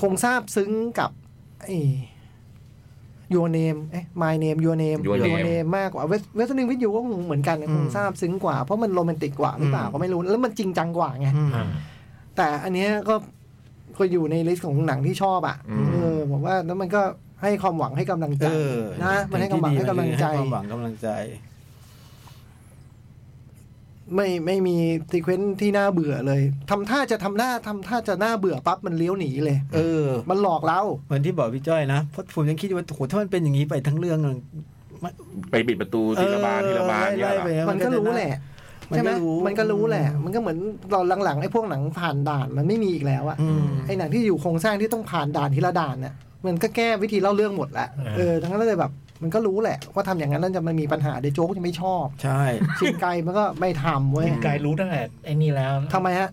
S4: คงทราบซึ้งกับไอ้ยูเนมเอ๊ะ my name your name
S3: Your Name
S4: มากกว่าเวสต์นิงวิดยูก็คงเหมือนกันนะ
S5: อื
S4: ค
S5: ม
S4: งทราบซึ้งกว่า เพราะมันโรแมนติกกว่าหรือเปล่า
S5: อืม
S4: ก็ไม่รู้ แล้วมันจริงจังกว่าไง
S5: อืม
S2: อ่า
S4: แต่อันเนี้ยก็ก็อยู่ในลิสต์ของหนังที่ชอบอ่ะ
S3: อืม
S4: เออผมว่าแล้วมันก็ให้ความหวังให้กำลังใจ
S5: เออ
S4: นะมันให้กำลัง
S5: ที่ดี
S4: ให้กำลังใจ
S5: ให้ความหวังกำลังใจ
S4: ไม่ไม่มีซีเควนซ์ที่น่าเบื่อเลยทำท่าจะทำหน้าทำท่าจะน่าเบื่อปั๊บมันเลี้ยวหนีเลย
S5: เออ
S4: มันหลอกเรา
S5: เหมือนที่บอกพี่จ้อยนะเพราะผมยังคิดอยู่ว่าโอ้โหถ้ามันเป็นอย่างนี้ไปทั้งเรื่องมัน
S3: ไปปิดประตูทีละบานทีละบาน
S5: เออ
S3: เนี่ย
S5: ไล่
S3: เหรอ
S5: ไปเย
S4: มันก็รู้แหละ
S5: มัน
S4: ใช่ไหม
S5: ก็รู้
S4: มันก็รู้แหละ มันก็เหมือนเราหลังๆไอ้พวกหนังผ่านด่านมันไม่มีอีกแล้วอะ
S5: อืม
S4: ไอ้หนังที่อยู่โครงสร้างที่ต้องผ่านด่านทีละด่านเนี่ยมันก็แก้วิธีเล่าเรื่องหมดละ
S2: เออ
S4: เออทั้งนั้นเลยแบบ มันก็รู้แหละ ว่าทำอย่างนั้นนั่นจะมันมีปัญหาเดยวโจ๊กจะไม่ชอบ
S5: ใช่
S4: ชินไกมันก็ไม่ทำเว้ย
S2: กินกายรู้ตั้งแต่ไอ้นี่แล้ว
S4: ทำไมฮะ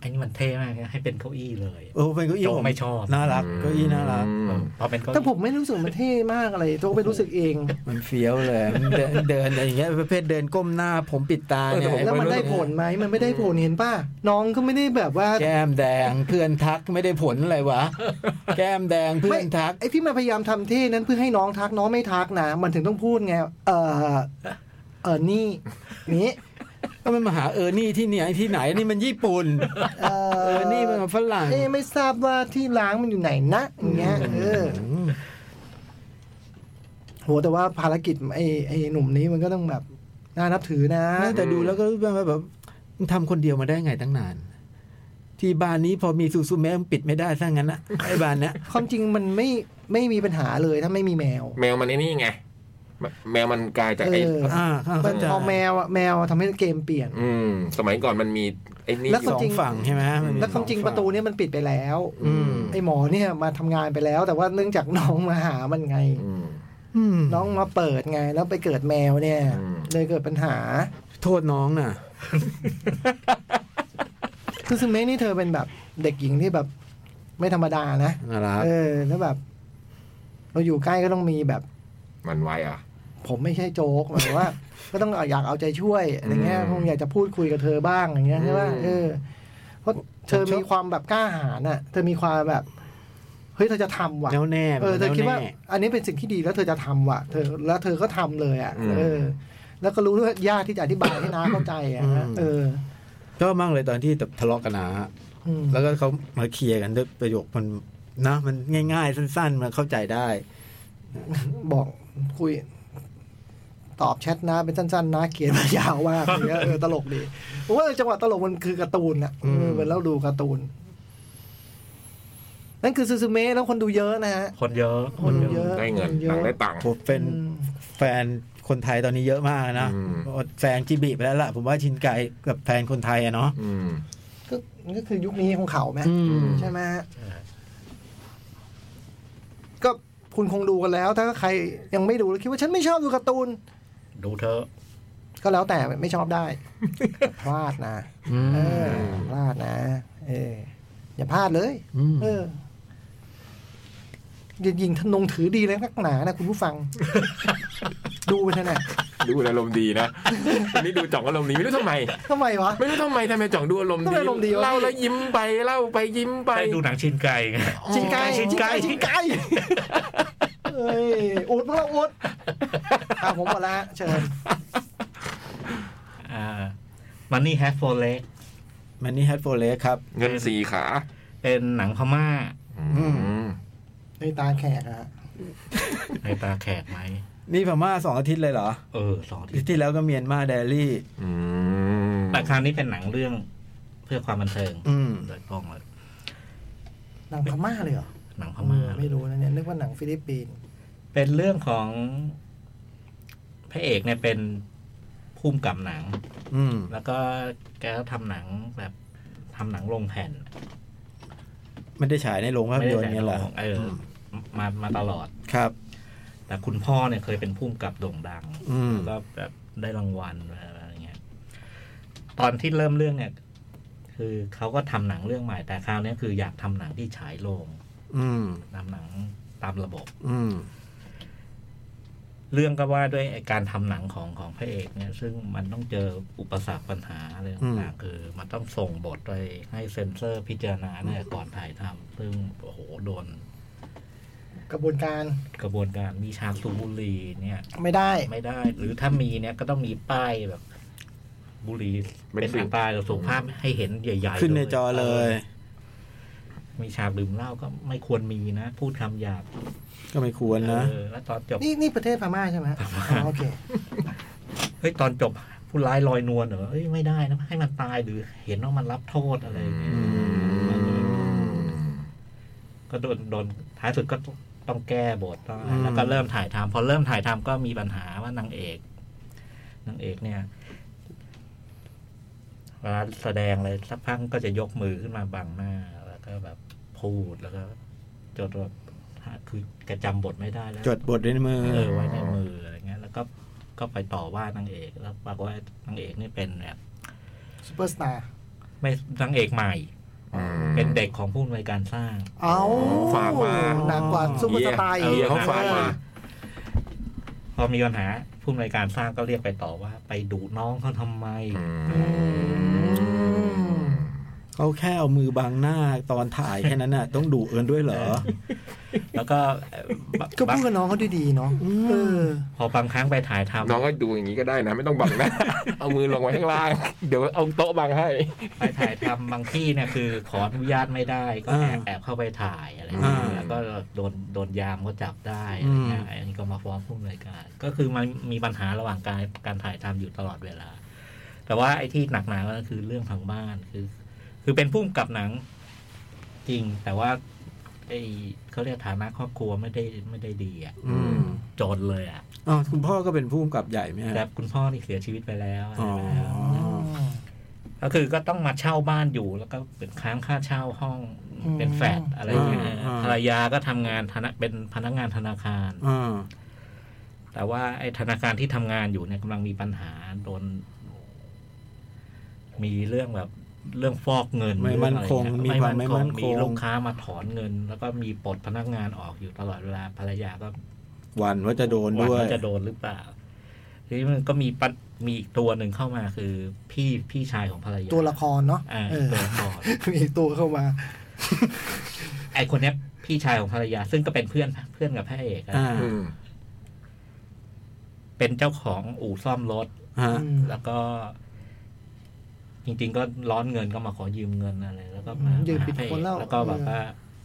S2: ไอ้นี่มันเท่มากนะให้เป็นเก้าอี้เลย
S5: เออเป็นเก้าอี้
S2: โจ๊กไม่ชอบ
S5: น่ารักเก้าอี้น่ารัก
S3: อืม
S2: พอเป็นเก้า
S4: แต่
S2: อี้
S4: ผมไม่รู้สึกมันเท่มากอะไรโจ๊กไปรู้สึกเอง
S5: มันเฟี้ยวเลยมันเดินเดินอะไรอย่างเงี้ยประเภทเดินก้มหน้า ผมปิดตา
S3: เออแต่ผม
S5: เนี่ย
S4: แล้วมันได้ผลไหมมันไม่ได้ผลเห็นป่ะน้องก็ไม่ได้แบบว่า
S5: แก้มแดงเพื่อนทักไม่ได้ผลอะไรวะ แก้มแดงเพื่อนทัก
S4: ไอ้ที่มันพยายามทำเท่นั้นเพื่อให้น้องทักน้องไม่ทักนะ มันถึงต้องพูดไง เออเออนี่ นี้
S5: ก็มันมาหาเออร์นี่ที่เนี่ยที่ไหนนี่มันญี่ปุ่น
S4: เอ
S5: เออร์นี่มันฝรั่ง
S4: เอ้ไม่ทราบว่าที่ล้างมันอยู่ไหนนะอย่างเงี้ยเออ
S5: ม
S4: โหแต่ว่าภารกิจไอ้ไอ้หนุ่มนี้มันก็ต้องแบบน่านับถือนะ
S5: แต่ดูแล้วก็แบบมันทำคนเดียวมาได้ไงตั้งนาน ที่บ้านนี้พอมีซูซูแม่ปิดไม่ได้ซะงั้นนะไอ้บ้านเนี้ย
S4: ความจริงมันไม่ไม่มีปัญหาเลยถ้าไม่มีแมว
S3: แมวมันไอ้นี่ไง แมวมันกลายจากไอ้
S4: เออ
S5: อ่า
S4: มั
S5: เข้านใจ
S4: พอแมวอะแมวทำให้เกมเปลี่ยน
S3: อืม สมัยก่อนมันมีไอ้นี่
S4: แล้ว
S3: อ
S4: ก็
S5: ส
S3: ยู่
S5: องฝั่งใช่ไหมนมี
S4: แล้วความจริง
S5: สอ
S4: ป
S5: ฝั่
S4: ระตูเนี่ยมันปิดไปแล้ว
S5: อืม
S4: ไอ้หมอเนี่ยมาทำงานไปแล้ว แต่ว่าเนื่องจากน้องมาหามันไง
S3: อืม
S5: ม อืม
S4: น้องมาเปิดไง แล้วไปเกิดแมวเนี่ย
S3: อืม
S4: เลยเกิดปัญหา
S5: โทษน้องน่ะ
S4: คือซึเมะนี่เธอเป็นแบบเด็กหญิงที่แบบไม่ธรรมดานะ
S5: น่ารัก
S4: เออ แล้วแบบ เราอยู่ใกล้ก็ต้องมีแบบ
S3: มันไวอ่ะ
S4: ผมไม่ใช่โจ๊กหมายถึงว่า ก็ต้องอยากเอาใจช่วยอะไรเงี้ย
S3: อืม
S4: คงอยากจะพูดคุยกับเธอบ้างอย่างเงี้ยใช่ป่ะ
S3: อืม
S4: เออเพราะเธอมีความแบบกล้าหาญอ่ะ เธอมีความแบบเฮ้ยเธอจะทำว่ะ
S5: แน่วแน่
S4: เออเธอคิดว่า
S5: แน่วแน่
S4: อันนี้เป็นสิ่งที่ดีแล้วเธอจะทำว่ะ เธอแล้วเธอก็ทำเลยอ่ะ
S3: อืม
S4: เออ แล้วก็รู้ด้วยยากที่จะอธิบายให้น้าเข้าใจอ่ะฮะเออ
S5: ชอบมากเลยตอนที่แบบทะเลาะกันนะ
S4: อืม
S5: แล้วก็เขามาเคลียร์กันด้วยประโยคมันนะ มันง่าย ๆ สั้นๆมันเข้าใจได้
S4: บอกคุย ตอบแชทนะเป็นสั้นๆนะเขียนมายาวมากอย่างเงี้ยเออตลกดีผมว่าจังหวะตลกมันคือการ์ตูนอ่ะเออ
S5: อืม
S4: เหมือนเราดูการ์ตูน นั่นคือซูซูเมะแล้วคนดูเยอะนะฮะ
S2: คนเยอะ
S4: คนเยอะ
S3: ได้เงิน
S4: เยอะ
S3: หนังได้ตังค์
S5: ผมเป็น
S4: อืม
S5: แฟนคนไทยตอนนี้เยอะมากนะ
S3: อืม
S5: แฟนจิบิไปแล้วล่ะ ผมว่าชินไกกับแฟนคนไทยอะเนาะ
S3: อืม
S4: ก็ก็คือยุคนี้ของเขาไหม
S5: อืม
S4: ใช่ไหมฮะก็คุณคงดูกันแล้ว ถ้าใครยังไม่ดูแล้วคิดว่าฉันไม่ชอบดูการ์ตูน
S2: ดูเธอะ
S4: ก็แล้วแต่ไม่ชอบ ได้ พลาดนะ เออ
S3: ม
S4: พลาดนะ เออ อย่าพลาดเลย
S5: ม
S4: เอออย่ายิงธนงถือดีเลยนักหนานะคุณผู้ฟัง ดูไปเถอะนะ
S3: ดูอารมณ์ดี นะวันนี้ดูจ่องอารมณ์ดีไม่รู้ทำไม
S4: ทำไมวะ
S3: ไม่รู้ทำไมทำไมจ่องดูอารมณ์
S4: ทำไมอารมณ์ดีวะ
S3: เล่าแล้วยิ้มไปเล่าไปยิ้มไป
S2: ไปดูหนังชินไก่ไง
S4: ชิงไก่
S2: ชิงไก่
S4: ชิงไก่เอ้ยอุดพวกเรา อุดอ่ะผมหมดละเชิญ
S2: อ่ามันนี่แฮฟโฟเล
S5: มันนี่แฮตโฟเลสครับ
S3: เงินสี่ขา
S2: เป็นหนังพม่า
S3: อืม
S4: ในตาแขกอะ
S2: ในตาแขกไหม
S5: นี่พม่าสองอาทิตย์เลยเหรอ
S2: เออสอง
S5: อา
S2: ที
S5: ทิตย์ที่แล้วก็เมียนมาเดลี่
S3: อืม
S2: แต่คราวนี้เป็นหนังเรื่องเพื่อความบันเทิง
S5: อืม
S2: โดยกล้องเลย
S4: หนังพม่าเลยเหรอ
S2: หนังพม่า
S4: เออไม่รู้นะเนี่ยนึกว่าหนังฟิลิปปินส์
S2: เป็นเรื่องของพระเอกเนี่ยเป็นภูมิกับหนัง
S5: อืม
S2: แล้วก็แกก็ทำหนังแบบทำหนังลงแผ่น
S5: ไม่ได้ฉายในโรงภาพยนตร์
S2: ใส่
S5: เนี่ยเหรอ
S2: ของเอออมามาตลอด
S5: ครับ
S2: แต่คุณพ่อเนี่ยเคยเป็นภูมิกับโด่งดัง
S5: อืม
S2: แล้วก็แบบได้รางวัลอะไรอย่างเงี้ย ตอนที่เริ่มเรื่องเนี่ย คือเขาก็ทำหนังเรื่องใหม่ แต่คราวเนี้ยคืออยากทำหนังที่ฉายโรง
S5: อืม
S2: ทำหนังตามระบบ
S5: อืม
S2: เรื่องก็ว่าด้วยไอ้การทำหนังของของพระเอกเนี่ย ซึ่งมันต้องเจออุปสรรคปัญหาอะไรต่างๆคือ มันต้องส่งบทไปให้เซ็นเซอร์พิจารณาเนี่ยก่อนถ่ายทำซึ่งโอ้โหโดน
S4: กระบวนการ
S2: กระบวนการมีฉากสูบบุหรี่เนี่ย
S4: ไม่ได้
S2: ไม่ได้ หรือถ้ามีเนี่ยก็ต้องมีป้ายแบบ บุหรี่
S3: เป็
S2: เป็นน
S3: สิ่ง
S2: อันตรายเราส่งภาพให้เห็นใหญ่ๆ
S5: ขึ้นใน
S2: ด้วย
S5: จอเลย
S2: มีฉากดื่มเหล้าก็ไม่ควรมีนะ พูดคำหยาบ
S5: ก็ไม่ควรนะ
S2: เออแล้วตอนจบ
S4: นี่นี่ประเทศพม่าใช่ไหมฮะอ๋อโอเค
S2: เฮ้ยตอนจบผู้ร้ายลอยนวลเหรอเอ้ยไม่ได้นะให้มันตายหรือเห็นว่ามันรับโทษอะไรอย่างเงี้ย
S5: อื
S2: ก็โดนโดนท้ายสุดก็ต้องแก้บทต้องอะไรแล้วก็เริ่มถ่ายทำพอเริ่มถ่ายทำก็มีปัญหาว่านางเอกนางเอกเนี่ยเวลาแสดงเลยสักพักก็จะยกมือขึ้นมาบังหน้า แล้วก็แบบพูดแล้วก็จดแบบคือกระจำบทไม่ได้แล้ว
S5: จดบทในมือ
S2: เออไว้ในมืออะไรเงี้ย แล้วก็ก็ไปต่อว่านางเอกแล้วปรากฏว่านางเอกนี่เป็นแบบ
S4: ซูเปอร์สตาร์
S2: ไม่นางเอกใหม่
S3: อืม
S2: เป็นเด็กของผู้อำนวยการสร้าง
S4: เอา
S3: ฝากมา
S4: หนักกว่าซูเปอร์สตาร์อีก
S3: เฮียเขาฝากมา
S2: พอมีปัญหาผู้อำนวยการสร้างก็เรียกไปต่อว่า ไปดูน้องเขาทำไม
S3: อืม
S5: เขาแค่เอามือบังหน้าตอนถ่ายแค่นั้น น่ะ ต้องดูเอินด้วยเหรอ
S2: แล้วก็เอ่อ
S4: ก็
S2: บาง
S4: พูดกับน้องเขาดีๆเนาะเออ
S2: พอบางครั้งไปถ่ายทำ
S3: น้องก็ดูอย่างนี้ก็ได้นะ ไม่ต้องบังนะ เอามือลงไว้ข้างล่าง เดี๋ยวเอาโต๊ะบังให้
S2: ไปถ่ายทำบางที่เนี่ยคือ ขออนุญาตไม่ได้ก็แอบ
S5: อ่า
S2: แอบเข้าไปถ่ายอะไรเงี้ย
S5: อ่า
S2: แล้วก็โดนโดนยามก็จับได้อะไรเงี้ย
S5: อืม
S2: อันนี้ก็มาฟ้องผู้อำนวยการ ก็คือมันมีปัญหาระหว่างการการถ่ายทำอยู่ตลอดเวลา แต่ว่าไอ้ที่หนักหนาก็คือเรื่องทางบ้านคือ คือเป็นผู้กำกับหนังจริง แต่ว่าไอ้เขาเรียกฐานะครอบครัวไม่ได้ไม่ได้ดีอ่ะ
S5: อืม
S2: จนเลยอ่ะ
S5: อ๋อคุณพ่อก็เป็นผู้กำกับใหญ่ไหมฮะ
S2: แต่คุณพ่อนี่เสียชีวิตไปแล้วอะไร
S5: อ๋อ
S2: แล้ว ก็คือก็ต้องมาเช่าบ้านอยู่แล้วก็เป็นค้างค่าเช่าห้อง
S4: อืม
S2: เป็นแฟลตอะไรอย่างเงี้ย
S5: อ่าอ่า
S2: ภรรยาก็ทำงานธนาเป็นพนักงานธนาคาร
S5: อ่า
S2: แต่ว่าไอ้ธนาคารที่ทำงานอยู่เนี่ยกำลังมีปัญหาโดน มีเรื่องแบบเรื่องฟอกเงิน
S5: ไม่มั่นคง
S2: เรื่องอะรเย
S5: มีความไม่มั่นคง
S2: มีลูกค้ามาถอนเงิน แล้วก็มีปลดพนักงานออกอยู่ตลอดเวลาภรรยาก็
S5: หวันว่าจะโดนด้วย
S2: หาจะโดนหรือเปล่า ทีนี้มันก็มีปัดมีอีกตัวหนึ่งเข้ามาคือพี่พี่ชายของภรรยา
S4: ตัวละครเนาะ
S2: อ่า
S4: เออ
S2: ตัวละคร
S4: มีตัวเข้ามา
S2: ไอคนเนี้ยพี่ชายของภรรยา ซึ่งก็เป็นเพื่อนเพื่อนกับพระเอกอะ
S5: อ่า
S3: อืม
S2: เป็นเจ้าของอู่ซ่อมรถ
S5: ฮะ
S4: อืม
S2: แล้วก็ จริง ๆ ก็ร้อนเงินก็มาขอยืมเงินอะไรแล้วก็มา
S4: อืมยืม
S2: หา
S4: ผิด
S2: พระเอก
S4: คนแล้ว
S2: แล้วก็แบบ
S4: เออ
S2: ว่า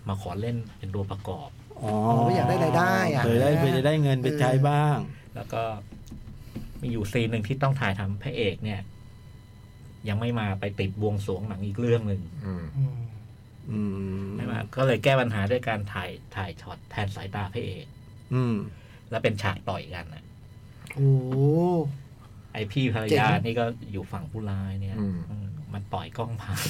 S2: มาขอเล่นเป็นตัวประกอบ
S5: อ๋อ
S4: ไม่อยากได้รายได้อะ
S5: เคยได้เคยจะได้เงินไปใช้บ้าง
S2: แล้วก็มีอยู่ซีนหนึ่งที่ต้องถ่ายทำพระเอกเนี่ย ยังไม่มาไปติดบวงสรวงหนังอีกเรื่องหนึ่ง
S3: อืม
S4: อืม
S5: อืม
S2: ไม่มาก็เลยแก้ปัญหาด้วยการถ่ายถ่ายช็อตแทนสายตาพระเอก
S5: อืม
S2: แล้วเป็นฉากต่อยกันนะ
S4: โอ้โห
S2: ไอพี่ภรร
S4: เจ๋
S2: ยาง นี่ก็อยู่ฝั่งผู้ร้ายเนี่ย
S3: อืม
S2: อืมมันต่อยกล้องผ่าน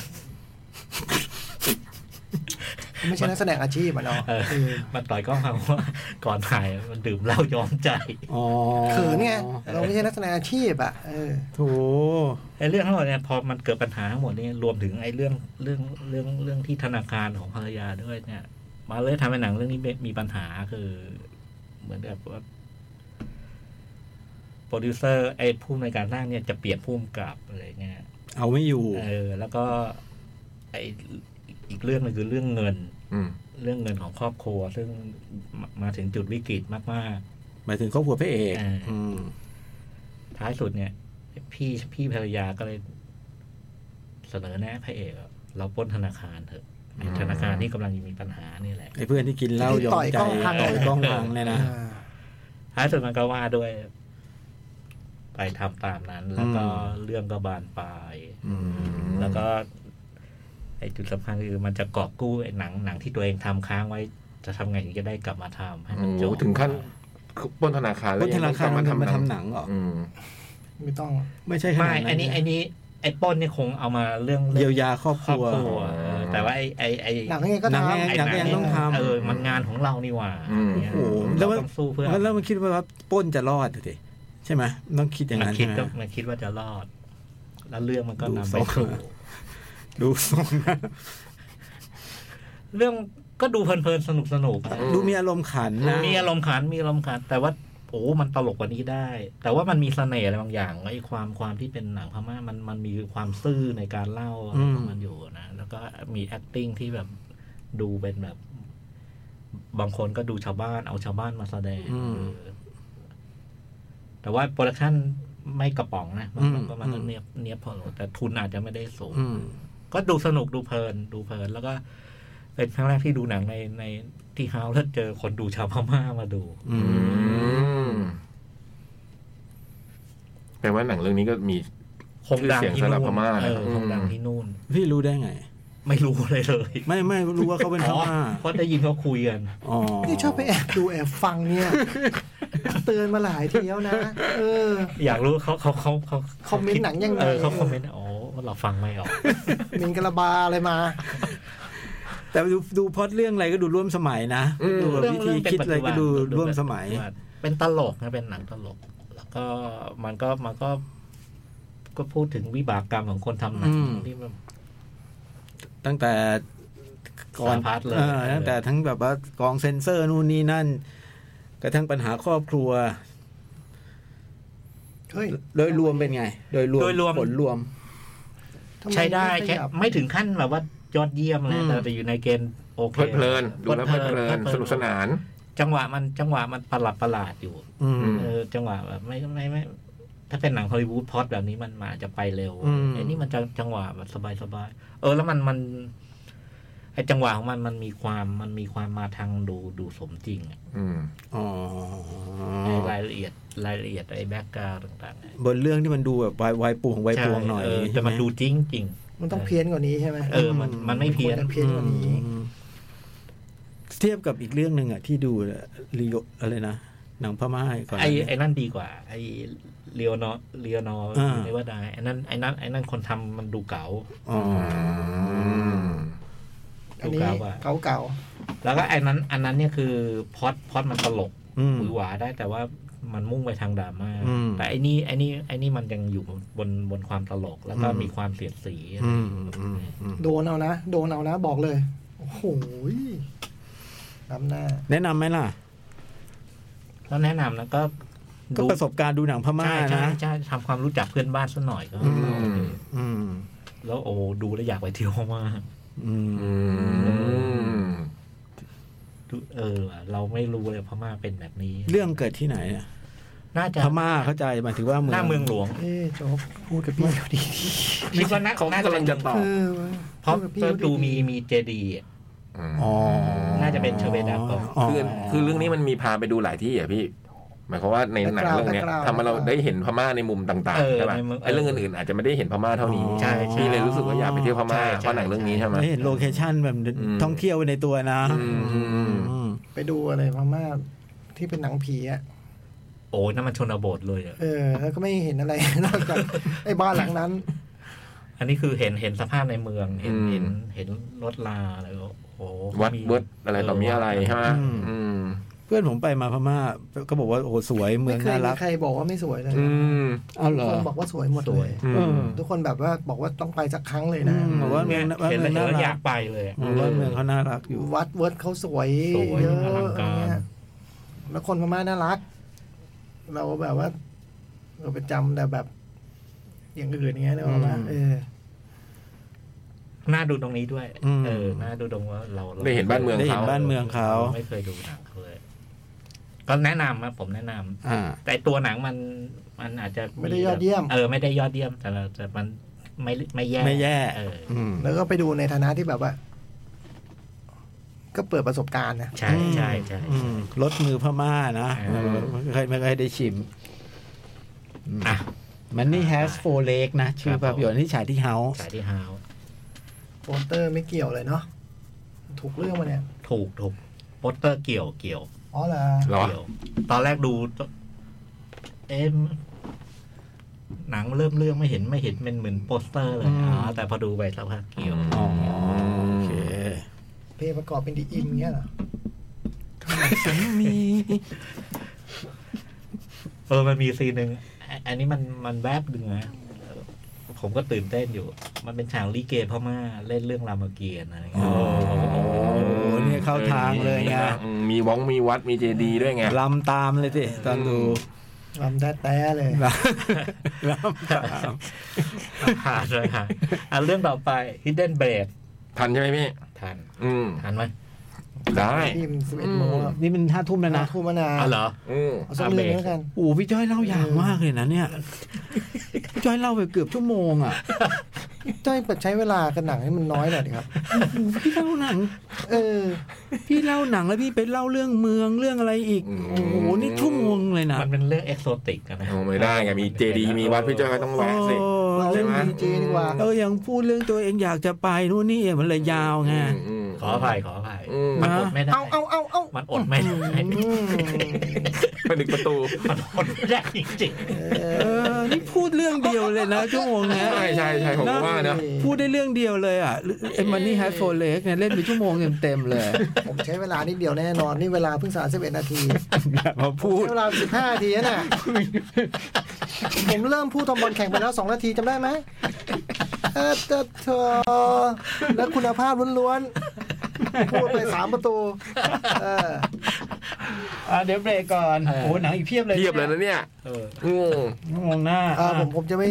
S4: ไม่ใช่นักแสดงอาชีพอะเนาะ
S2: เออ
S4: เออ
S2: มันต่อยกล้องผ่านเพราะว่าก่อนถ่ายมันดื่มเหล้าย้อมใจ
S5: อ๋อ
S4: เขินไงเราไม่ใช่นักแสดงอาชีพอ่ะเออ
S5: โถ
S2: ไอเรื่องทั้งหมดเนี่ยพอมันเกิดปัญหาทั้งหมดเนี่ยรวมถึงไอเรื่องเรื่องเรื่องเรื่องที่ธนาคารของภรรยาด้วยเนี่ย มาเลยทำให้หนังเรื่องนี้มีปัญหาคือ เหมือนแบบว่าโปรดิวเซอร์ไอผู้ในวยการสร้างเนี่ยจะเปลี่ยนผู้กำกับอะไรเงี้ย
S5: เอาไม่อยู่
S2: เออแล้วก็ไออีกเรื่องหนึงคือเรื่องเงิน
S3: อืม
S2: เรื่องเงินของครอบครัว ซึ่งมามาถึงจุดวิกฤตมาก
S5: หมายถึงครอบครัวพระเอก
S2: เอออื
S5: ม
S2: ๆ ท้ายสุดเนี่ย พี่พี่ภรรยาก็เลยเสนอแนะพระเอกอะเราปล้นธนาคารเถอะ
S3: อืม
S2: ธนาคารที่กำลังมีปัญหานี่แหละ
S5: ไอ้เพื่อนที่กินเหล้า
S4: ที่
S5: ยอ
S4: ต่
S5: ม
S4: อย
S5: ใจ
S4: กล้องพัง
S5: ต่อยกล้องพังเนี่ยนะ
S4: อ่า
S2: ท้ายสุดมันก็ว่าด้วย ไปทำตามนั้น แล้วก็
S5: อืม
S2: เรื่องก็บานปลาย
S3: อืม
S2: แล้วก็ ไอจุดสำคัญคือมันจะกอบกู้ไอหนังหนังที่ตัวเองทำค้างไว้ จะทำไงถึงจะได้กลับมาทำให้มัน
S3: โอ้
S2: จ
S3: โห
S2: บ
S3: ถึงขั้นปล้นธนาคาร
S5: บ
S3: แล้ว
S5: น
S3: ยั
S5: ธ
S3: ง
S5: นา
S3: ต้อง
S5: คาร
S3: กลับ
S5: มัน
S3: มาทำห
S5: ทำมา
S3: นัง
S5: ทำหนังเหรอ
S3: อืม
S4: ไม่ต้อง
S5: ไม่ใช่ขนาด
S2: ไม่
S5: นั้น
S2: อันนี้ อันนี้ ไอ้ปล้นเนี่ยคงเอามาเรื่อง
S5: เยียวยาครอบค
S2: ครอบ
S5: รัว
S2: ครัวเออแต่ว่าไอ้ไอ้ไอ้
S4: หนังยังไงก็
S5: หนัง
S4: ทำ
S5: ยังไง
S2: ไอ้
S5: ก็ยังต้องทำ
S2: เออ มันงานของเรานี่หว่า
S3: อืม
S2: เนี่ย
S5: โอ้โหแล้
S2: เรา
S5: วมัน
S2: ต้องสู้เพื่อ
S5: แล้วมันคิดว่าปล้นจะรอดสิใช่ไหมต้องคิดอย่าง
S2: มัน
S5: นั้น
S2: คิด
S5: ใช่ไหม
S2: ก็มันคิดว่าจะรอด แล้วเรื่องมันก็
S5: ดู
S2: นำ
S5: ท
S2: ไป
S5: รง
S2: สู่
S5: ดูทรงนะ
S2: เรื่องก็ดูเพลินๆสนุกสนุกๆนะ
S5: ดูมีอารมณ์ขันนะ
S2: มีอารมณ์ขันมีอารมณ์ขัน แต่ว่าโอ้ มันตลกกว่านี้ได้ แต่ว่ามันมีเสน่ห์อะไรบางอย่างไอ้ความความที่เป็นหนังพม่ามันมันมีความซื่อในการเล่าอะไรของมันอยู่นะแล้วก็มี acting ที่แบบดูเป็นแบบ บางคนก็ดูชาวบ้านเอาชาวบ้านมาแสดงเออแต่ว่าโปรดักชั่นไม่กระป๋องนะมันมันก็มันก็เนียบเนียบพอแต่ทุนอาจจะไม่ได้สูง
S5: อืม
S2: ก็ดูสนุกดูเพลิน ดูเพลิน แล้วก็ เป็นครั้งแรกที่ดูหนังในในที่ฮาวแล้วเจอคนดูชาวพม่ามาดู
S5: อื
S3: อื
S5: ม
S3: มแปลว่าหนังเรื่องนี้ก็มี
S2: คงดังที่
S3: ชื่อเสียงสำหรับพ
S2: นู่น
S3: ม่านะ
S2: เออคงดัง
S3: อืม
S2: ที่นู่น
S5: พี่รู้ได้ไง
S2: ไม่รู้เลยเลย
S5: ไม่ไม่รู้ว่าเขาเป็นพ
S2: อ๋อ
S5: ม่า
S2: เพราะได้ยินเขาคุยกัน
S5: อ๋อ
S4: นี่ชอบไปแอบดูแอบฟัง เนี่ย เตือนมาหลายทีแล้วนะ เออ
S2: อยากรู้เขาเขาเขาเขา
S4: คอมเมนต์หนังยังไง
S2: เออเขาคอมเมนต์อ๋อเราฟังไม่ออก
S4: มินกะละบาอะไรมา
S5: แต่ดูดูพล็อดเรื่องอะไรก็ดูร่วมสมัยนะ
S3: อืม
S5: ดูแบบวิธีคิดอะไรก็ดูร่วมสมัย
S2: เป็นตลกนะเป็นหนังตลก แล้วก็มันก็มันก็ ก็พูดถึงวิบากกรรมของคนทำหนัง
S5: อืม
S2: ที่มัน
S5: ตั้งแต่ก่อน
S2: สารพัดเลย
S5: ออตั้งแต่ทั้งแบบว่ากองเซ็นเซอร์นู่นนี่นั่น กระทั่งปัญหาครอบครัว
S4: เฮ้ย
S5: โดยรวมเป็นไง โดยรวม
S2: โดยรวม
S5: ผลรวม
S4: ทำม
S2: ใช้ได้ใช้
S4: ขยับ
S2: ไม่ถึงขั้นแบบว่ายอดเยี่ยมเลย
S5: อืม
S2: แต่แต่อยู่ในเกณฑ์โอเค
S3: เพลิดเพลินดูแล้วเพลิดเพลิน สนุกสนาน
S2: จังหวะมันจังหวะมันประหลาดประหลาดอยู่
S5: อืม
S2: เออจังหวะแบบไม่ไม่ไม่ถ้าเป็นหนังฮอลลีวูดพล็อตแบบนี้มันมันอาจจะไปเร็ว
S5: อืม
S2: ไอ้นี่มันจะจังหวะแบบสบายสบายๆเออ แล้วมันมันไอ้จังหวะของมันมันมีความมันมีความมาทางดูดูสมจริงอะ
S3: อืม
S5: อ๋อ
S2: ไอ้รายละเอียดรายละเอียดไอ้แบ็กกราวต่างๆเนี่ย
S5: บนเรื่องที่มันดูแบบวายวายป่วงวาย
S2: ใช่
S5: ป่วงหน่อย
S2: เออแต่มันดูจริงจริง
S4: มันต้องเพี้ยนกว่านี้ใช่ไหม
S2: เออมันมันไม่เพี้ยน
S4: ควรจะเพี้ยนกว่านี้
S5: อืมเทียบกับอีกเรื่องหนึ่งอ่ะ ที่ดูรีโออะไรนะหนังพม่าก่อนห
S2: ไอ้
S5: น้านี้
S2: ไอ้นั่นดีกว่า ไอ้เลียวนอเลียวนอ
S5: อ่า
S2: เนวาดาไอ้นั่นไอ้นั่นไอ้นั่นคนทำมันดูเก๋า
S5: อ๋อ
S3: อืม
S4: อัน
S2: ดู
S4: นี้
S2: เก่าอะ
S4: เก่าเก่า
S2: แล้วก็ไอ้นั้น อันนั้นเนี่ยคือพล็อดพล็อดมันตลก
S5: อืม
S2: หวือหวาได้แต่ว่า มันมุ่งไปทางดราม่า
S5: อืม
S2: แต่ไอ้นี่ไอ้นี่ไอ้นี่มันยังอยู่บนบนความตลกแล้วก็
S5: อืม
S2: มีความเสียดสี
S5: อืมอืมอืม
S4: โดนเอานะ โดนเอานะบอกเลย โอ้โหยน้ำหน้า
S5: แนะนำไหมล่ะ
S2: แล้วแนะนำแล้วก็
S5: ก็ประสบการณ์ดูหนังพม่า
S2: ใช่ใช่
S5: นะ
S2: ใช่ทำความรู้จักเพื่อนบ้านสักหน่อยก็
S3: อืม
S5: อืม
S2: แล้วโอ้ดูแล้วอยากไปเที่ยวมาก
S5: อืม
S3: อืม
S2: ดูเออว่ะเราไม่รู้เลยพม่าเป็นแบบนี้
S5: เรื่องเกิดที่ไหนอะ
S2: น่าจะ
S5: พม่าเข้าใจหมายถึงว่าเมือง
S2: หน้าเมืองหลวง
S4: เอ้โจ๊กพูดกับพี่เขาดี
S2: คิดว่าน่า
S3: เขา
S2: น่าจะ
S3: กำลังจะตอบ
S4: เออเว้ย
S2: เพราะ
S4: พูด
S2: ก็
S4: กับพี่เขา
S2: ดูมีมีเจดีย์
S5: อ๋อ
S2: น่าจะเป็นชเวดากอง
S3: คือคือเรื่องนี้มันมีพาไปดูหลายที่อ่ะพี่ หมายความว่าในหนังเรื่องเนี้ยทำให้เราได้เห็นพม่าในมุมต่าง
S2: เออ
S3: ๆใช่ป่ะ
S2: ในมุม
S3: ไอ้เรื่องอื่นๆอาจจะไม่ได้เห็นพม่าเท่านี้
S2: ใช่ใช่
S3: พี่เลยรู้สึกว่าอยากไปเที่ยวพม่า
S2: ใช่ใช่
S3: เพราะหนังเรื่องนี้ใช่ไหม
S5: ได้เห็นโลเคชั่นแบบ
S3: อืม
S5: ท่องเที่ยวไปในตัวนะ
S3: อืมอืมอืม
S5: อืม
S4: ไปดูอะไรพม่าที่เป็นหนังผีอ่ะ
S2: โอ้ยนั่นมันชนบทเลยอะ
S4: เออ แล้วก็ไม่เห็นอะไร นอกจากไอ้บ้านหลังนั้น
S2: อันนี้คือเห็นเห็นสภาพในเมือง เห็น
S3: อืม
S2: เห็นเห็นรถลาอะไรโอ้โห
S3: วัด
S2: มี
S3: เวิร์ดอะไรต่อมีอะไรใช่ไหมอืม
S5: เพื่อนผมไปมาพม่าก็บอกว่าโอ้โหสวยเมื
S4: ไม่
S5: อง
S4: เคย
S5: น่า
S4: มี
S5: รัก
S4: ใครบอกว่าไม่สวยเลย
S3: อืม
S5: อ้าว
S4: ทุ
S5: เหร
S4: ก
S5: อ
S4: คนบอกว่าสวยหมด
S2: ส
S4: เล
S2: วย
S4: ย
S3: อืม
S5: เออ
S4: ทุกคนแบบว่าบอกว่าต้องไปสักครั้งเลย
S5: อื
S4: นะ
S5: มบอกว่าเมื
S2: เนี่
S5: อย งว่า
S2: เห็น
S5: เมื
S2: แล้
S5: อ
S2: วเห็
S5: ง
S2: นแล้วอ
S5: น่ารั
S2: ยาก กไปเลยอะ
S5: บอกว่าเมืองเขาน่ารักอยู่
S4: วัดเวิร์ดเขาสวย
S2: สวย
S4: เยอะ
S2: อลังการ
S4: เนี่ยแล้วคนพม่าน่ารัก เราแบบว่า เราไปจำแต่แบบ อย่างอื่นอย่างเงี้ยเนกอะว่า
S5: อืม
S4: เออ
S2: น่าดูตรงนี้ด้วย
S5: อืม
S2: เออน่าดูตรงว่าเราร
S3: ได้เห็นบ้านเมือง
S5: ได้เห็นบ้านเมืองเขา
S2: ไม่เคยดูหนังเขาเลยก็แนะนำนะผมแนะนำ
S5: อ่า
S2: แต่ตัวหนังมันมันอาจจะ
S4: ไม่ได้ยอดเยี่ยม
S2: เออไม่ได้ยอดเยี่ยม แต่เราแต่มันไม่ไม่แย่
S5: ไม่แย่
S2: เออ
S5: อืม
S4: แล้วก็ไปดูในฐานะที่แบบว่า ก็เปิดประสบการณ์นะ
S2: ใช่ใช่ใช่
S5: อืมรสมือพม่านะ
S2: อืม
S5: ไม่เคยไม่เคยได้ชิม
S2: อ่ะ
S5: มันนี่ has four leg นะ ชื่
S2: ค
S5: อ
S2: รั
S5: ภา
S2: บผม
S5: พยนตร์ที่ฉายที่เฮาส์
S2: สายที่ฮาว
S4: โปสเตอร์ไม่เกี่ยวเลยเนาะถูกเรื่องมาเนี่ย
S2: ถูกถูกโปสเตอร์เกี่ยวเกี่ยว
S4: อ๋อเหรอ
S3: เหรอ
S2: เดี๋ยวตอนแรกดูตเอ็มหนังเริ่มเรื่องไม่เห็นไม่เห็นเป็นเหมือนโปสเตอร์เลยอ๋อแต่พอดูไปสักพักเกี่ยว
S5: อ๋อโอเค
S4: เพลงประกอบเป็นดีอิมเงี้ยเหรอ
S5: ฉันมี
S2: เออมันมีซีนหนึ่งอันอันนี้มันมันแวบหนึ่งนะเออผมก็ตื่นเต้นอยู่ มันเป็นฉากลิเกพม่าเล่นเรื่องรามเกียรติอะไรอย่างเงี้ย
S3: อืมมีว้องมีวัดมีเจดีย์ด้วยไง
S5: ลำตามเลยสิ ตอนดู
S4: ลำแต้ๆเลย
S5: ลำลำตาม
S2: ผ่านเลยค่ะอ่ะเรื่องต่อไป Hidden Blade
S3: ทันใช่ไหมพี่
S2: ทัน
S3: อืม
S2: ทันไหม
S3: ได้
S4: ดีอิมสิบเอ็ดโมง
S5: นี่มันห้าทุ่มแล้วนะ
S4: ทูมะนา
S2: อ๋อเหรอ
S3: อืม
S4: เอาสักเรื่องหนึ่งแล้วกัน
S5: โอ้พี่จ้อยเล่ายาวมากเลยนะเนี่ยพี่จ้อยเล่าไปเกือบชั่วโมงอ่ะ
S4: จ้อยเปิดใช้เวลากันหนังให้มันน้อยหน่อยดีครับ
S5: โอ้พี่เล่าหนัง
S4: เออ
S5: พี่เล่าหนังแล้วพี่ไปเล่าเรื่องเมืองเรื่องอะไรอีก โอ้โหนี่ชั่วโมงเลยนะ
S2: มันเป็นเรื่องเอกโซติกอะนะ
S3: เอาไม่ได้ไง มีเจดีย์มีวัดพี่จ้อยก็ต้อง
S5: โอ้
S3: แวะสิ
S4: เราเล่นดีเจดีกว่า
S5: เออยังพูดเรื่องตัวเองอยากจะไปนู่นนี่เองมันเลยยาวไง
S3: อืม
S2: ขออภัยขออภัย
S3: อืม
S2: มันอดไม่ได้
S4: เอาเอาเอาเอา
S2: มันอดไม่ได้
S4: อืม
S3: ไปดึกประตู
S2: มันอดไม่ได้จริง
S5: เออ นี่พูดเรื่องเดียวเลยนะชั่วโมงเนี้ย
S3: ใช่ใช่ใช่ผมก็ว่านะ
S5: พูดได้เรื่องเดียวเลยอ่ะเอ็มมันนี่แฮชโฟเลกเนี่ยเล่นไปชั่วโมงเต็มๆเลย
S4: ผมใช้เวลานิดเดียวแน่นอน นี่เวลาเพิ่งสามสิบเอ็ดนาที
S5: อย่ามาพูด
S4: ใช้เวลาสิบห้านาทีน่ะ ผมเริ่มพูดทอมบอลแข่งไปแล้วสองนาทีจำได้ไหมเออเจ้าเธอแล้วคุณภาพล้วนๆ พูดไปสามประตู เออ
S5: อ่ะเดี๋ยวเบรกก่อนโอ้โหหนังอีกเพียบเลย
S3: เทียบเลยนะเนี่ย
S2: ๆเออ
S3: อืม
S5: ชั่วโมงหน้า
S4: เออผมผมจะไม่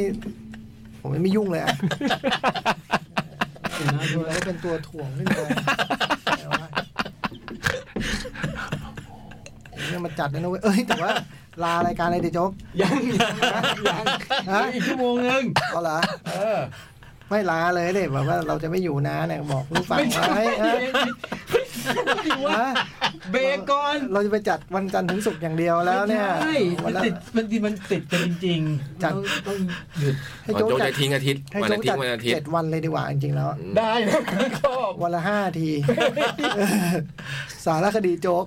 S4: ผมจะไม่ยุ่งเลยอ่ะ ดูแล้วเป็นตัวถ่วงขึ้นมาแต่ว่าผมเนี่ยมาจัดแล้วนะเว้ย เอ้ย แต่ว่า ลารายการอะไรเดี๋ยวจบ
S5: ยังยัง
S4: ฮะ
S5: อีกชั่วโมงนึง
S4: เอาเหรอ
S5: เออ
S4: ไม่ลาเลยเนี่ยแบบว่าเราจะไม่อยู่นะเนี่ยบอกรู้ฟังไว้ฮะฮะ
S5: เบรกก่อน
S4: เราจะไปจัดวันจันทร์ถึงศุกร์อย่างเดียวแล้วเนี่ย
S5: ใช่
S4: วั
S5: มัน น
S4: ละ
S5: ติดมันติดมันติดกันจริงๆ
S4: จัด
S5: ต้องต้องหยุด
S4: ให้
S3: อ๋อ
S4: โจ๊ก
S3: โจ๊ก
S4: จัด
S3: จะทิ้งอาทิตย์
S4: ให้
S3: วัน
S4: โจ๊
S3: อาก ทิต
S4: จัด
S3: ย์วันอาทิต
S4: เจ็ด
S3: ย์
S4: วันเลยดีกว่าจริงๆแล้ว
S5: ได้นะชอบ
S4: วันละห้าที สารคดีโจ๊ก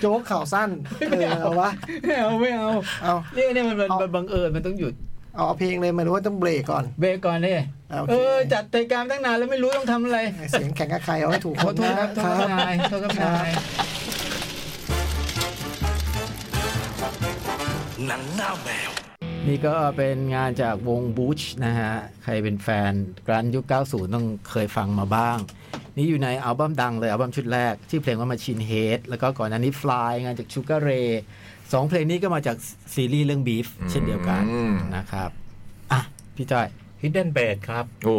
S4: โจ๊กข่าวสั้น เออเอาวะ
S5: ไม่เอาไม่เอา
S4: เอา
S5: เนี่ยเนี่ยมันมัน
S4: เอามั
S5: นบังเอิญมันต้องหยุด
S4: เอาเอาเพลงเลยไม่รู้ว่าต้องเบรกก่อน
S5: เบรกก่อนเนี่ย
S4: เอาโอเค
S5: เออจัดรายการตั้งนานแล้วไม่รู้ต้องทำอะไร
S4: เสียงแข่งกับใครเอาให้ถูก
S5: ข
S4: ค
S5: อน โทษครั
S4: นะ
S5: บโทษครับนายโทษครับนาย
S1: หนังหน้าแมว
S5: นี่ก็เป็นงานจากวงบูชนะฮะ ใครเป็นแฟนกรันยุค 90 ต้องเคยฟังมาบ้าง นี่อยู่ในอัลบั้มดังเลย อัลบั้มชุดแรก ที่อเพลงว่า Machine Head แล้วก็ก่อนหน้านี้ Fly งานจาก Sugar Ray สองเพลงนี้ก็มาจากซีรีส์เรื่อง Beef เช่นเดียวกัน
S3: อืม
S5: นะครับ อ่ะ พี่จ้อย
S2: Hidden Blade ครับ
S3: โอ้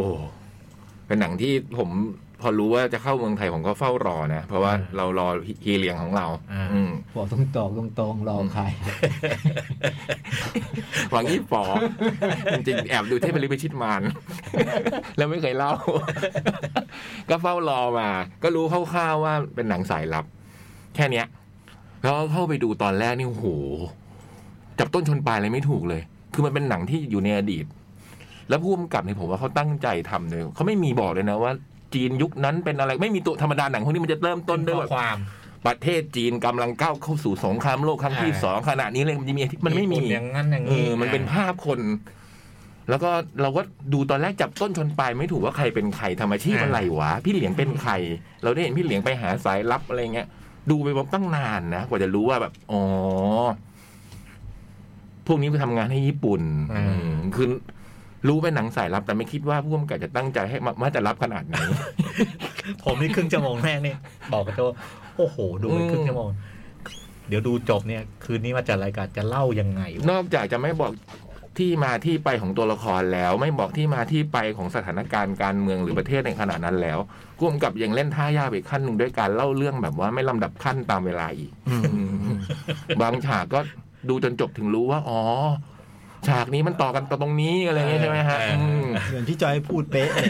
S3: เป็นหนังที่ผมพอรู้ว่าจะเข้าเมืองไทยผมก็เฝ้ารอนะ เพราะว่า
S2: อ่า
S3: เรารอฮีเลียงของเรา
S2: อ่า
S3: อืม
S5: บอกตรงตอกตรงตรงๆรอใคร
S3: หวังยี่ปอ จริงๆแอบดูเทพลิพิชิตมาน แล้วไม่เคยเล่า ก็เฝ้ารอมา ก็รู้คร่าวๆว่าเป็นหนังสายลับ แค่เนี้ยแล้วเข้าไปดูตอนแรกนี่โอ้โหจับต้นชนปลายเลยไม่ถูกเลย คือมันเป็นหนังที่อยู่ในอดีต แล้วผู้กำกับเนี่ยผมว่าเขาตั้งใจทำเลยเขาไม่มีบอกเลยนะว่า จีนยุคนั้นเป็นอะไรไม่มีตัวธรรมดาหนังพวกนี้มันจะเริ่มต้นด้วย
S2: ข้
S3: แบ
S2: อบ ความ
S3: ประเทศจีนกำลังก้าวเข้าสู่สงครามโลกครั้งที่สองขณะนี้เลยมันจะมีมันไม่มี
S2: ผลอย่างนั้นอย่าง
S3: เอ
S2: นี้
S3: อมันเป็นภาพคน แล้วก็เราก็ดูตอนแรกจับต้นชนปลายไม่ถูกว่าใครเป็นใครทำอาชีพอะไรวะพี่เหลียงเป็นใคร เราได้เห็นพี่เหลียงไปหาสายลับอะไรเงี้ย ดูไปตั้งนานนะกว่าจะรู้ว่าแบบอ๋อพวกนี้ไปทำงานให้ญี่ปุ่นอืมคือรู้เป็นหนังสายลับ แต่ไม่คิดว่าผู้กำกับจะตั้งใจให้มามาจะรับขนาดนี้
S2: ผมนี่ครึ่งชั่วโมงแรกเนี่ยบอกกับโจโอ้โห ดูไปครึ่งชั่วโมง เดี๋ยวดูจบเนี่ย คืนนี้มาจัดรายการจะเล่ายังไงวะ
S3: นอกจากจะไม่บอกที่มาที่ไปของตัวละครแล้ว ไม่บอกที่มาที่ไปของสถานการณ์การเมืองหรือประเทศในขณะนั้นแล้วร่วมกับยังเล่นท่ายากไปขั้นหนึ่งด้วยการเล่าเรื่องแบบว่าไม่ลำดับขั้นตามเวลาอีกบางฉากก็ดูจนจบถึงรู้ว่า อ๋อ ฉากนี้มันต่อกันต่อตรงนี้อะไรอย่างเงี้ยใช่ไหมฮะอืม
S5: เหมือนพี่จอยพูดเป๊ะเลย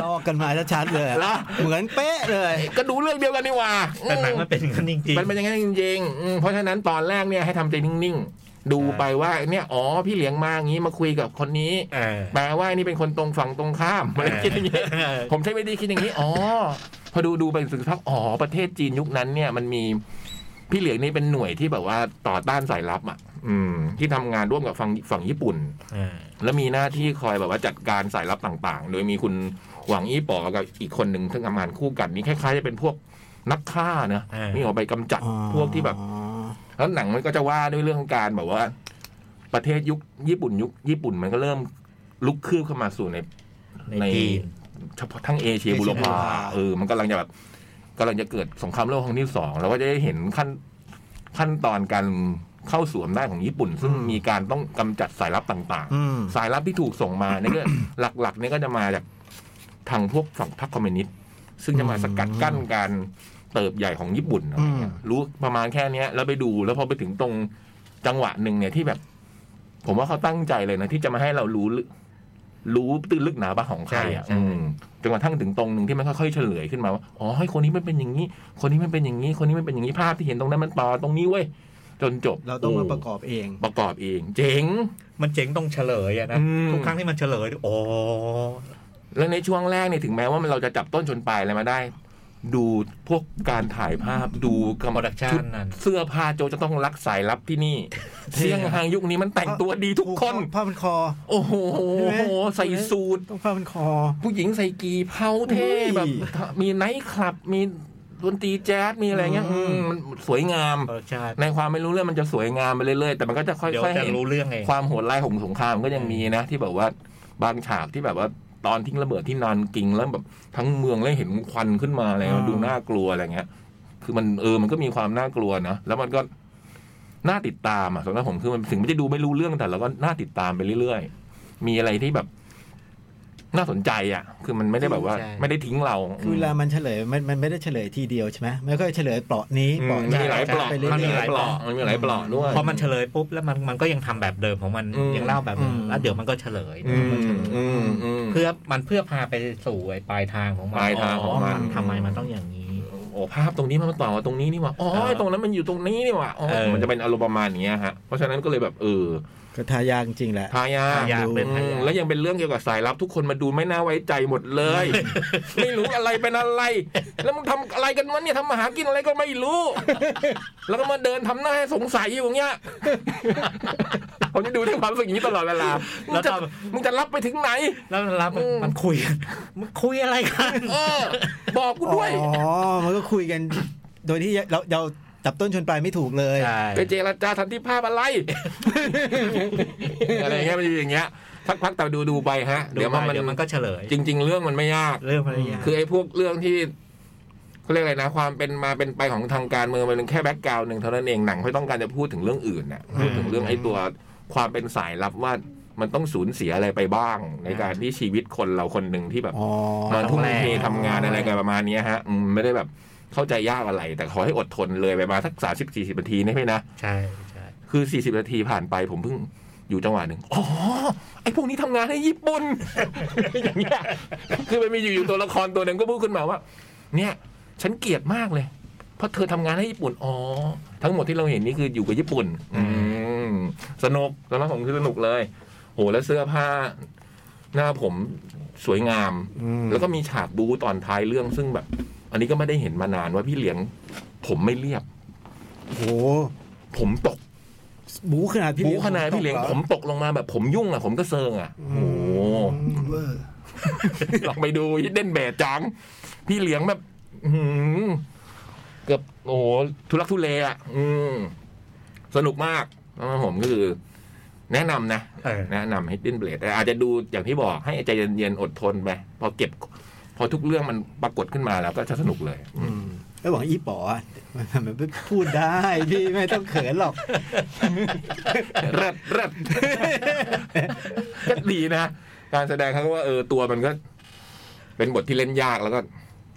S5: ลอกกันมาชัดๆเลย
S3: เหรอ
S5: เหมือนเป๊ะเลย
S3: ก็ดูเรื่องเดียวกันนี่หว่าอืม
S2: แต่หนังมันเป็นอย่างนั้นจริง
S3: มันเป็นอย่างนั้นจริงๆอืมเพราะฉะนั้นตอนแรกเนี่ยให้ทำใจนิ่งๆ ดูไปว่าเนี่ยอ๋อพี่เหลียงมาอย่างนี้มาคุยกับคนนี้
S2: เออ
S3: แปลว่านี่เป็นคนตรงฝั่งตรงข้ ามอะไรคิดอย่างนี้
S2: เออ
S3: ผมใช้ไม่ดีคิดอย่างนี้ อ๋อ พอดูดูไปสึกพักอ๋อประเทศจีนยุคนั้นเนี่ยมันมีพี่เหลียงนี่เป็นหน่วยที่แบบว่าต่อต้านสายลับอ่ะ อืม ที่ทำงานร่วมกับฝั่งฝั่งญี่ปุ่น
S2: ๆเออ
S3: แล้วมีหน้าที่คอยแบบว่าจัดการสายลับต่าง ๆ โดยมีคุณหวังอี้ป๋อกับอีกคนหนึ่งซึ่งทำงานคู่กันนี่คล้ายๆจะเป็นพวกนักฆ่านะนี่ออกไปกำจัดพวกที่แบบ แล้วหนังมันก็จะว่าด้วยเรื่องการแบบว่า ประเทศยุคญี่ปุ่นยุคญี่ปุ่นมันก็เริ่มลุกคืบเข้ามาสู่ใน
S2: ในจีน
S3: เฉพาะทั้งเอเชีย
S5: เอเชีย
S3: บุรพา
S5: บุรพา
S3: เออมันกำลังจะแบบกำลังจะเกิดสงครามโลกครั้งที่สองเราก็จะได้เห็นขั้นขั้นตอนการเข้าสู่อำนาจของญี่ปุ่น ซึ่งมีการต้องกำจัดสายลับต่าง
S5: อืม
S3: สายลับที่ถูกส่งมา เนี่ยก็ หลักๆเนี่ยก็จะมาจากทางพวกฝั่งพรรคคอมมิวนิสต์ซึ่งจะมาสกัดกั้นการเติบใหญ่ของญี่ปุ่นอะไรเงี้ยรู้ประมาณแค่เนี้ย แล้วไปดูแล้วพอไปถึงตรงจังหวะหนึ่งเนี่ยที่แบบ ผมว่าเขาตั้งใจเลยนะที่จะมาให้เรารู้ลึกรู้ตื้นลึกหนาบางของใครอ่ะ
S2: ใช่ใช่
S3: อืมจนกระทั่งถึงตรงหนึ่งที่มันค่อยๆเฉลยขึ้นมาว่าอ๋อให้คนนี้มันเป็นอย่างนี้ คนนี้มันเป็นอย่างนี้ คนนี้มันเป็นอย่างนี้ภาพที่เห็นตรงนั้นมันต่อตรงนี้เว้ยจนจบ
S5: เราต้องมา
S3: โ
S5: ประกอบเอง
S3: ประกอบเอง เจ๋ง
S2: มันเจ๋งตรงเฉลยอะนะ
S3: อืม
S2: ทุกครั้งที่มันเฉลย โอ้
S3: แล้วในช่วงแรกเนี่ยถึงแม้ว่ามันเราจะจับต้นชนปลายอะไรมาได้ ดูพวกการถ่ายภาพดูกำ
S2: Production
S3: ชุด
S2: นั่น
S3: เสื้อผ้าโจจะต้องรักสายลับที่นี่ เสียงหางยุคนี้มันแต่งตัวดีทุก คน
S5: ผ้าพันคอ
S3: โอ้โหใส่สูท
S5: ต้องผ้าพันคอ
S3: ผู้หญิงใส่กีเผาเท่
S5: อุ้ย
S3: แบบมีไนท์คลับ มีดนตรีแจ๊สมีอะไรเงี้ยอืมมันสวยงาม
S2: โปรดักชัน
S3: ในความไม่รู้เรื่องมันจะสวยงามไปเรื่อยๆ แต่มันก็จะค่
S2: เดี๋ยว
S3: อยๆ
S2: จะ
S3: เห็น
S2: รู้เรื่องเอง
S3: ความโหดร้ายของสงครามก็ยังมีนะ ที่แบบว่าบางฉากที่แบบว่าตอนทิ้งระเบิดที่นอนกิงแล้วแบบทั้งเมืองแล้วเห็นควันขึ้นมาอะไรมันดูน่ากลัวอะไรเงี้ย คือมันเออมันก็มีความน่ากลัวนะแล้วมันก็น่าติดตามอ่ะสำหรับผมคือมันถึงไม่จะดูไม่รู้เรื่องแต่เราก็น่าติดตามไปเรื่อยๆ มีอะไรที่แบบ น่าสนใจอ่ะ คือมันไม่ได้แบบว่า
S2: ใช่
S3: ไม่ได้ทิ้งเรา
S5: คือเวลามันเฉลยมันมันไม่ได้เฉลยทีเดียวใช่ไหมไม่ค่อยเฉลยเปลาะนี้
S3: อืม
S5: เปลาะ
S3: มันมีหลายเปลอก
S5: ไปเรื่
S3: มันมีห
S5: อ
S3: ลาย ยเปลอกมันมีหลายเปลอกด้วย
S2: พอมันเฉลยปุ๊บแล้วมันมันก็ยังทำแบบเดิมของมัน
S3: อืม
S2: ยังเล่าแบบเดิม
S5: อืม
S2: แล้วเดี๋ยวมันก็เฉลย
S3: อืมอืมอืม
S2: เพื่อมันเพื่อพาไปสู่ไอ้ปลายทางของมัน
S3: ปลายทางของมัน
S2: ทำไมมันต้องอย่างนี้
S3: โอ้ภาพตรงนี้มันมาต่อมาตรงนี้นี่หว่าอ๋อ
S2: เออ
S3: ตรงนั้นมันอยู่ตรงนี้นี่หว่าอ๋อ
S2: เออ
S3: มันจะเป็นอารมณ์ประมาณอย่างเนี้ยฮะเพราะฉะนั้นก็เลยแบบเออ
S5: ๆก็ทายากจริงแหละ
S3: ทายา
S2: ทายา
S3: อืม
S2: เป็นทายา
S3: แล้วยังเป็นเรื่องเกี่ยวกับสายลับทุกคนมาดูไม่น่าไว้ใจหมดเลย ไม่รู้อะไรเป็นอะไร แล้วมึงทำอะไรกันวะเนี่ยทำมาหากินอะไรก็ไม่รู้ แล้วก็มาเดินทำหน้าให้สงสัยอยู่อย่างเงี้ย ผมจะดูด้วยความรู้สึกอย่างนี้ตลอดเวลามึงจะมึงจะรับไปถึงไหน
S2: แล้วแล้วมัน
S3: อืม
S2: มันคุยกันมันคุยอะไรกัน
S3: เออ บอกกูด้วย
S5: อ๋อ มันก็คุยกัน โดยที่เราเรา จับต้นชนปลายไม่ถูกเลย
S2: ใช่
S3: ไปเจรจาทันที่ภาพอะไร อะไรเงี้ยมันจะอย่างเงี้ยพักๆแต่ดูดูๆไปฮะ
S2: เดี๋ยวมันเดี๋ยวมันก็เฉลย
S3: จริง ๆ เรื่องมันไม่ยาก
S2: เรื่องภรรยา
S3: คือไอ้พวกเรื่องที่เขาเรียกอะไรนะ ความเป็นมาเป็นไปของทางการเมืองมันเป็นแค่แบ็กกราวน์หนึ่งเท่านั้นเองหนังเขาต้องการจะพูดถึงเรื่องอื่นน่ะพูดถึงเรื่องไอ้ตัวความเป็นสายลับว่ามันต้องสูญเสียอะไรไปบ้าง ในการที่ชีวิตคนเราคนหนึ่งที่แบบ
S5: อ๋อ
S3: มาทุ่มเททำงานอะไรกันประมาณเนี้ยฮะอืมไม่ได้แบบเข้าใจยากอะไร แต่ขอให้อดทนเลยไปมาสักสามสิบสี่สิบนาทีได้ไหมนะ
S2: ใช่ใช่
S3: คือ 40 นาทีผ่านไปผมเพิ่งอยู่จังหวะหนึ่ง อ๋อ ไอ้พวกนี้ทำงานให้ญี่ปุ่น อย่างเงี้ย คือมันมีอยู่ๆตัวละครตัวหนึ่งก็พูดขึ้นมาว่า เนี่ย ฉันเกลียดมากเลย เพราะเธอทำงานให้ญี่ปุ่น อ๋อ ทั้งหมดที่เราเห็นนี่คืออยู่กับญี่ปุ่น อืม สนุกสำหรับผมคือสนุกเลย โห แล้วเสื้อผ้า หน้าผมสวยงาม
S5: อืม
S3: แล้วก็มีฉากบูตอนท้ายเรื่องซึ่งแบบ อันนี้ก็ไม่ได้เห็นมานานว่าพี่เหลียง ผมไม่เรียบ
S5: โอ้โห
S3: ผมตก
S5: บู๊ขนาดพี่
S3: หูขนาดพี่เหลียงผมตกลงมาแบบผมยุ่งอ่ะ ผมก็เซิงอ่ะโอ้โห
S5: เวอร์
S3: ลองไปดูเด่นเบดจัง พี่เหลียงแบบ อื้อหือเกือบโอ้โหทุลักทุเลอ่ะ อืมสนุกมากแล้วผมก็คือ แนะนำนะ
S2: เออ
S3: แนะนำให้เด่นเบดแต่อาจจะดูอย่างที่บอกให้ใจเย็นๆอดทนไปพอเก็บ พอทุกเรื่องมันปรากฏขึ้นมาแล้วก็จะสนุกเลย
S5: อืมแล้วหวังอีป๋ออะมันมันพูดได้พี่ไม่ต้องเขินหรอก
S3: เริดเริดก็ดีนะ การแสดงเขาก็ว่าเออตัวมันก็ เป็นบทที่เล่นยากแล้วก็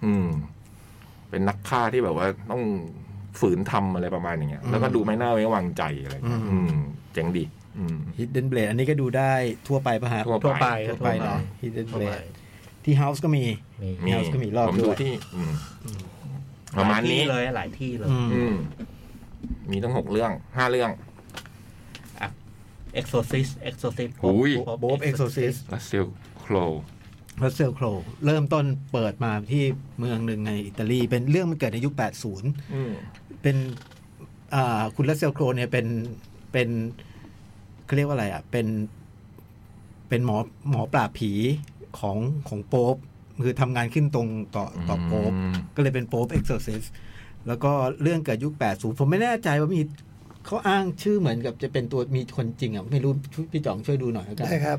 S3: อืม เป็นนักฆ่าที่แบบว่าต้องฝืนทำอะไรประมาณอย่างเงี้ย แล้วก็ดูไม่น่าไว้วางใจอะไรเงี้ย
S5: อืม
S3: อืมเจ๋งดี อืม
S5: Hidden Blade อันนี้ก็ดูได้ทั่วไปปะฮะ
S3: ทั่ว
S2: ทั่ว
S3: ไป
S2: ไป
S5: ทั่วไปนะ Hidden
S2: ทั่วไป
S5: Blade ที่ House ก็มี
S2: มี
S3: มี
S5: เอาก็มีรอบ
S3: ผม
S5: ด้
S3: ดู
S5: วย
S3: ที่ อืม ประมาณนี้
S2: หลยที่เลยหลายที่เลย
S5: อืม
S3: อืม มีทั้งหกเรื่องห้าเรื่อง
S2: เอ็กโซซิสเอ็กโซซิส
S3: หูย
S5: โบ๊บ Exorcist
S3: ลัสเซลโคล
S5: รัสเซลโครเริ่มต้นเปิดมาที่เมืองหนึ่งในอิตาลี เป็นเรื่องมันเกิดในยุค 80
S3: อืม
S5: เป็นอ่าคุณรัสเซลโครวเนี่ยเป็นเป็นเขาเรียกว่าอะไรอ่ะ เป็นเป็นหมอหมอปราบผีของของโป๊ปคือทำงานขึ้นตรงต่อต่อโป๊ป
S3: อืม
S5: ก็เลยเป็นโป๊ปเอ็กซ์ c ซอร์ซิสแล้วก็เรื่องเกิดยุค 80 ผมไม่แน่ใจว่ามีเขาอ้างชื่อเหมือนกับจะเป็นตัวมีคนจริงอ่ะ ไม่รู้ช่วยพี่จ่องช่วยดูหน่อยแล้วกัน
S4: ได้ครับ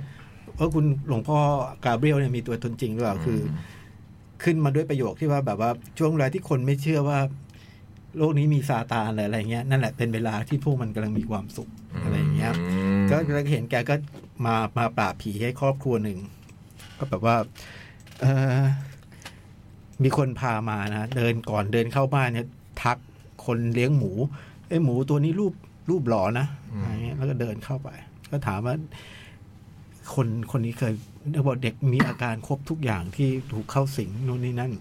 S5: เพราะคุณหลวงพ่อกาเบรียลเนี่ยมีตัวตนจริงหรือเปล่าคือ ขึ้นมาด้วยประโยคที่ว่าแบบว่าช่วงเวลาที่คนไม่เชื่อว่า โลกนี้มีซาตานหรืออะไรเงี้ยนั่นแหละเป็นเวลาที่พวกมันกำลังมีความสุขอะไรเงี้ย
S3: ม
S5: ก็เราเห็นแกก็มามาปราบผีให้ครอบครัวหนึ่ง ก็แบบว่า เออมีคนพามานะเดินก่อนเดินเข้าบ้านเนี่ย ทักคนเลี้ยงหมูไอ้ยหมูตัวนี้รูปรูปหลอนะอะไรเงี้ยแล้วก็เดินเข้าไป ก็ถามว่า คนคนนี้เคยเขาบอกเด็กมีอาการครบทุกอย่างที่ถูกเข้าสิงนู่นนี่นั่น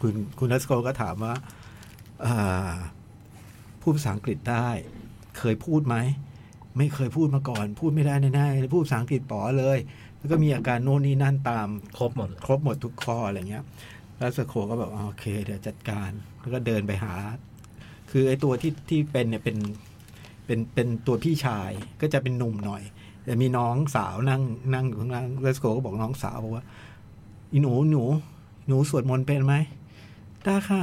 S5: คุณคุณรัสโกก็ถามว่าเอ่อพูดภาษาอังกฤษได้ เคยพูดไหม ไม่เคยพูดมาก่อน พูดไม่ได้แน่ๆเลยพูดภาษาอังกฤษป๋อเลย แล้วก็มีอาการโน่นนี่นั่นตาม
S2: ครบหมดเลย
S5: ครบหมดทุกข้ออะไรเงี้ย แล้วสโคก็แบบอ๋อโอเค เดี๋ยวจัดการ แล้วก็เดินไปหา คือไอ้ตัวที่ที่เป็นเนี่ยเป็นเป็นเป็นตัวพี่ชายก็จะเป็นหนุ่มหน่อย แต่มีน้องสาวนั่งนั่งอยู่ข้างล่างเลสโกก็บอกน้องสาวบอกว่าอีหนูหนูหนูสวดมนต์เป็นไหมได้ค่ะ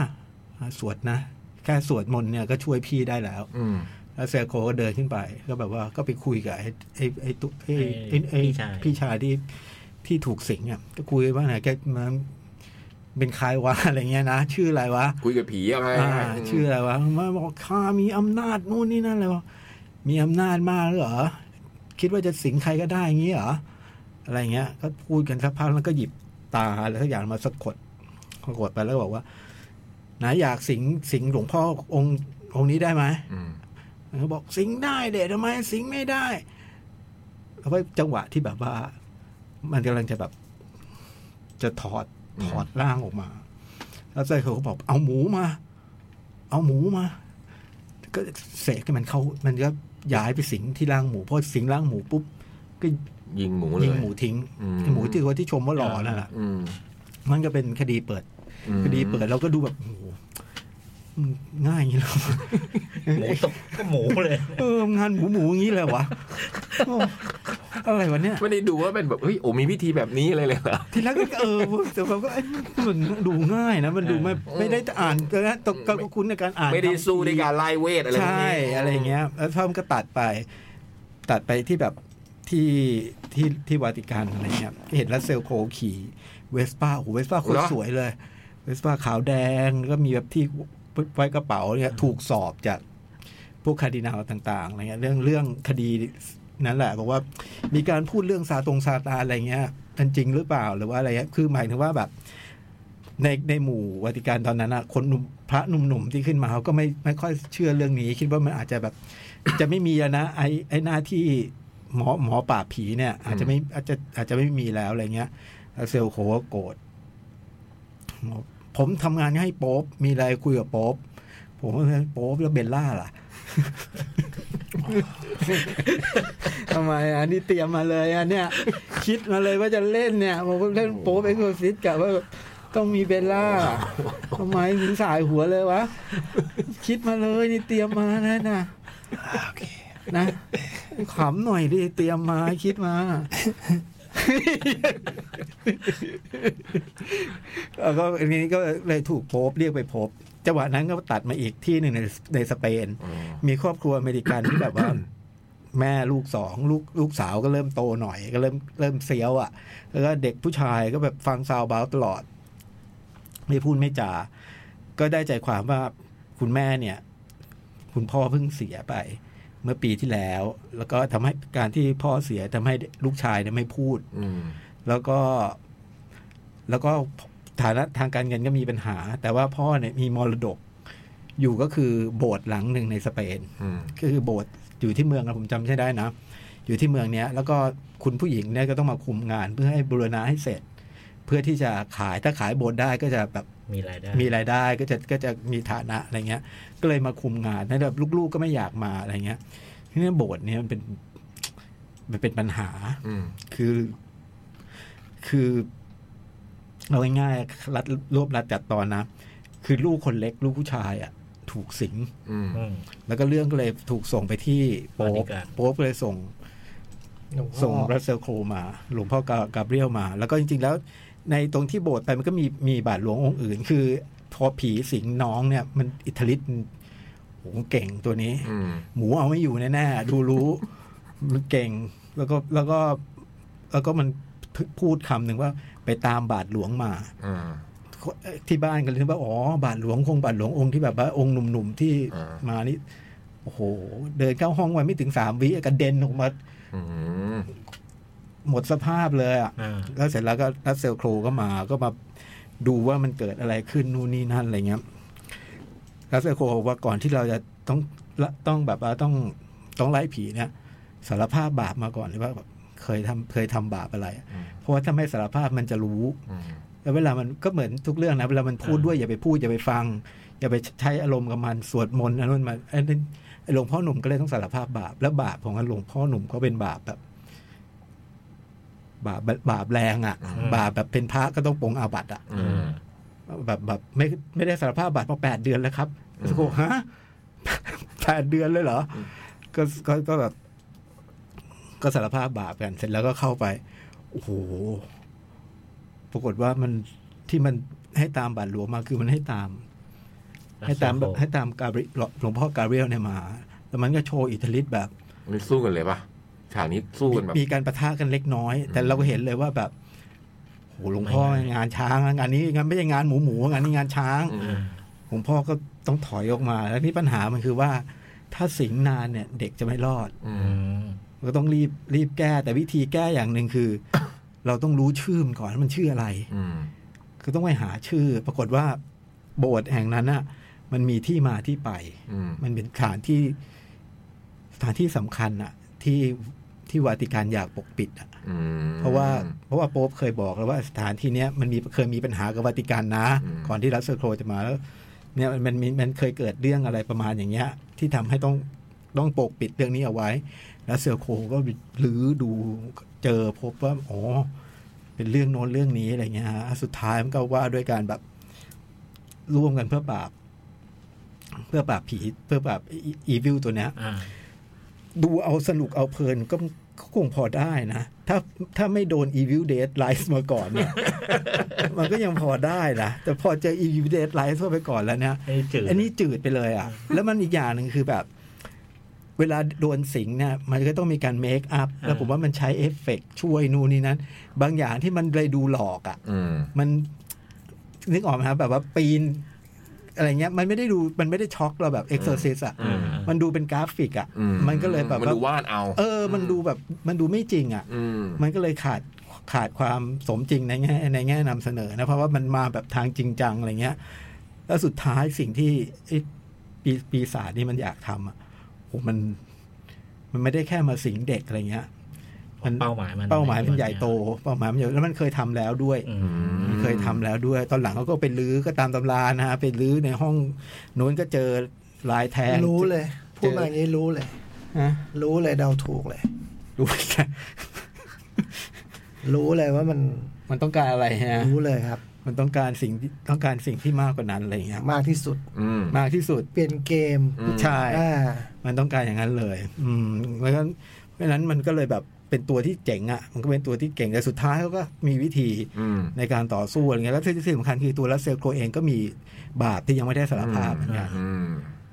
S5: อ่าสวดนะแค่สวดมนต์เนี่ยก็ช่วยพี่ได้แล้ว
S3: อืม
S5: แล้วเซลโคก็เดินขึ้นไป ก็แบบว่าก็ไปคุยกับไอ้ไอ้ไอ้ตุ๊ไอ้ไอ้ไอ้
S2: พี่ชาย
S5: พี่ชายที่ที่ถูกสิงอ่ะก็คุยว่าไหนแกมันเป็นใครวะ อะไรเงี้ยนะ ชื่ออะไรวะ
S3: คุยกับผีเอะไร
S5: อ่าชื่ออะไรวะมาบอกข้ามีอำนาจนู่นนี่นั่นเลยวะมีอำนาจมากเหรอ คิดว่าจะสิงใครก็ได้อย่างงี้เหรอ อะไรเงี้ย ก็พูดกันสักพักแล้วก็หยิบตาอะไรสักอย่างมาสะกดสะกดไปแล้วก็บอกว่าไหนายอยากสิงสิงหลวงพ่อองค์องค์นี้ได้ไหม
S3: อืม
S5: เขาบอกสิงได้เด็ดทำไมสิงไม่ได้แล้วก็จังหวะที่แบบว่า มันกำลังจะแบบ จะถอด
S3: อืม
S5: ถอดร่างออกมา แล้วใจเขาก็บอกเอาหมูมา เอาหมูมา ก็เสกให้มันเข้า มันก็ย้ายไปสิงที่ร่างหมูพอสิงร่างหมูปุ๊บก็
S3: ยิงหมูเลย
S5: ยิงหมูทิ้ง
S3: อืม
S5: ไอ้หมูที่ว่าที่ชมว่าหล่อนั่นแหละ
S3: อืม
S5: มันก็เป็นคดีเปิด
S3: อืม
S5: คดีเปิดเราก็ดูแบบโอ้โหมันง่ายอย่างนี้ เห
S2: ห
S5: รอ
S2: มูตกก็หมูเลย
S5: เอองานหมูหมูอย่างนี้เลยวะโอ้ อะไรวะเนี่ย
S3: ไม่ได้ดูว่าเป็นแบบเฮ้ยโอ้มีวิธีแบบนี้อะไรเลยเหรอ
S5: ทีแรกก็เออแต่ผมก็เอ้ยมันดูง่ายนะ มันดูไม่ไม่ได้อ่านนะตกก็คุ้นในการอ่าน
S3: ไม่ได้สู้ในการไล่เวทอะไรพวก
S5: ใช่
S3: นี้
S5: อะไรอย่างเงี้ยแล้วพ่อมนก็ตัดไป ตัดไปที่แบบที่ที่ที่วาติกันอะไรเงี้ยเห็นรัสเซลโคว์ขี่เวสป้าโอ้โหเวสป้าโคตรสวยเลย เวสป้าขาวแดงแล้วก็มีแบบที่ไว้กระเป๋าเนี่ยถูกสอบจาก พวกคาร์ดินาลต่างๆอะไรเงี้ยเรื่องเรื่องคดีนั้นแหละบอกว่ามีการพูดเรื่องซาตรงซาตานอะไรเงี้ยมันจริงหรือเปล่าหรือว่าอะไรเงี้ยคือหมายถึงว่าแบบ ในในหมู่วาติกันตอนนั้นอะคนหนุ่มพระหนุ่มๆที่ขึ้นมาเขาก็ไม่ไม่ค่อยเชื่อเรื่องนี้ คิดว่ามันอาจจะแบบ จะไม่มีแล้วนะไอไอหน้าที่หมอหมอป่าบผีเนี่ย อาจจะไม่อาจจะอาจจะไม่มีแล้วอะไรเงี้ยแล้วเซลโคก็โกรธบอกผมทำงานให้โป๊ปมีอะไรคุยกับโป๊ปผมว่าโป๊ปแล้วเบลล่าล่ะ ทำไมอันนี้เตรียมมาเลยอันเนี้ย คิดมาเลยว่าจะเล่นเนี่ยผมก็เล่นโป๊ปเอ็กซ์โซซิสต์กับว่าต้องมีเบลล่าทำไมถึงสายหัวเลยวะ คิดมาเลยนี่เตรียมมานะนะนะขำหน่อยดิเตรียมมาคิด มา แล้วก็อันนี้ก็เลยถูกโพบเรียกไปพบจังหวะนั้นก็ตัดมาอีกที่หนึ่งในในสเปน
S3: อืม
S5: มีครอบครัวอเมริกันที่แบบว่า แม่ลูกสองลูกลูกสาวก็เริ่มโตหน่อย ก็เริ่มเริ่มเซียวอะ่ะ แล้วก็เด็กผู้ชายก็แบบฟังซาวบาวตลอด ไม่พูดไม่จา ก็ได้ใจความว่าคุณแม่เนี่ย คุณพ่อเพิ่งเสียไป เมื่อปีที่แล้ว แล้วก็ทำให้การที่พ่อเสียทำให้ลูกชายเนี่ยไม่พูด
S3: อืม
S5: แล้วก็แล้วก็ฐานะทางการเงินก็มีปัญหา แต่ว่าพ่อเนี่ยมีมรดก อยู่ก็คือโบสถ์หลังหนึ่งในสเปน
S3: อืม
S5: คือโบสถ์อยู่ที่เมืองนะผมจำใช่ได้นะ อยู่ที่เมืองเนี้ย แล้วก็คุณผู้หญิงเนี่ยก็ต้องมาคุมงานเพื่อให้บูรณาให้เสร็จ เพื่อที่จะขายถ้าขายโบสถ์ได้ก็จะแบบ
S2: มีรายได้
S5: มีรายได้ก็จะก็จะมีฐานะอะไรเงี้ย ก็เลยมาคุมงานแล้วแบบลูกๆก็ไม่อยากมาอะไรเงี้ยทีนี้โบสถ์เนี่ยมันเป็นมันเป็นปัญหา
S3: อืม
S5: คือ คือเอาง่ายๆรัดรวบรัดจัดตอนนะ คือลูกคนเล็กลูกผู้ชายอ่ะ ถูกสิง
S3: อืม
S2: อืม
S5: แล้วก็เรื่องก็เลยถูกส่งไปที่โป๊
S2: วาติ
S5: ป
S2: กัน
S5: โป๊ปก็เลยส่ง
S4: หลวงพ่
S5: ส่ง
S4: อ
S5: รัสเซลโครมา หลวงพ่อกากาเบรียลมา แล้วก็จริง ๆ แล้ว ในตรงที่โบสถ์ไปมันก็มีมีบาทหลวงองค์อื่น คือพอผีสิงน้องเนี่ย มันอิทธิฤทธิ์โหเก่งตัวนี้
S3: อืม
S5: หมูเอาไม่อยู่แน่ๆ ดูรู้ มันเก่ง แล้วก็แล้วก็ แล้วก็มันพูดคำหนึ่งว่าไปตามบาทหลวงมา
S3: อ่า
S5: ที่บ้านกันเลยว่าอ๋อบาทหลวงคงบาทหลวงองค์ที่แบบว่าองค์หนุ่มๆที่
S3: อ่า
S5: มานี่โอ้โห เดินเข้าห้องไว้ไม่ถึงสามวิกระเด็นออกมา
S3: อืม
S5: หมดสภาพเลยอะ
S2: อ่า
S5: แล้วเสร็จแล้วก็รัสเซลโครก็มาก็มาดูว่ามันเกิดอะไรขึ้นนู่นนี่นั่นอะไรเงี้ยรัสเซลโครบอกว่าก่อนที่เราจะต้องละต้องแบบว่าต้องต้องไล่ผีเนี่ยสารภาพบาปมาก่อนหรือว่าแบบเคยทำเคยทำบาปอะไร
S3: อืม
S5: เพราะว่าถ้าไม่สารภาพมันจะรู้
S3: อืม
S5: แล้วเวลามันก็เหมือนทุกเรื่องนะเวลามันพูดด้วยอย่าไปพูดอย่าไปฟัง อย่าไปใช้อารมณ์กับมันสวดมนต์อันนั้นมาอันนั้นไอ้หลวงพ่อหนุ่มก็เลยต้องสารภาพบาป แล้วบาปของหลวงพ่อหนุ่มก็เป็นบาปแบบ บาปบาปแรงอ่ะ บาปแบบเป็นพระก็ต้องปรงอาบัติอ่ะ
S3: อื
S2: อื
S3: ม
S2: ม
S5: แบบแบบไม่ไม่ได้สารภาพบาปมาแปดเดือนแล้วครับ
S3: อืม
S5: สโกฮะ แปดเดือนเลยเหรออก็ก็ก็แบบ ก็สารภาพบาปกันเสร็จแล้วก็เข้าไป โอ้โห ปรากฏว่ามันที่มันให้ตามบาทหลวงมาคือมันให้ตาม ให้ตามแบบให้ตามกาเบรียลหลวงพ่อกาเบรียลเนี่ยมา แล้วมันก็โชว์อิทธิฤทธิ์แบบ
S3: นี่สู้กันเลยปะฉากนี้สู้กันแบบ
S5: มีการประทะกันเล็กน้อย แต่เราก็เห็นเลยว่าแบบโหหลวงพ่อ
S2: ไม่ง่าย
S5: งานช้างนะงานนี้งานไม่ใช่งานหมูหมูงานนี้งานช้าง
S3: อืม
S2: อ่า
S5: หลวงพ่อก็ต้องถอยออกมา แล้วนี่ปัญหามันคือว่า ถ้าสิงนานเนี่ย เด็กจะไม่รอด
S3: อื
S2: อื
S3: ม
S2: ม
S5: ก็ต้องรีบรีบแก้ แต่วิธีแก้อย่างหนึ่งคือ เราต้องรู้ชื่อมันก่อนว่ามันชื่ออะไร
S3: อืม
S5: คือต้องไปหาชื่อ ปรากฏว่าโบสถ์แห่งนั้นอ่ะ มันมีที่มาที่ไป
S3: อืม
S5: มันเป็นสถานที่สถานที่สำคัญอ่ะ ที่ที่วาติกันอยากปกปิดอ่ะ
S3: อืม
S5: เพราะว่าเพราะว่าโป๊ปเคยบอกแล้วว่าสถานที่เนี้ยมันมีเคยมีปัญหากับวาติกันนะ
S3: อืม
S5: ก่อนที่รัสเซอร์โครจะมาแล้ว เนี่ยมันมันมันมันเคยเกิดเรื่องอะไรประมาณอย่างเงี้ย ที่ทำให้ต้องต้องปกปิดเรื่องนี้เอาไว้ แล้วเซอร์โครก็รื้อดูเจอพบว่าอ๋อเป็นเรื่องโน้นเรื่องนี้อะไรเงี้ยฮะสุดท้ายมันก็ว่าด้วยการแบบร่วมกันเพื่อปราบ เพื่อปราบผีเพื่อปราบอีวิลตัวเนี้ย
S2: อ่า
S5: ดูเอาสนุกเอาเพลินก็ ก็คงพอได้นะ ถ้าถ้าไม่โดน Evil Dead Rise มาก่อนเนี่ย มันก็ยังพอได้นะ แต่พอเจอ Evil Dead Rise เข้าไปก่อนแล้วเนี่ย
S2: ไอ้จืด
S5: อันนี้จืดไปเลยอ่ะ แล้วมันอีกอย่างหนึ่งคือแบบ เวลาโดนสิงเนี่ยมันก็ต้องมีการเมคอัพแล้วผมว่ามันใช้เอฟเฟกต์ช่วยนู่นนี่นั้น บางอย่างที่มันเลยดูหลอกอ่ะ
S3: อืม
S5: มันนึกออกไหมครับแบบว่าปีน อะไรเงี้ย มันไม่ได้ดูมันไม่ได้ช็อกเราแบบเอ็กซ์โซซิสอ่ะ
S3: อืม
S5: มันดูเป็นกราฟิกอ่ะ
S3: อื
S5: มันก็เลยแบบ
S3: มัน
S5: ว่า
S3: ดูวาดเอา
S5: เออ มันดูแบบมันดูไม่จริงอ่ะ
S3: อืม
S5: มันก็เลยขาดขาดความสมจริงในแง่ในแง่นำเสนอนะ เพราะว่ามันมาแบบทางจริงจังอะไรเงี้ย แล้วสุดท้ายสิ่งที่ไอ้ปีปีศาจนี่มันอยากทำอ่ะโหมัน มันไม่ได้แค่มาสิงเด็กอะไรเงี้ย มัน
S2: เป้าหมายมัน
S5: เป้าหมายมันใหญ่โตเป้าหมายมันใหญ่แล้วมันเคยทำแล้วด้วย
S2: อื
S3: อื
S2: ม
S3: ม
S5: เคยทำแล้วด้วย ตอนหลังเขาก็ไปลื้อก็ตามตำรานะฮะไปลื้อในห้องโน้นก็เจอลายแทง
S4: รู้เลย พูดมาอย่างนี้รู้เลย
S5: ฮะ
S4: รู้เลยเดาถูกเลย
S5: รู้แค่
S4: รู้เลยว่ามัน
S5: มันต้องการอะไรฮะ
S4: รู้เลยครับ
S5: มันต้องการสิ่งที่ต้องการสิ่งที่มากกว่านั้นอะไรเงี้ย
S4: มากที่สุด
S3: อืม
S5: มากที่สุด
S4: เปลี่ยนเกม
S3: อืม
S5: ใช่
S4: อ่า
S5: มันต้องการอย่างนั้นเลย อืมเพราะฉะนั้นเพราะฉะนั้นมันก็เลยแบบเป็นตัวที่เจ๋งอ่ะ มันก็เป็นตัวที่เก่ง แต่สุดท้ายเขาก็มีวิธี
S3: อืม
S5: ในการต่อสู้อะไรเงี้ย แล้วที่ที่สำคัญคือตัวรัสเซลโครเองก็มีบาปที่ยังไม่ได้สารภาพเหมือนกัน
S3: อืม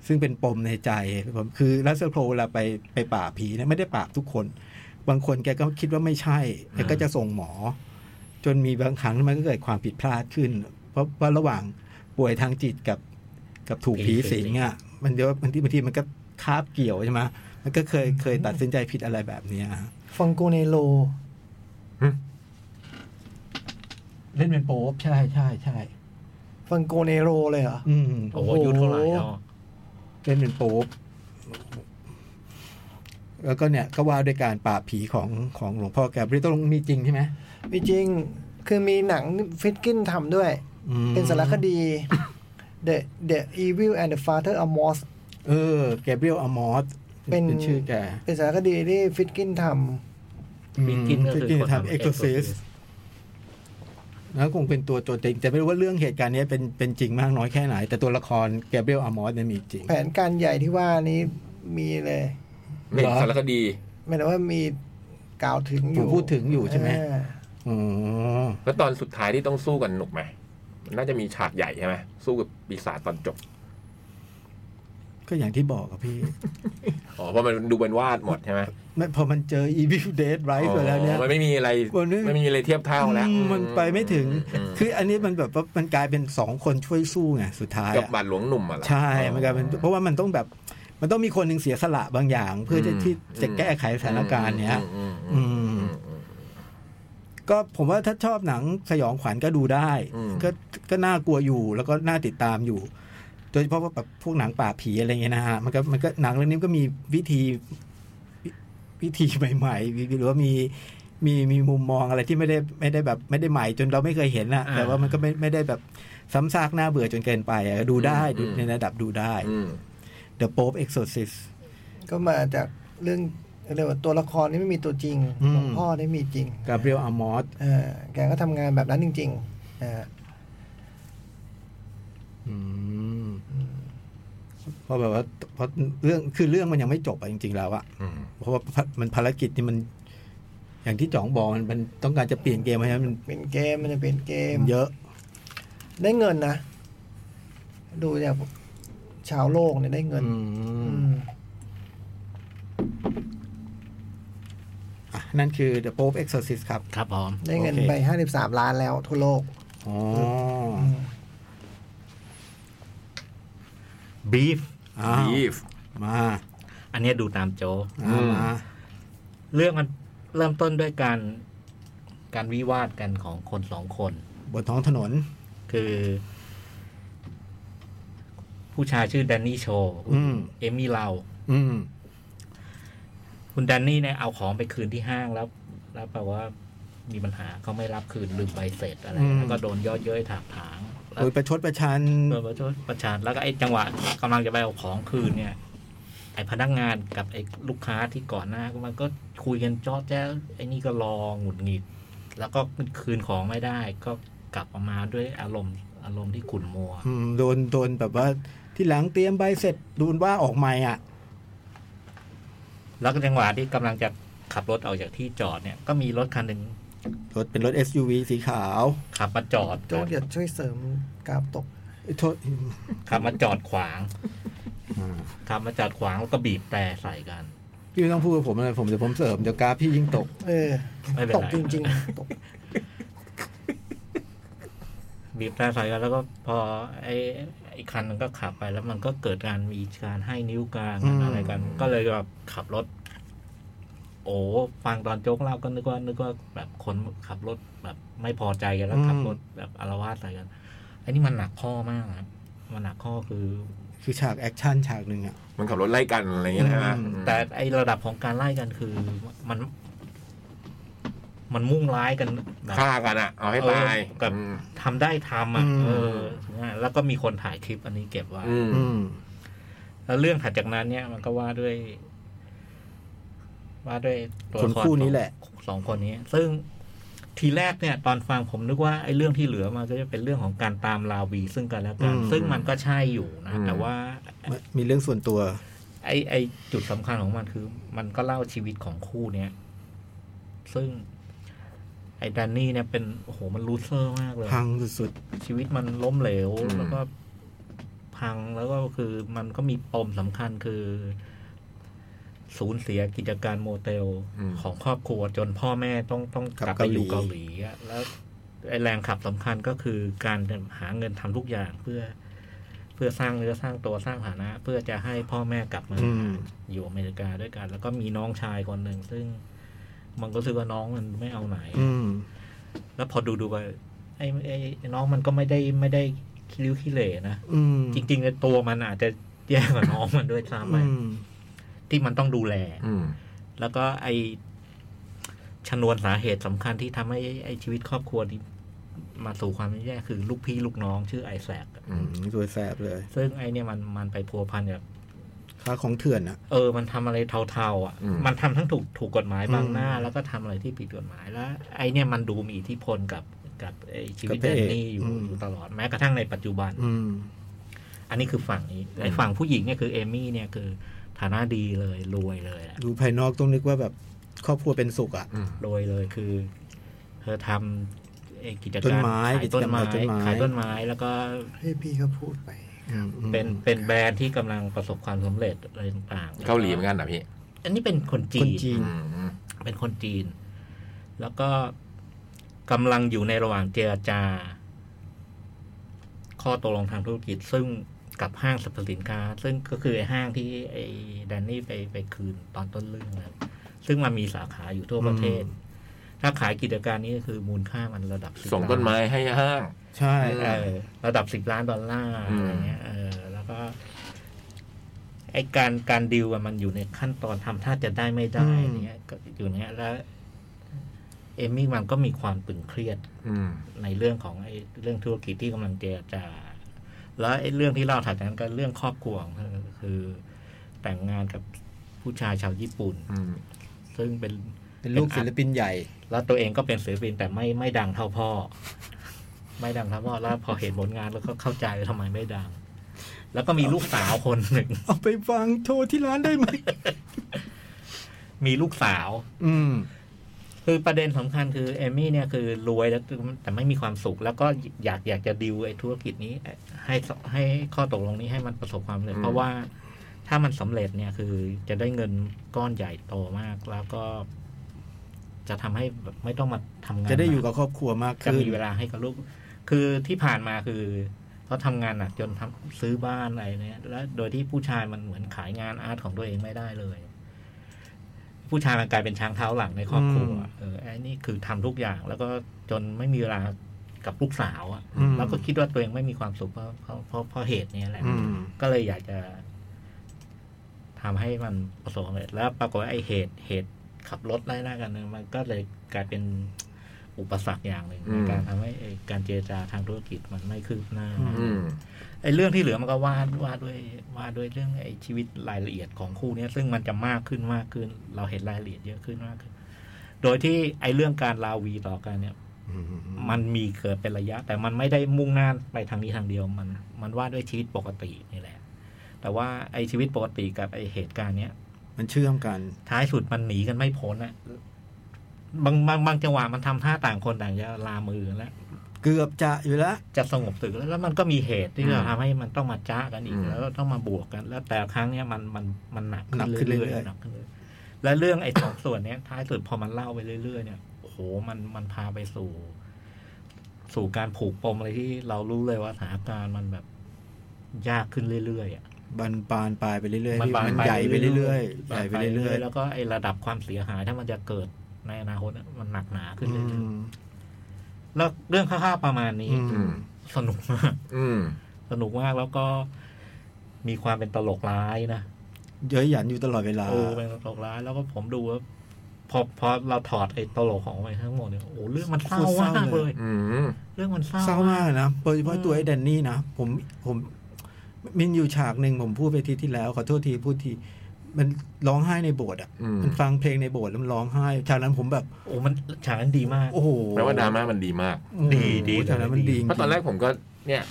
S5: ซึ่งเป็นปมในใจผมคือรัสเซลโครเวลาไปไปป่าบผีเนะไม่ได้ป่าบทุกคน บางคนแกก็คิดว่าไม่ใช่แกก็จะส่งหมอ จนมีบางครั้งมันก็เกิดความผิดพลาดขึ้น เพราะว่าระหว่างป่วยทางจิตกับกับถูก
S2: ผี
S5: ผี
S2: สิ
S5: สิ
S2: ง
S5: งอ่ะมันเดี๋ยวบางทีบางทีมันก็คาบเกี่ยวใช่ไหมมันก็เคยเคยตัดสินใจผิดอะไรแบบเนี้ย
S4: ฟังโกเนโล
S5: เล่นเป็นโป๊บใช่ใช่ใช่
S4: ฟังโกเนโลเลยเหรอ
S5: อืม
S2: โอ้โหอายุเท่าไหร่เนาะ
S5: เล่นเป็นโป๊บแล้วก็เนี่ยก็ว่าด้วยการปราบผีของของหลวงพ่อแกบริโตรงมีจริงใช่ไหม
S4: มีจริง คือมีหนังฟิตกินทำด้วย
S5: อืม
S4: เป็นสารคดี The The Evil and the Father of Moss
S5: เออ แกเบรียลอมอส
S4: เป็น
S5: ชื่อแก
S4: เป็นสารคดีที่ฟิตกินท
S2: บินกินก็
S5: คือ
S2: คือ
S5: กิน
S2: คน
S5: ทำเอ็กโซซิสแล้วคงเป็นตัวตัวจริง แต่ไม่รู้ว่าเรื่องเหตุการณ์เนี้ยเป็นเป็นจริงมากน้อยแค่ไหน แต่ตัวละครแกเบรียลอมอสเนี่ยมีจริง
S4: ำแผนการใหญ่ที่ว่านี้มีเลย
S3: นี่
S5: เหรอ
S3: สารคดี
S4: ไม่ได้ว่ามีกล่าวถึงอ
S5: ผ
S4: ยู่
S5: มพูดถึงอยู่ใช่ไหม
S4: อ่า
S5: อ๋อ
S3: แล้วตอนสุดท้ายที่ต้องสู้กันหนุกไหมมันน่าจะมีฉากใหญ่ใช่ไหมสู้กับปีศาจตอนจบ
S5: ก็อย่างที่บอกกับพี่
S3: อ๋อ เพราะมันดูเป็นวาดหมดใช่ไหม
S5: ไม่พอมันเจออีวิ d เด d ไรส์ไปแล้วเนี่ย
S3: อ๋อมันไม่มีอะไร
S5: มันไม่
S3: ไม่มีอะไรเทียบเท่าแล้ว
S5: อืมมันไปไม่ถึง
S3: อืม
S5: คืออันนี้มันแบบว่ามันกลายเป็นสองคนช่วยสู้ไงสุดท้าย
S3: กับ
S5: อะ
S3: บาทหลวงหนุ่มอ่ะเหรอ
S5: ใช่ มันกลายเป็นเพราะว่ามันต้องแบบ มันต้องมีคนหนึ่งเสียสละบางอย่าง เพื่อที่
S3: อืม
S5: ที่จะแก้ไขสถานการณ์เนี้ย
S3: อืมอื
S5: อื
S3: ม
S5: ม ก็ผมว่าถ้าชอบหนังสยองขวัญก็ดูได้
S3: อืม
S5: ก็ก็น่ากลัวอยู่แล้วก็น่าติดตามอยู่ โดยเฉพาะว่าแบบพวกหนังป่าผีอะไรเงี้ยนะฮะ มันก็มันก็หนังเรื่องนี้ก็มีวิธีวิวิธีใหม่ๆวิหรือว่ามีมีมีมุมมองอะไรที่ไม่ได้ไม่ได้แบบไม่ได้ใหม่ จนเราไม่เคยเห็นนะแต่ว่ามันก็ไม่ไม่ได้แบบซ้ำซากน่าเบื่อจนเกินไปอะดูได้ดูในระดับดูได้
S3: อืม
S5: The Pope Exorcist
S4: ก็มาจากเรื่องเรียกว่าตัวละครนี่ไม่มีตัวจริง
S5: อืม
S4: หลวงพ่อนี่มีจริง
S5: กาเบรียลอามอส
S4: เออแกก็ทำงานแบบนั้นจริงๆอ่า
S5: เพราะแบบว่าเพราะเรื่องคือเรื่องมันยังไม่จบอะจริง ๆ แล้วอะ
S3: อืม
S5: เพราะว่ามันภารกิจนี่มัน อย่างที่จ๋องบอกมันมันต้องการจะเปลี่ยนเกมใช่ไหมมัน
S4: เป็นเกมมันจะเป็นเกม
S5: เยอะ
S4: ได้เงินนะ ดูจากชาวโลกเนี่ยได้เงิน
S5: อื
S4: อื
S5: ม
S4: ม
S5: อ่ะนั่นคือ The Pope Exorcist ครับ
S2: ครับพร้อม
S4: ได้เงิน
S5: โอเค
S4: ไปห้าสิบสามล้านแล้วทั่วโลก
S5: อ๋อ
S4: ม
S2: บีฟ
S5: อ้าว
S3: บีฟ
S5: มา
S2: อันเนี้ยดูตามโจก
S5: อ่ามา
S2: เรื่องมันเริ่มต้นด้วยการการวิวาทกันของคนสองคน
S5: บนท้องถนน
S2: คือ ผู้ชายชื่อแดนนี่โชว์
S5: อืม
S2: เอมมี่เรา
S5: อืม
S2: คุณแดนนี่เนี่ยเอาของไปคืนที่ห้างแล้ว แล้วแปลว่ามีปัญหาเขาไม่รับคืนลืมใบเสร็จอะไร
S5: อืม
S2: แล้วก็โดนย่อเย้ยถากถางแล้ว
S5: โดยประชดประชัน
S2: เออประชดประชานแล้วก็ไอ้จังหวะกำลังจะไปเอาของคืนเนี่ย ไอ้พนักงานกับไอ้ลูกค้าที่ก่อนหน้าก็มันก็คุยกันจ้อแจ้วไอ้นี่ก็รอหงุดหงิด แล้วก็คืนของไม่ได้ ก็กลับออกมาด้วยอารมณ์ อารมณ์ที่ขุ่นมัว
S5: อืมโดนโดนแบบว่าที่หลังเตรียมใบเสร็จโดนว่าออกใหม่อ่ะ
S2: แล้วก็จังหวะที่กำลังจะข ขับรถออกจากที่จอดเนี่ยก็มีรถคันหนึ่ง
S5: รถเป็นรถ SUV สีขาว
S2: ขับมาจอด
S4: โจ๊กอย่าช่วยเสริมกราฟตก
S5: โทษ
S2: ขับมาจอดขวาง
S5: อ่า
S2: ขับมาจอดขวางแล้วก็บีบแต่ใส่กัน
S5: พี่ไม่ต้องพูดกับผมเลยผมเดี๋ยวผมเสริมเดี๋ยวกราฟพี่ยิ่งตก
S4: เออ
S2: ไม่เป็นไร
S4: ตกจริงๆ ตก
S2: บีบแต่ใส่กันแล้วก็พอไอ้ไอ้คันมันก็ขับไปแล้วมันก็เกิดการมีการให้นิ้วกลาง
S5: อืม
S2: อะไรกัน ก็เลยแบบขับรถ โอ้ฟังตอนโจ๊กเล่าก็นึกว่านึกว่าแบบคนขับรถแบบไม่พอใจกันแล้วขับรถแบบอารวาสใส่กันไอ้นี่มันหนักข้อมากนะมันหนักข้อคือ
S5: คือฉากแอคชั่นฉากหนึ่งอ่ะ
S3: มันขับรถไล่กันอะไรอย่างเงี้ยนะฮะ
S5: อืม
S2: แต่ไอระดับของการไล่กันคือมัน มันมุ่งร้ายกันแบบ
S3: ฆ่ากันอ่ะ เอาให้ตาย
S2: เออกับ
S3: อืม
S2: ทำได้ทำอ่ะ
S5: อืม
S2: เออแล้วก็มีคนถ่ายคลิปอันนี้เก็บไว้
S3: อืม
S5: อืม
S2: แล้วเรื่องถัดจากนั้นเนี่ยมันก็ว่าด้วย ว่าด้วยตัว
S5: คน
S2: ละร
S5: คู่นี้แหละ
S2: สองสองคนนี้ ซึ่งทีแรกเนี่ย ตอนฟังผมนึกว่าไอ้เรื่องที่เหลือมันก็จะเป็นเรื่องของการตามราวี ซึ่งกันและกัน
S5: อืม
S2: ซึ่งมันก็ใช่อยู่นะแต่ว่า
S5: มีเรื่องส่วนตัว
S2: ไอไอจุดสำคัญของมันคือ มันก็เล่าชีวิตของคู่เนี้ยซึ่ง ไอแดนนี่เนี่ยเป็นโอ้โหมันลูเซอร์มากเลย
S5: พังสุด
S2: ชีวิตมันล้มเหลว แล้วก็พังแล้วก็คือมันก็มีปมสำคัญคือ สูญเสียกิจการโมเตลของครอบครัวจนพ่อแม่ต้องต้องก
S5: กลับ
S2: ลับไปอยู่
S5: เกา
S2: เกา
S5: ห
S2: ห
S5: ลี
S2: ลีอะแล้วไอแรงขับสำคัญก็คือการหาเงินทำทุกอย่างเพื่อ เพื่อสร้างเนื้อสร้างตัวสร้างฐานะ เพื่อจะให้พ่อแม่กลับมา
S5: ๆ อืม
S2: อยู่อเมริกาด้วยกัน แล้วก็มีน้องชายคนหนึ่ง ซึ่งมันก็รู้สึกว่าน้องมันไม่เอาไหน
S5: อืม
S2: แล้วพอดูดูไปไอ้ไอ้ไอ้น้องมันก็ไม่ได้ไม่ได้คิริ้วขี้เหร่นะ
S5: อืม
S2: จริงๆในตัวมันอาจจะแย่กว่าน้องมันด้วยซ้ำไป
S5: อืม
S2: ที่มันต้องดูแล
S3: อืม
S2: แล้วก็ไอชนวนสาเหตุสำคัญที่ทำให้ไอชีวิตครอบครัวนี้มาสู่ความแย่คือลูกพี่ลูกน้องชื่อไอแซก
S3: อืม
S5: อืมตัวแสบเลย
S2: ซึ่งไอเนี่ยมันมันไปพัวพันกับ
S5: ค่าของเถื่อนอ่ะ
S2: เออ มันทำอะไรเทาๆอ่ะ มันทำทั้งถูกถูกกฎหมายบางหน้า
S5: อืม
S2: แล้วก็ทำอะไรที่ผิดกฎหมายแล้ว ไอเนี่ยมันดูมีอิทธิพลกับกับไอ้ชีวิต
S5: กับพ
S2: แด
S5: ระ
S2: น
S5: เอก
S2: นี่อยู่
S5: อืม
S2: อยู่ตลอดแม้กระทั่งในปัจจุบัน
S5: อืม
S2: อันนี้คือฝั่งนี้ไอฝั่งผู้หญิงเนี่ยคือเอมี่เนี่ยคือฐานะดีเลยรวยเลยอะ
S5: ดูภายนอกต้องนึกว่าแบบครอบครัวเป็นสุขอ่ะ
S3: อืม
S2: รวยเลยคือเธอทำไอ้กิจ
S5: ต้
S2: กาน ร
S5: ไม้
S2: ขายต้นไม้
S5: กิจกรรม
S2: ขา
S5: ขายต้นไม้
S2: ยต้นไม้แล้วก็
S4: ให้พี่เขาพูดไป
S5: อืมอืม
S2: เป็นเป็นแบรนด์ที่กำลังประสบความสำเร็จอะไรต่างๆ
S3: เกาหลีเหมือนกันเหรอพี่
S2: อันนี้เป็นคนจี
S5: คนจี
S3: อื
S5: น
S3: มอืม
S2: เป็นคนจีน แล้วก็กำลังอยู่ในระหว่างเจรจา ข้อตกลงทางธุรกิจ ซึ่งกับห้างสรรพสินค้า ซึ่งก็คือไอ้ห้างที่ไอ้แดนนี่ไปไปคืนตอนต้นเรื่องนะซึ่งมันมีสาขาอยู่ทั่วประเทศ
S5: อืม
S2: ถ้าขายกิจการนี้ก็คือมูลค่ามันระดับ10
S3: ส่งต้นไม้ให้ห้าง
S5: ใช่
S2: เออระดับสิบล้านดอลลาร์
S3: อืม
S2: อะไรเงี้ยเออแล้วก็ ไอ้การการดิวอะมันอยู่ในขั้นตอนทำท่าจะได้ไม่ได้อะไรเนี้ยก็อยู่เนี้ยแล้ว เอมี่มันก็มีความตึงเครียด
S3: อืม
S2: ในเรื่องของไอ้เรื่องธุรกิจที่กำลังเจรจาแล้วไอ้เรื่องที่เล่าถัดจากนั้นก็เรื่องครอบครัวของเธอคือ แต่งงานกับผู้ชายชาวญี่ปุ่น
S3: อืม
S2: ซึ่งเป็น
S5: เป็นลูกศิลปินใหญ่
S2: แล้วตัวเองก็เป็นศิลปินแต่ไม่ไม่ดังเท่าพ่อ ไม่ดังเท่าพ่อแล้วพอเห็นผลงานแล้วก็เข้าใจว่าทำไมไม่ดัง แล้วก็มีลูกสาวคนหนึ่ง
S5: เอาไปวางโชว์ที่ร้านได้ไหม
S2: มีลูกสาว
S5: อืม
S2: คือประเด็นสำคัญคือเอมี่เนี่ยคือรวยแล้วแต่ไม่มีความสุข แล้วก็อยากอยากจะดิวไอ้ธุรกิจนี้ ให้ให้ข้อตกลงนี้ให้มันประสบความสำเร็จเพราะว่าถ้ามันสำเร็จเนี่ยคือจะได้เงินก้อนใหญ่โตมาก แล้วก็ จะทำให้แบบไม่ต้องมาทำงาน
S5: จะได้อยู่กับครอบครัวมาก
S2: จะ
S5: ขึ้น
S2: มีเวลาให้กับลูก คือที่ผ่านมาคือเขาทำงานหนักจนทำซื้อบ้านอะไรเนี่ย แล้วโดยที่ผู้ชายมันเหมือนขายงานอาร์ตของตัวเองไม่ได้เลย ผู้ชายมันกลายเป็นช้างเท้าหลังในครอบครัว
S5: อืม
S2: เออไอ้นี่คือทำทุกอย่าง แล้วก็จนไม่มีเวลากับลูกสาวอะ
S5: อืม
S2: แล้วก็คิดว่าตัวเองไม่มีความสุขเพราะเพราะเพราะเพราะเหตุเนี้ยแหละ
S5: อืม
S2: ก็เลยอยากจะทำให้มันประสบความสำเร็จแล้วปรากฏว่าไอ้เหตุเหตุขับรถไล่ล่ากันเนี่ยมันก็เลยกลายเป็นอุปสรรคอย่างหนึ่งในการทำให้ไอ้การเจรจาทางธุรกิจมันไม่คืบหน้า
S5: อื
S3: อืม
S2: ไอ้เรื่องที่เหลือมันก็ว่าดว่าด้วยว่าด้วยเรื่องไอ้ชีวิตรายละเอียดของคู่เนี้ย ซึ่งมันจะมากขึ้นมากขึ้น เราเห็นรายละเอียดเยอะขึ้นมากขึ้น โดยที่ไอ้เรื่องการลาวีต่อกันเนี่ย มันมีเกิดเป็นระยะ แต่มันไม่ได้มุ่งหน้าไปทางนี้ทางเดียวมัน มันว่าด้วยชีวิตปกตินี่แหละ แต่ว่าไอชีวิตปกติกับไอเหตุการณ์เนี้ย
S5: มันเชื่อมกัน
S2: ท้ายสุดมันหนีกันไม่พ้นอะบางบางบางจังหวะมันทำท่าต่างคนต่างจะลามือกันแล้ว
S5: เกือบจะอยู่แล้ว
S2: จะสงบศึกแล้วแล้วมันก็มีเหตุที่
S3: อืม
S2: จะทำให้มันต้องมาจ้ากันอีก
S3: อืม
S2: แล้วก็ต้องมาบวกกัน แล้วแต่ครั้งเนี้ยมันมันมันหนัก
S5: หนักขึ้
S2: ขึ้
S5: น
S2: น
S5: เรื่
S2: เรื่
S5: อ
S2: อย
S5: ๆ
S2: ยๆหนักขึ้นเรื่อยๆและเรื่องไอ้สองส่วนเนี้ยท้ายสุดพอมันเล่าไปเรื่อย ๆ เนี่ยโอ้โหมันมันพาไปสู่ สู่การผูกปมอะไรที่เรารู้เลยว่าสถานการณ์มันแบบยากขึ้นเรื่อยๆอะ
S5: บันปานปลายไปเรื่อยๆ
S2: มันบา
S5: มัน
S2: นปลาย
S5: ใหญ่ไปเรื่อยๆ
S2: บ
S5: ใหญ่
S2: น
S5: ไป
S2: ลา
S5: เรื่อยๆ
S2: แล้วก็ไอ้ระดับความเสียหายถ้ามันจะเกิดในอนาคตอะมันหนักหนาขึ้นเรื่อย
S5: อืม
S2: ๆแล้วเรื่องคร่าวๆประมาณนี้
S5: อืม
S2: สนุกมาก
S3: อืม
S2: สนุกมากแล้วก็มีความเป็นตลกร้ายนะ
S5: เยอะหยันอยู่ตลอดเวลา
S2: โอ้เป็นตลกร้ายแล้วก็ผมดูแล้วพอพอเราถอดไอ้ตลกของไปทั้งหมดเนี่ยโอ้เรื่องมันเศร้า
S5: โคตรเศร้าม
S2: าก
S5: เล
S2: เลย ย
S3: อืม
S2: เรื่องมันเศร้า
S5: เศร้ามากเลยนะโดยเฉพาะตัวไอ้แดนนี่นะ ผมผมมินอยู่ฉากหนึ่งผมพูดไปทีที่แล้ว ขอโทษทีพูดที มันร้องไห้ในโบสถ์อ่ะ
S3: อืม
S5: มันฟังเพลงในโบสถ์แล้วมันร้องไห้ฉากนั้นผมแบบ
S2: โอ้มันฉากนั้นดีมาก
S5: โอ้โห
S3: แปลว่าดราม่ามันดีมาก
S5: โอ้โห
S2: ดีดี
S5: ฉากนั้นมันดีจงๆ
S3: เพราะตอนแรกผมก็เนี่ย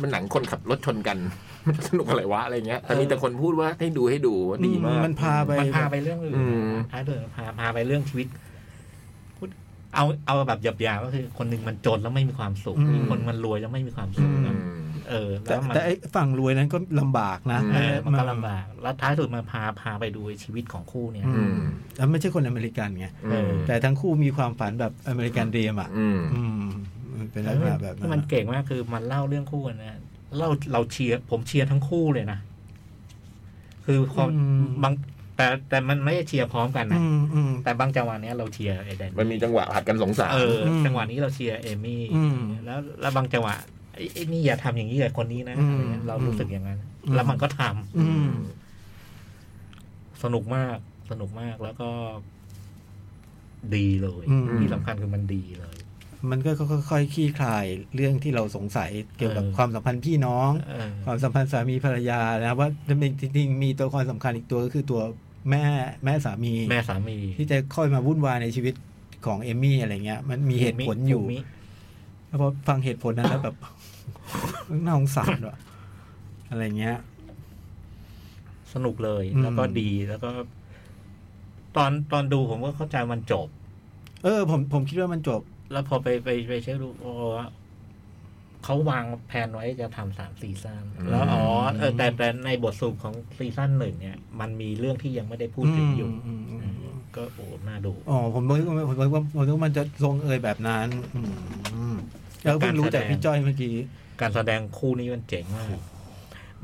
S3: มันหนังคนขับรถชน กัน มันจะสนุกอะไรวะอะไรเงี้ยแต่มีแต่คนพูดว่าให้ดูให้ดูว่าดีมาก
S5: มันพาไป
S2: มันพาไปเรื่องอื่น
S3: อืม
S2: ท้ายเรื่องพาพาไปเรื่องชีวิตพูดเอาเอาแบบหยาบๆก็คือ คนหนึ่งมันจนแล้วไม่มีความสุข
S5: อืม
S2: คนมันรวยแล้วไม่มีความสุข
S5: อื
S3: อืม
S2: เออ แล้
S5: แต่
S2: วมัน
S5: แต่ไอ้ฝั่งรวยนั้นก็ลำบากนะ
S2: เออมันก็
S5: น
S2: ลำบากแล้วท้ายสุดมันพาพาไปดูชีวิตของคู่เนี่ย
S5: อื
S3: อื
S5: ม
S3: ม
S5: แล้วไม่ใช่คนอเมริกันไง
S3: อืม
S5: แต่ทั้งคู่มีความฝันแบบอเมริกันเดียมอ่ะ
S3: อืม
S5: อืมมันเป็นลักษณะแบบ
S2: ที่
S5: นั้
S2: มัน นเก่งมากคือมันเล่าเรื่องคู่กันนะเล่าเราเชียร์ผมเชียร์ทั้งคู่เลยนะคือพออ
S5: ม
S2: บางแต่แต่มันไม่ได้เชียร์พร้อมกันนะ
S5: อืมอืม
S2: แต่บางจังหวะเนี้ยเราเชียร์ไอ้แดน
S3: มันมีจังหวะผัดกันสงสาร
S2: เอออ
S5: ม
S2: จังหวะนี้เราเชียร์เอมี่
S5: อืม
S2: แล้วแล้วบางจังหวะไอ้ไอ้นี่อย่าทำอย่างนี้กับคนนี้นะ
S5: อืม
S2: อะไรเงี้ยเรารู้สึกอย่างนั้น
S5: อืม
S2: แล้วมันก็ทำ
S5: อืม
S2: สนุกมากสนุกมากแล้วก็ ดีเลย
S5: อืม
S2: ที่สำคัญคือมันดีเลย
S5: มันก็ค่อยๆคลี่คลายเรื่องที่เราสงสัยเกี่ยวกับ
S2: เออ
S5: ความสัมพันธ์พี่น้อง
S2: เออ
S5: ความสัมพันธ์สามีภรรยานะครับว่าจะมีจริงๆมีตัวละครสำคัญอีกตัวก็คือตัวแม่แม่สามี
S2: แม่สามี
S5: ที่จะค่อยมาวุ่นวายในชีวิตของเอมมี่อะไรเงี้ย มันมีเหตุผลอยู่
S2: มิ
S5: แล้วพอฟังเหตุผลนั้นแล้วแบบ น่าสงสารว่ะอะไรเงี้ย
S2: สนุกเลย
S5: อืม
S2: แล้วก็ดีแล้วก็ ตอนตอนดูผมก็เข้าใจมันจบ
S5: เออ ผมผมคิดว่ามันจบ
S2: แล้วพอไปไปไปเช็คดูโอ้ว่าเขาวางแผนไว้จะทำสามซีซั่นแล้วอ๋อเออแต่แต่ในบทสรุปของซีซั่นหนึ่งเนี่ย มันมีเรื่องที่ยังไม่ได้พูดถึงอยู่
S5: อืมอืมอืม
S2: เออก็โอ้น่าดู
S5: อ๋อผมนึกว่าผมนึกว่าผมนึกว่ามันจะทรงเอยแบบนั้น อืมแล้วเพิ่งรู้จากพี่จ้อยเมื่อกี้
S2: การแสดงคู่นี้มันเจ๋งมาก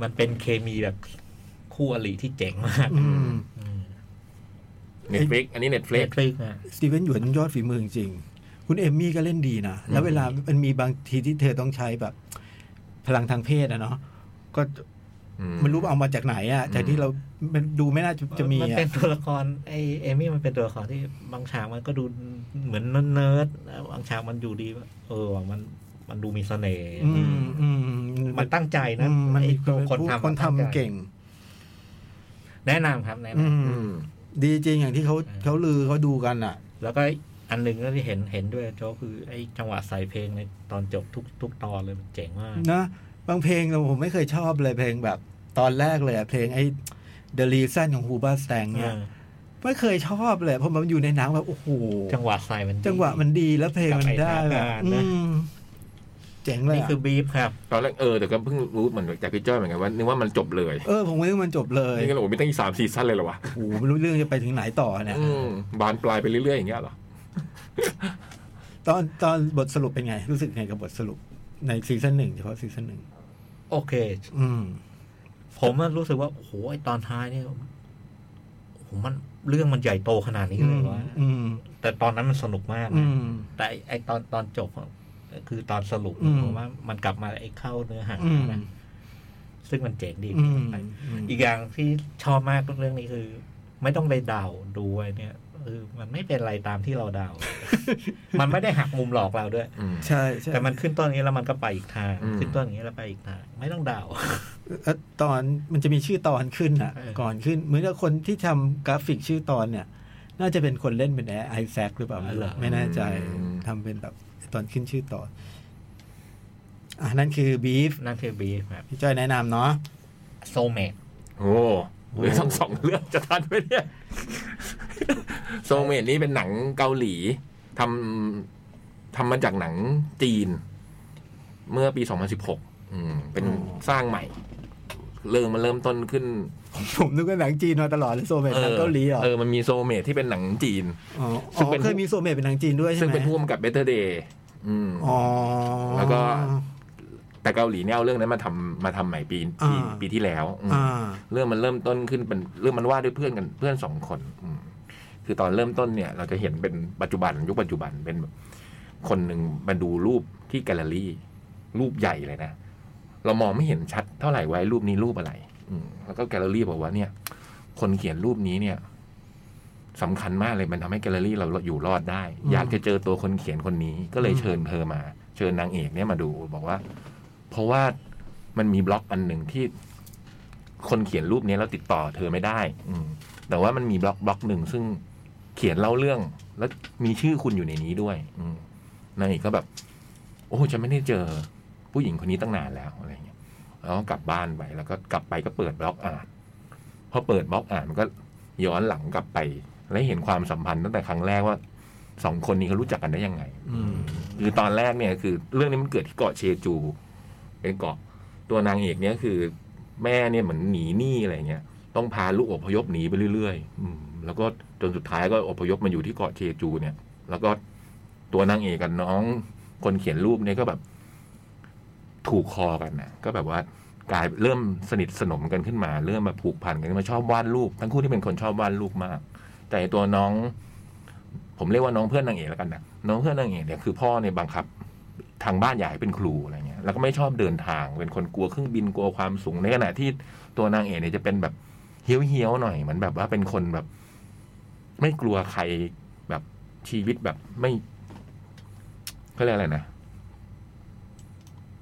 S2: มันเป็นเคมีแบบคู่อริที่เจ๋งมาก
S5: อืม
S3: เน็ตฟลิกอันนี้เน็ตฟลิ
S2: เล็
S3: ก
S2: กลิกนะ
S5: สตีเวนหยวนยอดฝีมือจริงๆคุณเอมมี่ก็เล่นดีนะ แล้วเวลามันมีบางทีที่เธอต้องใช้แบบ พลังทางเพศนะเนาะก็มันรู้เอามาจากไหนอะจากที่เรามันดูไม่น่าจะจะมี
S2: มัน
S5: อะ
S2: เป็นตัวละครไอเอมี่มันเป็นตัวละครที่บางฉากมันก็ดูเหมือนเนิร์ดๆแล้วบางฉากมันอยู่ดีว่าเออว่ะมันมันดูมีเสน่ห์
S5: อืมอืม
S2: มันตั้งใจ
S5: อื
S2: นะ
S5: มมัน
S2: ไอ้ตัวคน
S5: ผู้
S2: ทำ
S5: คนทำ
S2: ตั้ใจ
S5: เก่ง
S2: แนะนำครับแนะน
S5: อืม
S3: อืม
S5: ดีจริงอย่างที่เขาเขาลือเขาดูกันอ่ะ
S2: ำแล้วก็อันหนึ่งก็ที่เห็นเห็นด้วยโจกคือไอ้จังหวะใส่เพลงในตอนจบทุกทุกตอนเลยมันเจ๋งมาก
S5: นะบางเพลงเราผมไม่เคยชอบเลยเพลงแบบตอนแรกเลยอะเพลงไอ้ The Reason ของ h u b a s t a n เนี่ยไม่เคยชอบเลยเพราะมันอยู่ในหนังแบบโอ้โห
S2: จังหวะใส่มันดี
S5: จังหวะมันดีแล้วเพลงมันได้แบบ
S2: กับไอ้ท่าทาง
S5: อื
S2: นะ
S5: มเจ๋งเลย
S2: นี่
S5: อะ
S2: คือบีฟครับ
S3: ตอนแรกเออแต่ก็เพิ่งรู้เหมือนจากพี่จ้อยเหมือนกันว่านึกว่ามันจบเลย
S5: เออผมนึกว่ามันจบเลย
S3: นี่ก็เลยโอ้โหมีตั้งสามซีซั่นเลยเหรอวะ
S5: โอ้โหไม่รู้เรื่องจะไปถึงไหนต่อเนี่ย
S3: อืมบานปลายไปเรื่อย ๆ อย่างเงี้ยเหรอ
S5: ตอนตอนบทสรุปเป็นไง รู้สึกไงกับบทสรุปในซีซั่นหนึ่งเฉพาะซีซั่นหนึ่ง
S2: โอเค
S5: อืม
S2: ผมอะรู้สึกว่า โอ้โหไอ้ตอนท้ายเนี่ยโอ้โหมันเรื่องมันใหญ่โตขนาดนี้
S5: อื
S2: เล
S5: ม
S2: ยวะ
S5: อืม
S2: แต่ตอนนั้นมันสนุกมาก
S5: อื
S2: นะ
S5: ม
S2: แต่ไอ้ไอ้ตอนตอนจบอะคือตอนสรุป
S5: อืม
S2: ผมว่ามันกลับมาไอ้เข้าเนื้อหา
S5: อืม
S2: นะซึ่งมันเจ๋งดี
S5: อืม
S2: อีกอย่างที่ชอบมากเรื่องนี้คือ ไม่ต้องไปเดาดูไว้เนี่ยคือมันไม่เป็นไรตามที่เราเดา มันไม่ได้หักมุมหลอกเราด้วย
S3: อืม
S5: ใช่ใช่
S2: แต่มันขึ้นต้นอย่างนี้แล้วมันก็ไปอีกทาง
S3: อืม
S2: ขึ้นต้นอย่างนี้แล้วไปอีกทาง ไม่ต้องเดา
S5: เอ่อตอนมันจะมีชื่อตอนขึ้นอ่ะ
S2: เออ
S5: ก่อนขึ้น เหมือนกับคนที่ทำกราฟิกชื่อตอนเนี่ย น่าจะเป็นคนเล่นเป็นแอไอแซคหรือเปล่าไม่รู้ไม่แน่ใจ
S3: อืม
S5: ทำเป็นแบบตอนขึ้นชื่อตอนอ่ะนั่นคือบีฟ
S2: นั่นคือบีฟครับ
S5: พี่จ้อยแนะนำเนาะ
S2: โซเมต
S3: โอ้ หรือทั้งสองเรื่องจะทันไหมเนี่ยโซเมดนี่เป็นหนังเกาหลีทำทำมาจากหนังจีน เมื่อปี 2016 อืม เป็นสร้างใหม่ เรื่องมันเริ่มต้นขึ้น
S5: ผมนึกว่าหนังจีนมาตลอดเลยโซเมตหนังเกาหลีเหรอ
S3: เออมันมีโซเมดที่เป็นหนังจีน
S5: อ๋อ
S3: ซึ่งเป็น
S5: เคยมีโซเมตเป็นหนังจีนด้วยใช่
S3: ซึ่ง
S5: ไหม
S3: เป็นผู้กำกับเบเตอร์เดย์อืม
S5: อ๋อ
S3: แล้วก็ แต่เกาหลีเนี่ยเอาเรื่องนั้นมาทำมาทำใหม่ปีปี
S5: อ่า
S3: ปีที่แล้วอืม
S5: อ่า
S3: เรื่องมันเริ่มต้นขึ้นเป็นเรื่องมันว่าด้วยเพื่อนกันเพื่อนสองคนอืมคือตอนเริ่มต้นเนี่ย เราจะเห็นเป็นปัจจุบันยุคปัจจุบันเป็นแบบคนหนึ่งมาดูรูปที่แกลเลอรี่ รูปใหญ่เลยนะ เรามองไม่เห็นชัดเท่าไหร่ว่าไอ้รูปนี้รูปอะไร อืมแล้วก็แกลเลอรี่บอกว่าเนี่ย คนเขียนรูปนี้เนี่ยสำคัญมากเลยมันทำให้แกลเลอรี่เราอยู่รอดได้
S5: อืม
S3: อยากจะเจอตัวคนเขียนคนนี้ ก็เลยเชิญเธอมา เชิญนางเอกเนี่ยมาดู บอกว่า เพราะว่ามันมีบล็อกอันหนึ่งที่ คนเขียนรูปนี้แล้วติดต่อเธอไม่ได้ อืม แต่ว่ามันมีบล็อกบล็อกหนึ่งซึ่งเขียนเล่าเรื่อง แล้วมีชื่อคุณอยู่ในนี้ด้วย อืมนางเอกก็แบบ โอ้ฉันไม่ได้เจอ ผู้หญิงคนนี้ตั้งนานแล้วอะไรเงี้ยแล้วก็กลับบ้านไปแล้วก็กลับไปก็เปิดบล็อกอ่านพอเปิดบล็อกอ่านมันก็ย้อนหลังกลับไป และเห็นความสัมพันธ์ตั้งแต่ครั้งแรกว่าสองคนนี้เขารู้จักกันได้ยังไง
S5: อืม
S3: คือตอนแรกเนี่ยคือเรื่องนี้มันเกิดที่เกาะเชจู เป็นเกาะตัวนางเอกเนี่ยคือ แม่เนี่ยเหมือนหนีหนี้อะไรเงี้ยต้องพาลูกอพยพหนีไปเรื่อยๆ อืม แล้วก็จนสุดท้ายก็อพยพมาอยู่ที่เกาะเชจูเนี่ย แล้วก็ตัวนางเอกกับน้องคนเขียนรูปเนี่ยก็แบบ ถูกคอกันนะก็แบบว่ากลายเริ่มสนิทสนมกันขึ้นมา เริ่มมาผูกพันกันมาชอบวาดรูป ทั้งคู่ที่เป็นคนชอบวาดรูปมาก แต่ไอ้ตัวน้อง ผมเรียกว่าน้องเพื่อนนางเอกแล้วกันนะน้องเพื่อนนางเอกเนี่ยคือพ่อเนี่ยบังคับ ทางบ้านอยากให้เป็นครูอะไรเงี้ยแล้วก็ไม่ชอบเดินทางเป็นคนกลัวเครื่องบินกลัวความสูงในขณะที่ตัวนางเอกเนี่ยจะเป็นแบบเฮี้ยวเฮี้ยวๆหน่อยเหมือนแบบว่าเป็นคนแบบ ไม่กลัวใครแบบชีวิตแบบไม่เขาเรียกอะไรนะ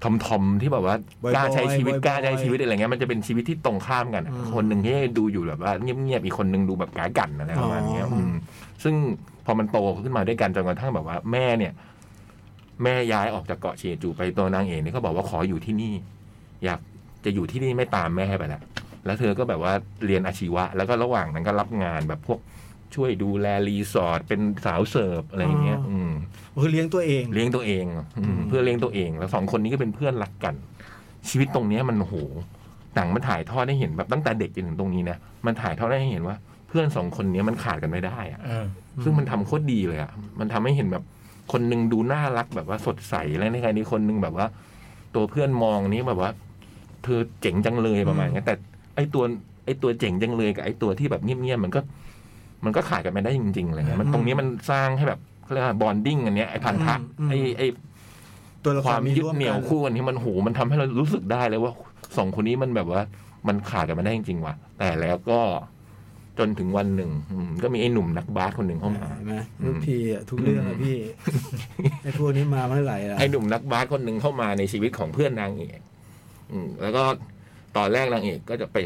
S3: ทอมทอมๆที่แบบว่า
S5: บอยๆ
S3: กล้าใช้ชีวิต
S5: บอยๆ
S3: กล้าใช้ชีวิตอะไรเงี้ยมันจะเป็นชีวิตที่ตรงข้ามกันอะ
S5: อืม
S3: คนหนึ่งที่ดูอยู่แบบว่าเงียบๆอีกคนหนึ่งดูแบบกากันอะไรประมาณเนี้ย
S5: อ๋ออื
S3: ม ซึ่งพอมันโตขึ้นมาด้วยกันจนกระทั่งแบบว่า แม่เนี่ย แม่ย้ายออกจากเกาะเชจูไปตัวนางเอกเนี่ยก็บอกว่าขออยู่ที่นี่ อยากจะอยู่ที่นี่ไม่ตามแม่ไปละแล้วเธอก็แบบว่าเรียนอาชีวะ แล้วก็ระหว่างนั้นก็รับงานแบบพวกช่วยดูแลรีสอร์ทเป็นสาวเสิร์ฟอะไรอย่างเงี้ย
S5: อ๋ออื
S3: อืม
S5: คือเลี้ยงตัวเอง
S3: เลี้ยงตัวเองอืม
S5: อืม
S3: เพื่อเลี้ยงตัวเอง แล้วสองคนนี้ก็เป็นเพื่อนรักกัน ชีวิตตรงเนี้ยมันโอ้โหหนังมันถ่ายทอดให้เห็นแบบตั้งแต่เด็กจนถึงตรงนี้นะมันถ่ายทอดให้เห็นว่า เพื่อนสองคนเนี้ยมันขาดกันไม่ได้อะ
S2: เออ
S3: ซึ่งมันทำโคตรดีเลยอะมันทำให้เห็นแบบคนหนึ่งดูน่ารักแบบว่าสดใสแล้วในขณะนี้คนหนึ่งแบบว่า ตัวเพื่อนมองนี้แบบว่า เธอเจ๋งจังเลยประมาณเนี้ยแต่ไอตัวไอตัวเจ๋งจังเลยกับไอตัวที่แบบเงียบๆมันก็ มันก็ขาดกันไม่ได้จริงๆอะไรเงี้ยมัน
S5: อืม
S3: ตรงนี้มันสร้างให้แบบเขาเรียกว่าบอนดิ้งอันเนี้ยไอพันธะ
S5: อืม
S3: ไอไอ
S5: ตัวละค
S3: คว
S5: ร
S3: วาม
S5: มี
S3: ยึด
S5: ร่วม
S3: เหนี่
S5: กั
S3: ยวน คู่อันนี้มันโหมันทำให้เรารู้สึกได้เลยว่าสองคนนี้มันแบบว่า มันขาดกันไม่ได้จริงๆว่ะแต่แล้วก็จนถึงวันหนึ่งอืมก็มีไอ้หนุ่มนักบาสคนหนึ่งเข้ามา
S5: เห็นไหม
S3: อื
S5: ทุ
S3: ม
S5: กทีอะทุกเรื่องอะพี่ ไอ้พวกนี้มาเมื่อไหร่ล่ะ
S3: ไอ้หนุ่มนักบาสคนหนึ่งเข้ามาในชีวิตของเพื่อนนางเอกอืม แล้วก็ตอนแรกนางเอกก็จะไป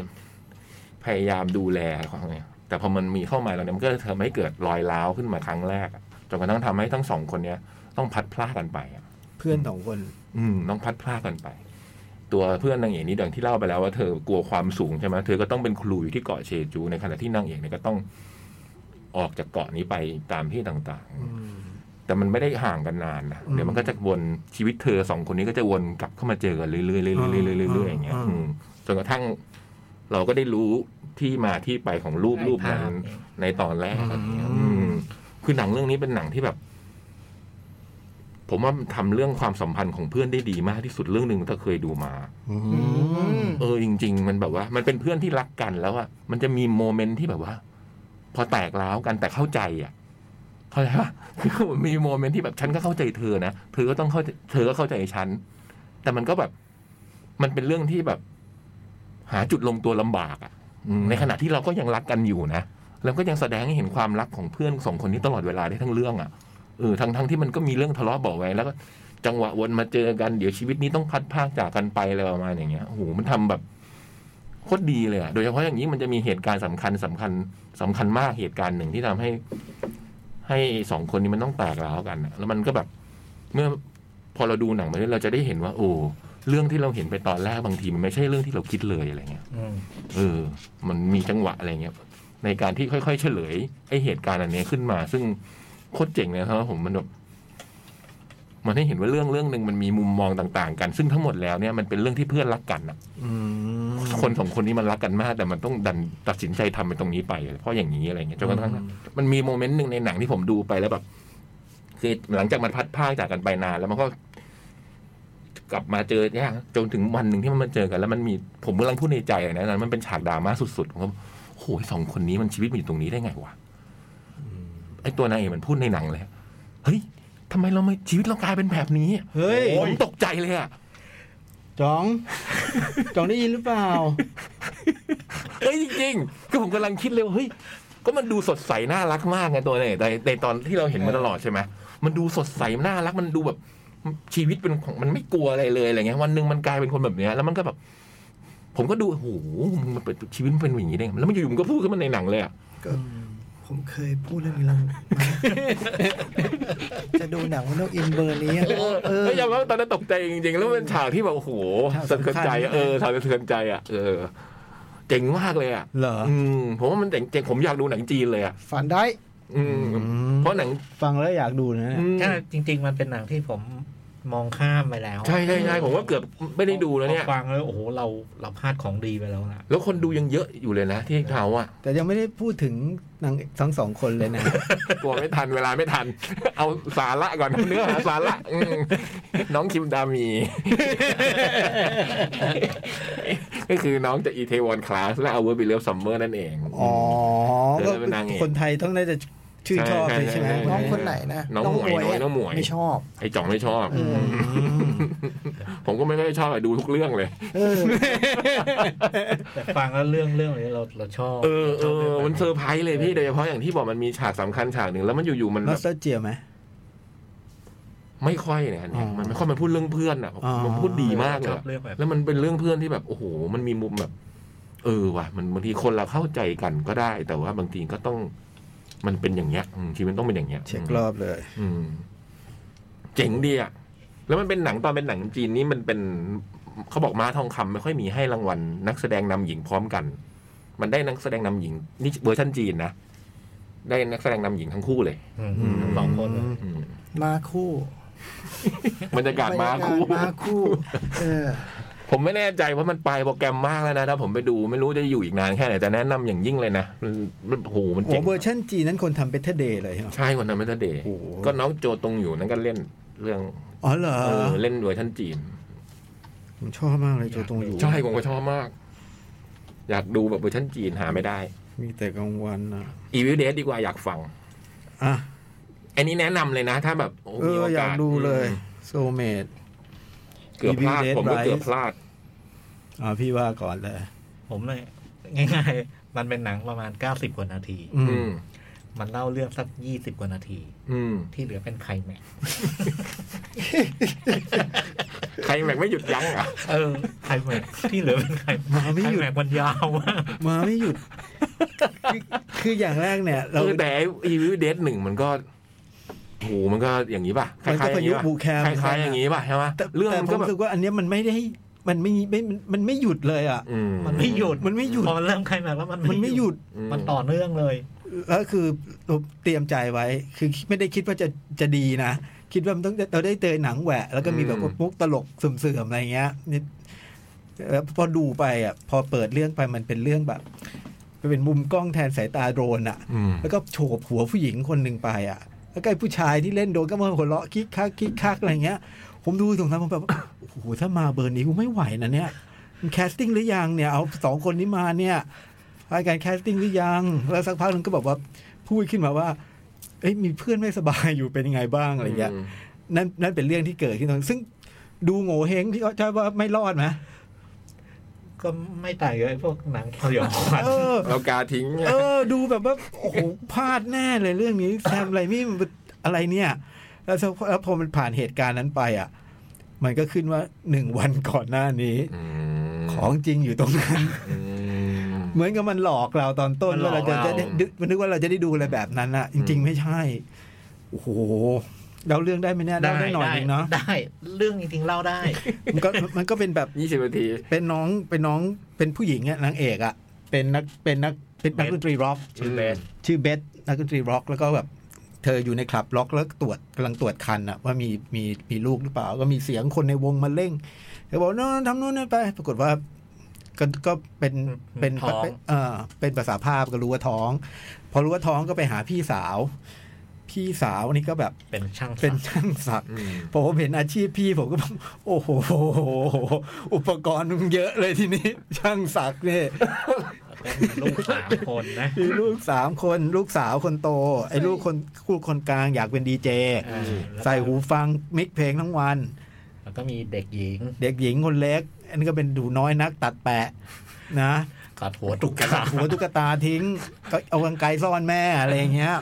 S3: พยายามดูแลเขาไงแต่พอมันมีเข้ามาแล้วเนี่ยมันก็ทำให้เกิดรอยร้าวขึ้นมาครั้งแรกอะจนกระทั่งทำให้ทั้งสองคนเนี้ย ต้องพัดพลาดกันไปอะ
S5: เพื่อนสองคน
S3: อืมต้องพัดพลาดกันไป ตัวเพื่อนนางเอกนี่ดังที่เล่าไปแล้วว่าเธอกลัวความสูงใช่ไหมเธอก็ต้องเป็นครูอยู่ที่เกาะเชจู ในขณะที่นางเอกเนี่ยก็ต้องออกจากเกาะนี้ไปตามที่ต่างๆ
S5: อืม
S3: แต่มันไม่ได้ห่างกันนานนะ
S5: อืม
S3: เดี๋ยวมันก็จะวนชีวิตเธอสองคนนี้ก็จะวนกลับเข้ามาเจอกันเรื่อยๆเรื่อยๆเรื่อยๆเรื่อยๆ
S5: อ่า
S3: เรื่อยๆอย่างเงี้ย
S5: อ่า
S3: อืมจนกระทั่งเราก็ได้รู้ที่มาที่ไปของรูปรูปนั้น
S2: ภาพ
S3: ในตอนแรกอะไรเงี้ยอืมคือหนังเรื่องนี้เป็นหนังที่แบบ ผมว่ามันทำเรื่องความสัมพันธ์ของเพื่อนได้ดีมากที่สุดเรื่องหนึ่งที่เคยดูมา
S4: อืม
S3: เออจริง ๆ มันแบบว่า มันเป็นเพื่อนที่รักกันแล้วอะมันจะมีโมเมนต์ที่แบบว่า พอแตกร้าวกันแต่เข้าใจอะเข้าใจปะ คือมันมีโมเมนต์ที่แบบฉันก็เข้าใจเธอนะเธอก็ต้องเข้าใจเธอก็เข้าใจฉันแต่มันก็แบบ มันเป็นเรื่องที่แบบ หาจุดลงตัวลำบากอะอืมในขณะที่เราก็ยังรักกันอยู่นะแล้วก็ยังแสดงให้เห็นความรักของเพื่อนสองคนนี้ตลอดเวลาได้ทั้งเรื่องอะเออทั้งทั้งที่มันก็มีเรื่องทะเลาะเบาะแวงแล้วก็ จังหวะวนมาเจอกันเดี๋ยวชีวิตนี้ต้องพัดพรากจากกันไปอะไรประมาณอย่างเงี้ยโอ้โหมันทำแบบโคตรดีเลยอะโดยเฉพาะอย่างนี้มันจะมีเหตุการณ์สำคัญสำคัญสำคัญมากเหตุการณ์หนึ่งที่ทำให้ ให้สองคนนี้มันต้องแตกร้าวกันอะแล้วมันก็แบบ เมื่อพอเราดูหนังมาเรื่อยเราจะได้เห็นว่า โอ้ เรื่องที่เราเห็นไปตอนแรกบางทีมันไม่ใช่เรื่องที่เราคิดเลยอะไรเงี้ย
S2: อืม
S3: เออ มันมีจังหวะอะไรเงี้ย ในการที่ค่อยๆเฉลยไอ้เหตุการณ์อันเนี้ยขึ้นมา ซึ่งโคตรเจ๋งเลยครับผมมันแบบมันให้เห็นว่าเรื่องเรื่องหนึ่งมันมีมุมมองต่างๆ กัน ซึ่งทั้งหมดแล้วเนี่ยมันเป็นเรื่องที่เพื่อนรักกันอะ
S5: อืม
S3: คนสองคนนี้มันรักกันมาก แต่มันต้องดันตัดสินใจทำไปตรงนี้ไป เพราะอย่างนี้อะไรเงี้ยจนกระทั่ง มันมีโมเมนต์หนึ่งในหนังที่ผมดูไปแล้วแบบคือหลังจากมันพัดพรากจากกันไปนาน แล้วมันก็ กลับมาเจอยากจนถึงวันหนึ่งที่มันมาเจอกัน แล้วมันมีผมกำลังพูดในใจเลยนะนั้นมันเป็นฉากดราม่าสุดๆผมก็โอ้ยสองคนนี้มันชีวิตมันอยู่ตรงนี้ได้ไงวะไอตัวนายเอกมันพูดในหนังเลยเฮ้ยทำไมเราไม่ชีวิตเรากลายเป็นแบบนี้
S5: เฮ้ย
S3: ผมตกใจเลยอะ
S5: จ๋องจ๋องได้ยินหรือเปล่า
S3: เฮ้ยจริงๆคือผมกำลังคิดเลยว่าเฮ้ยก็มันดูสดใสน่ารักมากไงตัวนายเอกในในตอนที่เราเห็นมาตลอดใช่ไหม มันดูสดใสน่ารักมันดูแบบชีวิตเป็นของมันไม่กลัวอะไรเลยอะไรเงี้ยวันหนึ่งมันกลายเป็นคนแบบเนี้ยแล้วมันก็แบบ ผมก็ดูโอ้โหมันเป็นชีวิตมันเป็นอย่างนี้ได้ไงแล้วมันอยู่ๆมันก็พูดขึ้นมาในหนังเลยอะ
S4: ก็ผมเคยพูดเรื่องนี้แล้ว นะจะดูหนังว่านกอินเบอร์นี้อะเออ
S3: เฮ้ยยอมรับว่าตอนนั้นตกใจจริงๆแล้วมันเป็นฉากที่แบบโอ้โห
S5: ฉาก
S3: สะ
S5: สำคั
S3: เทือน
S5: ญ
S3: ใจอะเออฉากสะเทือนใจอ่ะเออเจ๋งมากเลยอ่ะ
S5: เหรอ
S3: อืมผมว่ามันเจ๋งเจ๋งผมอยากดูหนังจีนเลยอ่ะ
S4: ฝันได้
S3: อืมเพ
S5: เพราะ
S3: ราะหนัง
S5: ฟังแล้วอยากดูนะเนี่ย
S3: อืม
S2: ใช่จริง ๆ มันเป็นหนังที่ผมมองข้ามไปแล้ว
S3: ใช่ใช่ใช่ผมว่าเกือบไม่ได้ดูแล้วเนี่ย
S2: พอฟังแล้วโอ้โหเราเราพลาดของดีไปแล้วนะ
S3: แล้วคนดูยังเยอะอยู่เลยนะที่เท้าอ่ะ
S5: แต่ยังไม่ได้พูดถึงนางเอกทั้งสองคนเลยนะ
S3: กลัวไม่ทันเวลาไม่ทัน เอาสาระก่อนเนื้อหาสาระอืมน้องคิมดามี ก็คือน้องจากอีเทวอนคลาสและเอาเวอร์บิเลฟซัมเมอร์นั่นเอง
S5: อ๋อ
S3: เดี๋
S5: ก็
S3: ยวจะเป็นนางเอก
S5: คนไทยต้องได้จะชื่นชอบ
S3: ใช่
S5: เลย
S3: ใช่
S5: ใช่ไหม
S3: ใช่
S4: น้องคนไหนนะ
S3: น้องหมวย
S4: ะ
S3: น้องหมวย
S4: ไม่ชอบ
S3: ไอ้จ่องไม่ชอบ
S4: เออ
S3: ผมก็ไม่ค่อยชอบอะดูทุกเรื่องเลย
S4: เออ
S2: แต่ฟังแล้วเรื่องเรื่องนี้เราเราชอบ
S3: เออเอ
S2: ชบรื่ง
S3: อมันเซอร์ไพรส์เลยพี่โดยเฉพาะอย่างที่บอกมันมีฉากสำคัญฉากหนึ่งแล้วมันอยู่ๆมัน
S5: น
S3: แบ
S5: อส
S3: บ
S5: เตอร์เจียไหม
S3: ไม่ค่อยเนี่ยอันเนี้ย
S5: อ๋อ
S3: มันไม่ค่อยมันพูดเรื่องเพื่อนอ่ะ
S5: อ๋อ
S3: มันพูดดีมากเล
S2: ช
S3: ย
S2: อบ
S3: อะ
S2: เรื่องแบบ
S3: แล้วมันเป็นเรื่องเพื่อนที่แบบโอ้โห มันมีมุมแบบ เออว่ะมันบางทีคนเราเข้าใจกันก็ได้ แต่ว่าบางทีก็ต้อง มันเป็นอย่างเงี้ยอืมชีวิตมันต้องเป็นอย่างเงี้ย
S5: เช็ครอบเลย
S3: อืมเจ๋งดีอะแล้วมันเป็นหนังตอนเป็นหนังจีนนี่มันเป็นเขาบอกม้าทองคำไม่ค่อยมีให้รางวัล นักแสดงนำหญิงพร้อมกัน มันได้นักแสดงนำหญิงนี่เวอร์ชันจีนนะได้นักแสดงนำหญิงทั้งคู่เลย
S2: อืมทั้งสองคนเลย
S3: อืม
S4: มาคู่
S3: บรรยากาศม้าคู่
S4: บรรยกศมาคู่ เออ
S3: ผมไม่แน่ใจว่ามันไปโปรแกรมมากแล้วนะถ้าผมไปดูไม่รู้จะอยู่อีกนานแค่ไหนแต่แนะนำอย่างยิ่งเลยนะมันมันโอ้โหมัน
S5: โอ้
S3: เจ๋ง
S5: เวอร์ชันจีนนั้นคนทำเบ t เ e อร์เดย์เลยเหรอ
S3: ใช่คนทำเมทัลเดย์
S5: โอ้โห
S3: ก็น้องโจตรงอยู่นั่นก็เล่นเรื่อง
S5: อ๋อเหรอ
S3: เออเล่นเวอร์ชันจีน
S5: ผมชอบมากเลยโจตรงอยู่
S3: ใช่ผมก็ชอบมาก อยากดูแบบเวอร์ชันจีนหาไม่ได้
S5: มีแต่กลางวันนะ
S3: อีวิ d เด d ดีกว่าอยากฟัง
S5: อ่ะ
S3: อันนี้แนะนำเลยนะ ถ้าแบบโอ้
S5: เอ
S3: มี
S5: อ
S3: โอ
S5: อยาก
S3: าก ส
S5: ดูเลยโซเมด
S3: เกือบพลาด
S5: Evil Dead
S3: ผมก็
S5: Rise
S3: เกือบพลาด
S5: อ่าพี่ว่าก่อนเลย
S2: ผมเลยง่ายๆ มันเป็นหนังประมาณ 90 กว่านาที
S5: อืม
S3: อืม
S2: มันเล่าเรื่องสัก 20 กว่านาที
S3: อืม
S2: ที่เหลือเป็นไคลแม็กซ์
S3: ใครแม็กไม่หยุดยั้งอ่ะ
S2: เออไคลแม็กซ์ที่เหลือเป็นไคล
S5: มา
S2: ไคล
S5: ไม่หยุด
S2: แม็กซ์มันยาวมาก
S5: มาไม่หยุด คือคืออย่างแรกเนี่ย เรา
S3: เออแต่อีวิ d เด d หนึ่งมันก็โอ้โหมันก็อย่างนี้ป่ะค
S5: มันก็
S3: ล้ายๆ
S5: พ
S3: อย่าง
S5: ยุ
S3: นี้ป่ะ
S5: บูแคม
S3: คล้ายๆอย่าง
S5: นี้
S3: นี้ป่ะใช่ไหม
S5: แต่
S3: เรื่อง
S5: แต่
S3: มัน
S5: ผ
S3: ก็
S5: ม
S3: แบ
S5: รู้สึ
S3: บ
S5: กว่าอันเนี้ยมันไม่ได้มันไม่ไม่มันมันไม่หยุดเลยอ่ะ
S3: อื
S2: มันไม่หยุด
S5: มันไม่หยุด
S2: พอมันเริ่มไคลแม็กซ์แล้วมัน
S5: มันไม่หยุด
S2: มันต่อเนื่องเลย
S5: แล้วคือเราเตรียมใจไว้ คือไม่ได้คิดว่าจะจะดีนะ คิดว่ามันต้องเราได้เจอหนังแหวะ แล้วก็มีแบบว่ามุกตลกเสื่อมๆอะไรเงี้ยนี่แล้วพอดูไปอ่ะ พอเปิดเรื่องไปมันเป็นเรื่องแบบมันเป็นมุมกล้องแทนสายตาโดรนอ่ะ
S3: อืม
S5: แล้วก็โฉบหัวผู้หญิงคนหนึ่งไปอ่ะ แล้วก็ไอ้ผู้ชายที่เล่นโดนก็มาหัวเราะคิกคักคิกคักอะไรเงี้ย ผมดูตรงนั้นผมแบบ โอ้โห ถ้ามาเบอร์นี้กูไม่ไหวนะเนี่ยมันแคสติ้งหรือยังเนี่ย เอาสองคนนี้มาเนี่ยรายการแคสติ้งหรือยัง แล้วสักพักหนึงก็บอกว่าพูดขึ้นมาว่า เอ้ยมีเพื่อนไม่สบายอยู่เป็นยังไงบ้างอะไรเงี้ย นั่นนั่นเป็นเรื่องที่เกิดขึ้นตรงนั้นซึ่งดูโง่เฮงที่เขาใช่ว่าไม่รอดไหม
S2: ก็ไม่ต่างกับไอ้พวกหนังสยองขวัญ
S5: เออ
S3: เรากาทิ้งเนี่ย
S5: เออ ดูแบบว่า โอ้โหพลาดแน่เลยเรื่องนี้แซมไรมี่มันอะไรเนี่ย แล้วสักแล้วพอมันผ่านเหตุการณ์นั้นไปอ่ะ มันก็ขึ้นว่าหนึ่งวันก่อนหน้านี้
S3: ม
S5: ของจริงอยู่ตรงนั้น
S3: อืม
S5: เหมือนกับมันหลอกเราตอนต้นว่าเราจะ
S3: มันหลอกเรา
S5: จะได้มันนึกว่าเราจะได้ดูอะไรแบบนั้นอ่ะ จริง ๆ ไม่ใช่ โอ้โห เราเรื่องได้ไหมเนี่ยเล่าได้หน่อยหนึงเนาะ
S2: ได้ เรื่องจริงๆเล่าได้
S5: มันก็มันก็เป็นแบบ
S3: ยี่สิบนาที
S5: เป็นน้องเป็นน้องเป็นผู้หญิงอะนางเอกอะเป็นนักเป็นนักเป็นนัก
S2: เบส
S5: ดนตรีร็อก
S3: ชื่อเบส
S5: ชื่อเบสนักดนตรีร็อกแล้วก็แบบเธออยู่ในคลับร็อกแล้วตรวจกำลังตรวจคันอะว่ามีมีมีลูกหรือเปล่า ก็มีเสียงคนในวงมาเร่งเธอบอกโน่นทำนู่นนั่นไป ปรากฏว่าก็ก็เป็นเป็น
S2: ท้อง
S5: เออเป็นภาษาภาพก็รู้ว่าท้อง พอรู้ว่าท้องก็ไปหาพี่สาว พี่สาวนี่ก็แบบ
S2: เป็นช่างศักดิ์
S5: เป็นช่างศักดิ์
S3: อืม
S5: พอผมเห็นอาชีพพี่ผมก็บอกโอ้โห อุปกรณ์มึงเยอะเลยทีนี้ ช่างศักดิ์เนี่ย
S2: แล้วก็มีลูกสามคนนะ
S5: มีลูกสามคน ลูกสาวคนโต ไอ้ลูกคนคู่คนกลางอยากเป็นดีเจ
S2: อ่าแล้วก็
S5: ใส่หูฟังมิกเพลงทั้งวัน
S2: แล้วก็มีเด็กหญิง
S5: เด็กหญิงคนเล็ก อันนี้ก็เป็นดูน้อยนักตัดแปะนะ
S2: กัดหัวตุก
S5: ตั
S2: กา
S5: ดหัวตุ๊กตาทิ้ง ก็เอากางไกรซ่อนแม่อะไรอย่างเงี้ย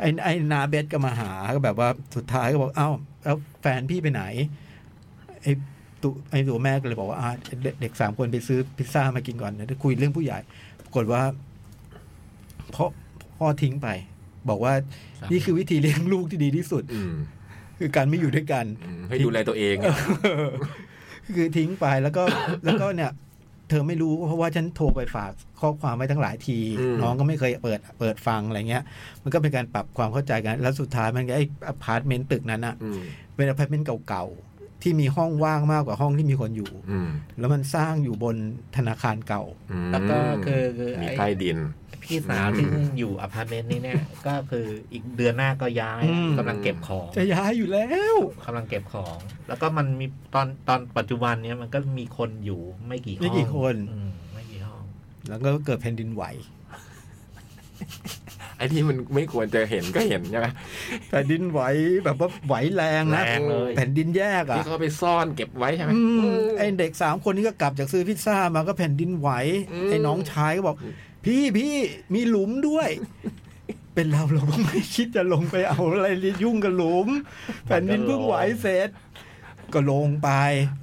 S5: ไอ้ไอ้นาเบสก็มาหาก็แบบว่าสุดท้ายก็บอกเอ้าแล้วแฟนพี่ไปไหนไอ้ตุไอ้ตัวแม่ก็เลยบอกว่าอ่าเด็กเด็กสามคนไปซื้อพิซซ่ามากินก่อนเดี๋ยวคุยเรื่องผู้ใหญ่ปรากฏว่าพ่อพ่อทิ้งไป บอกว่านี่คือวิธีเลี้ยงลูกที่ดีที่สุด
S3: อืม
S5: คือการไม่อยู่ด้วยกัน
S3: อืมให้ดูแลตัวเองอะ
S5: เออคือทิ้งไปแล้วก็ แล้วก็เนี่ย เธอไม่รู้เพราะว่าฉันโทรไปฝากข้อความไว้ตั้งหลายที น้องก็ไม่เคยเปิดเปิดฟังอะไรเงี้ย มันก็เป็นการปรับความเข้าใจกัน แล้วสุดท้ายมันก็ไอ้อพาร์ตเมนต์ตึกนั้นอะ
S3: อืม
S5: เป็นอพาร์ตเมนต์เก่าๆ ที่มีห้องว่างมากกว่าห้องที่มีคนอยู่
S3: อืม
S5: แล้วมันสร้างอยู่บนธนาคารเก่า
S3: อืม
S2: แล้วก็คือคือ
S3: มี
S2: ไอ้
S3: ใต้ดิน
S2: พี่สาวที่อยู่อพาร์ตเมนต์นี้เนี่ย ก็คืออีกเดือนหน้าก็ย้าย
S5: อืม
S2: กำลังเก็บของ
S5: จะย้ายอยู่แล้ว
S2: กำลังเก็บของ แล้วก็มันมีตอนตอนปัจจุบันเนี้ยมันก็มีคนอยู่ไม่กี่ห้อง
S5: ไม่กี่คน
S2: อืมไม่กี่ห้อง
S5: แล้วก็เกิดแผ่นดินไหว
S3: ไอ้ที่มันไม่ควรจะเห็นก็เห็นใช่ไหม
S5: แผ่นดินไหวแบบว่าไหวแรงนะ
S2: แรงเลย
S5: แผ่นดินแยกอะ
S3: ที่เขาไปซ่อนเก็บไว้ใช่ไหม
S5: อืมไอเด็กสามคนนี้ก็กลับจากซื้อพิซซ่ามาก็แผ่นดินไหว
S3: อืม
S5: ไอ้น้องชายก็บอก พี่พี่มีหลุมด้วย เป็นเราเราก็ไม่คิดจะลงไปเอาอะไรยุ่งกับหลุม แผ่นดินเพิ่งไหวเสร็จ ก็ลงไป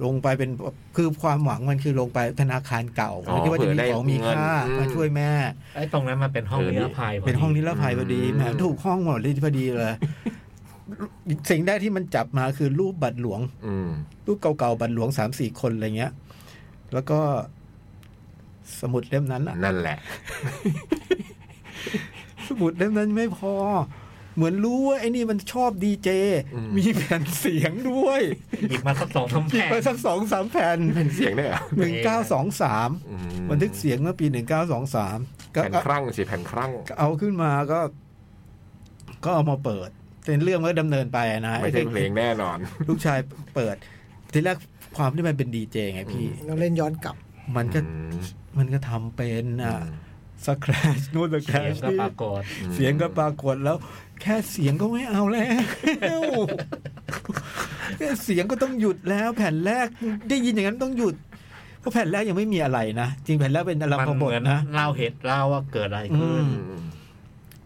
S5: ลงไปเป็นคือความหวังมันคือลงไปธนาคารเก่า
S3: อ๋อ
S5: คิดว่าจะมี
S3: เผื่อได้
S5: ของมีค่า
S3: เงินอืม
S5: มาช่วยแม่
S2: ไอ้ตรงนั้นมันเป็นห้องนิรภัยพอดี
S5: เป็นห้องนิรภัยพอดี
S3: อืม
S5: แหมถูกห้องหมดเลยพอดีเลยสิ่งแรกที่มันจับมาคือรูปบัตรหลวง
S3: อืม
S5: รูปเก่าๆ บัตรหลวงสามสี่คนอะไรเงี้ย แล้วก็สมุดเล่มนั้นอะ
S3: นั่นแหละ
S5: สมุดเล่มนั้นไม่พอ เหมือนรู้ว่าไอ้นี่มันชอบดีเจ
S3: อืม
S5: มีแผ่นเสียงด้วย
S2: หยิบมาสักสองทำ
S5: หยิบ
S2: แผ่น
S5: ไปสักสองสามแผ่น
S3: เป็นเสียงได้เหรอ
S5: หนึ่งเก้าสองสาม
S3: อืม
S5: บันทึกเสียงเมื่อปีหนึ่งเก้าสองสามก็
S3: แผ่นครั่งสิแผ่นครั่ง
S5: เอาขึ้นมาก็ ก็เอามาเปิดเป็นเรื่องมันก็ดำเนินไปนะ
S3: ไม่ใช่เพลงแน่นอน
S5: ลูกชายเปิด ทีแรกความที่มันเป็นดีเจไงพี่
S4: เราเล่นย้อนกลับ
S5: มันก็
S3: อืม
S5: มันก็ทำเป็นอ่ะ สแครชนู่นสแคร
S2: เสียง
S5: ช
S2: ก็
S5: นี่
S2: ปรากฏ
S3: อืม
S5: เสียงก็ปรากฏแล้ว แค่เสียงก็ไม่เอาแล้ว แค่เสียงก็ต้องหยุดแล้วแผ่นแรกได้ยินอย่างนั้นต้องหยุด เพราะแผ่นแรกยังไม่มีอะไรนะ จริงแผ่นแรกเป็นอารม
S2: มัน
S5: ณ์
S2: เห
S5: บท
S2: มือน
S5: นะ
S2: เล่าเหตุเล่าว่าเกิดอะไรขึ้น
S5: อื
S3: อืม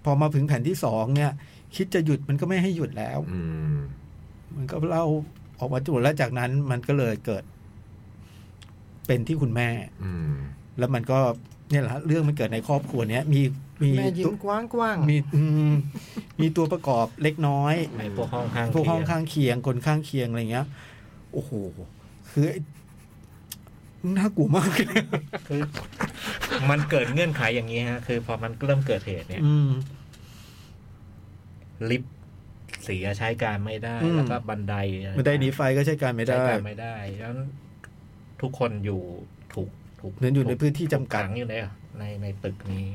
S5: พอมาถึงแผ่นที่สองเนี่ย คิดจะหยุดมันก็ไม่ให้หยุดแล้ว
S3: อืม
S5: มันก็เล่าออกมาจุดแล้วจากนั้นมันก็เลยเกิด เป็นที่คุณแม่
S3: อืม
S5: แล้วมันก็เนี่ยแหละฮะเรื่องมันเกิดในครอบครัวเนี้ยมีมี
S4: แม่ยิ้
S5: ตัว
S4: มกว้างกว้าง
S5: มีอืมมีตัวประกอบเล็กน้อย
S2: ในพวกห้องข้าง
S5: พวกห้อง
S2: เคีย
S5: ข้างเคียงคนข้างเคียงอะไรเงี้ย โอ้โห คือไอ้น่ากลัวมากเลย
S2: คือมันเกิดเงื่อนไขอย่างนี้ฮะ คือพอมันเริ่มเกิดเหตุเนี่ย
S5: อืม
S2: ลิฟต์เสียใช้การไม่ได้
S5: อืม
S2: แล้วก็บันไดอะร
S5: มันได้หนีไฟก็ใช้การไม่ได้
S2: ใช้การไม่ได้แล้วทุกคนอยู่ถูกถูก
S5: เนื่องอยู่ใน
S2: ถูก
S5: พื้นที่จำกั
S2: ขั
S5: ด
S2: งอยู่ในในในตึกนี้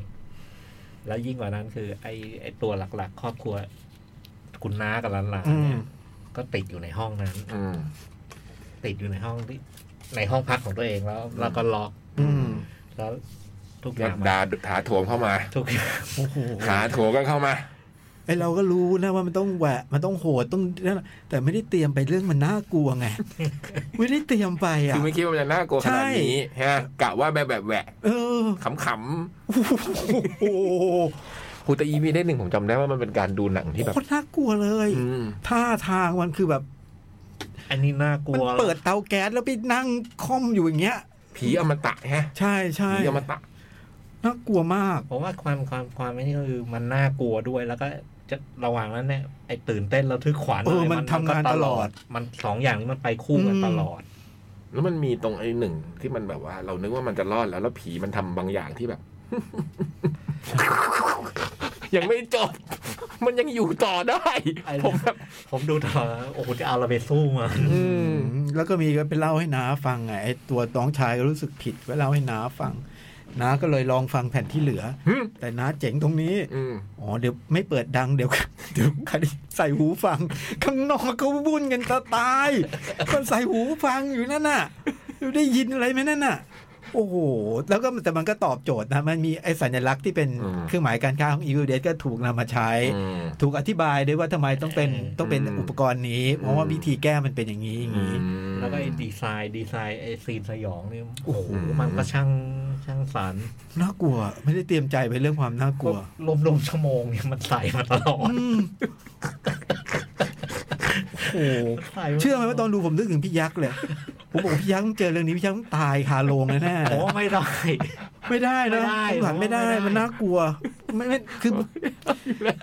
S2: แล้วยิ่งกว่านั้นคือ ไอไอตัวหลักๆ ครอบครัว คุณน้ากับหลาน
S5: อื
S2: ๆ
S5: ม
S2: เนี่ยก็ติดอยู่ในห้องนั้น
S3: อืม
S2: ติดอยู่ในห้องที่ในห้องพักของตัวเองแล้ว แล้วก็ล็อก
S5: อืม
S2: แล้วทุกอ
S3: แล้ว
S2: ย่างมัน
S3: ดาถาโถมเข้ามา
S2: ทุกอย่าง
S5: โอ้โห
S3: ถาโถมกันเข้ามา
S5: ไอเราก็รู้นะว่ามันต้องแหวะ มันต้องโหดต้องนั่นแต่ไม่ได้เตรียมไปเรื่องมันน่ากลัวไง ไม่ได้เตรียมไปอ่ะ
S3: คือไม่คิดว่ามันจะน่ากลัวขนาดนี้ฮะกะว่าแบบแบบแหวะ
S5: เออ
S3: ขำ
S5: โอ้โห
S3: ๆฮูแตอีมีได้หนึ่งผมจำได้ว่ามันเป็นการดูหนังที่แบบ
S5: โคตรน่ากลัวเลย
S3: อืม
S5: ท่าทางมันคือแบบ
S2: อันนี้น่ากลั
S5: มัน
S2: ว
S5: เปิดเตาแก๊สแล้วไปนั่งค่อมอยู่อย่างเงี้ย
S3: ผีอมตะฮะ
S5: ใช่ใช่
S3: ผีอมตะ
S5: น่ากลัวมาก
S2: ผมว่าความความความไม่นี่ก็คือมันน่ากลัวด้วย แล้วก็ จะระหว่างนั้นเนี่ยไอ้ตื่นเต้นระทึกขวัญ
S5: เออ
S2: ไร
S5: มันทำงาน
S2: ก็
S5: ตลอด
S2: มันสองอย่างนี้มันไปคู่กัน
S5: อืม
S2: ตลอด
S3: แล้วมันมีตรงไอ้หนึ่งที่มันแบบว่า เรานึกว่ามันจะรอดแล้วแล้วผีมันทำบางอย่างที่แบบ ยังไม่จบ มันยังอยู่ต่อได้
S2: ไอ้
S3: ผมแบบ
S2: ผมดูตลอดแล้วโอ้โหจะเอาเราไปสู้มา
S3: อืม
S5: แล้วก็มีก็ไปเล่าให้น้าฟังไงไอ้ตัวน้องชายก็รู้สึกผิดก็เล่าให้น้าฟังน้าก็เลยลองฟังแผ่นที่เหลือ
S3: อืม
S5: แต่น้าเจ๋งตรงนี้
S3: อืม
S5: อ๋อเดี๋ยวไม่เปิดดังเดี๋ยว เดี๋ยวใครใส่หูฟัง ข้างนอกเขาวุ่นกันจะตายคนใส่หูฟังอยู่นั่นน่ะได้ยินอะไรไหมนั่นน่ะ โอ้โหแล้วก็แต่มันก็ตอบโจทย์นะมันมีไอ้สัญลักษณ์ที่เป็นเครื่องหมายการค้าของ e v i d e ก็ถูกนำมาใช้
S3: อืม
S5: ถูกอธิบายด้วยว่าทำไมต้องเป็น
S2: เออ
S5: ต้องเป็น
S3: อืม
S5: อุปกรณ์นี้ เพราะว่าวิธีแก้มันเป็นอย่างนี้อย่างนี้
S2: แล้วก็ไอ้ดีไซน์ดีไซน์ไอ้ซีนสยองเนี่ยโอ้โห
S3: อืม
S2: มันก็ช่างช่างสรร
S5: น่ากลัว ไม่ได้เตรียมใจไปเรื่องความน่ากลัว
S2: รวมรวมๆชั่วโมงเนี่ยมันใส่มาตลอด
S5: อืมโอ้โห
S2: ใส่าลด
S5: เชื่อไหมว่าตอนดูผมนึกถึงพี่ยักษ์เลย ผมบอกพี่ยักษ์มึงเจอเรื่องนี้พี่ยักษ์มึงตายคาโรงแน่ๆ
S2: โอ้ไม่ได้
S5: ไม่ได้นะ
S2: ไม่ได้
S5: ผมหลังไม่ได้
S2: ไม่ได้
S5: มันน่ากลัวไม่ไม่คือ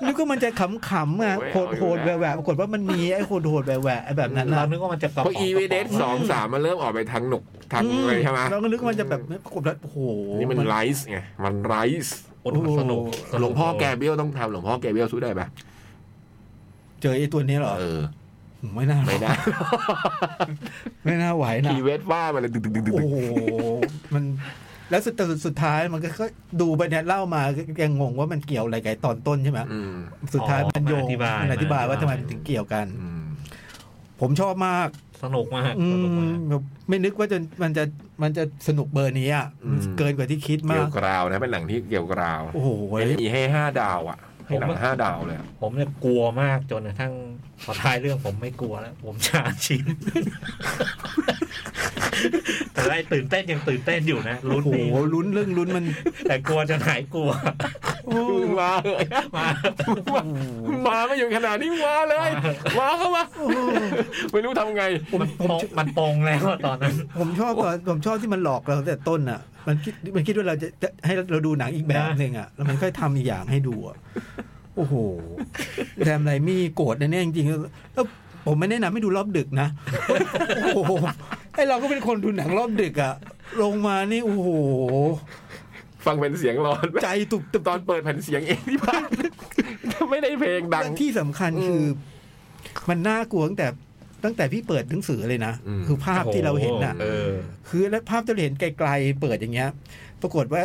S5: นึกว่ามันจะขำๆอ่ะ
S3: โอ้ยเอาอยู่
S5: โหดโหด
S3: นะ
S5: แหวะๆปรากฏว่ามันมีไอ้โหดโหดๆแหวะๆไอ้แบบนั้น
S2: เรา
S5: นะ
S2: นึกว่ามันจะกระ
S3: เพ
S2: ป๋อ
S3: ราะ
S2: ง
S3: อีเวเดสสองสามมันเริ่มออกไปทางหนกทางอะไรใช่ไหม
S5: เราก็นึกว่ามันจะแบบปรากฏว่าโอ้โห
S3: นี่มันไรส์ไงมันไรส์
S2: โอ้โหสนุกสนุ
S3: หลวงพ่อแกเบี้ยวต้องทำหลวงพ่อแกเบี้ยวสู้ได้ปะ
S5: เจอไอ้ตัวนี้เหรอ
S3: เออ
S5: ผมไม่น่า
S3: ไม่ได้
S5: ไม่น่าไหวนะ
S3: ทีเวสว่ามันเลยดึกดึกดึกดึก
S5: โอ้โหมันแล้วสุดแต่สุดท้ายมันก็ก็ดูไปเนี่ยเล่ามายังงงว่ามันเกี่ยวอะไรกับไอ้ตอนต้นใช่ไหม
S3: อืม
S5: สุดท้ายมันโยง
S2: อธิบาย
S5: มันอธิบายว่าทำไมมันถึงเกี่ยวกัน
S3: อืม
S5: ผมชอบมาก
S2: สนุกมาก
S5: อื
S2: สนุกมาม ก
S5: ไม่นึกว่าจะมันจะมันจะสนุกเบอร์นี้อ่ะ
S3: อืม
S5: เกินกว่าที่คิดมา
S3: เกี่ย
S5: ก
S3: วกราวนะเป็นหนังที่เกี่ยวกราว
S5: โอ้โห
S3: เอ็นอีให้ห้าดาวอ่ะ ให้หนั
S2: ผ
S3: ง
S2: มว่า
S3: ห้าดาวเลยอะ
S2: ผมเนี่ยกลัวมากจนกระทั่งพอท้ายเรื่องผมไม่กลัวแล้ว ผมชาชิน แต่ไอ้ตื่นเต้นยังตื่นเต้นอยู่นะ
S5: โอ้
S2: ลุ้น
S5: โห
S2: ดี
S5: ลุ้นเรื่องลุ้นมัน
S2: แต่กลัวจะหายกลัว
S5: โอ้
S3: มึงมาเลย
S2: มา
S3: มามาไม่อยู่ขนาดนี้มาเลยมาเข้ามาไม่รู้ทำไง
S2: มันปงมันปงแล้วตอนนั้น
S5: ผมชอบตอนผมชอบที่มันหลอกเราตั้งแต่ต้นอ่ะ มันคิดมันคิดว่าเราจะจะให้เราดูหนังอีกแบบหนึ่งอ่ะแล้วมันค่อยทำอีกอย่างให้ดูอะโอ้โหแรมไรมี่โกรธนะเนี่ยจริงๆแล้วผมไม่แนะนำให้ดูรอบดึกนะโอ้โหไอเราก็เป็นคนดูหนังรอบดึกอ่ะ ลงมานี่โอ้โห
S3: ฟังเป็นเสียงร้อน
S5: ใจตุบตุบ
S3: ตอนเปิดแผ่นเสียงเองที่บ้าน ไม่ได้เพลงดัง
S5: และที่สำคัญคือ มันน่ากลัวตั้งแต่ตั้งแต่พี่เปิดหนังสือเลยนะ
S3: อืม
S5: คือภาพที่เราเห็นอ่ะ
S2: เออ
S5: คือแล้วภาพที่เราเห็นไกลๆเปิดอย่างเงี้ย ปรากฏว่า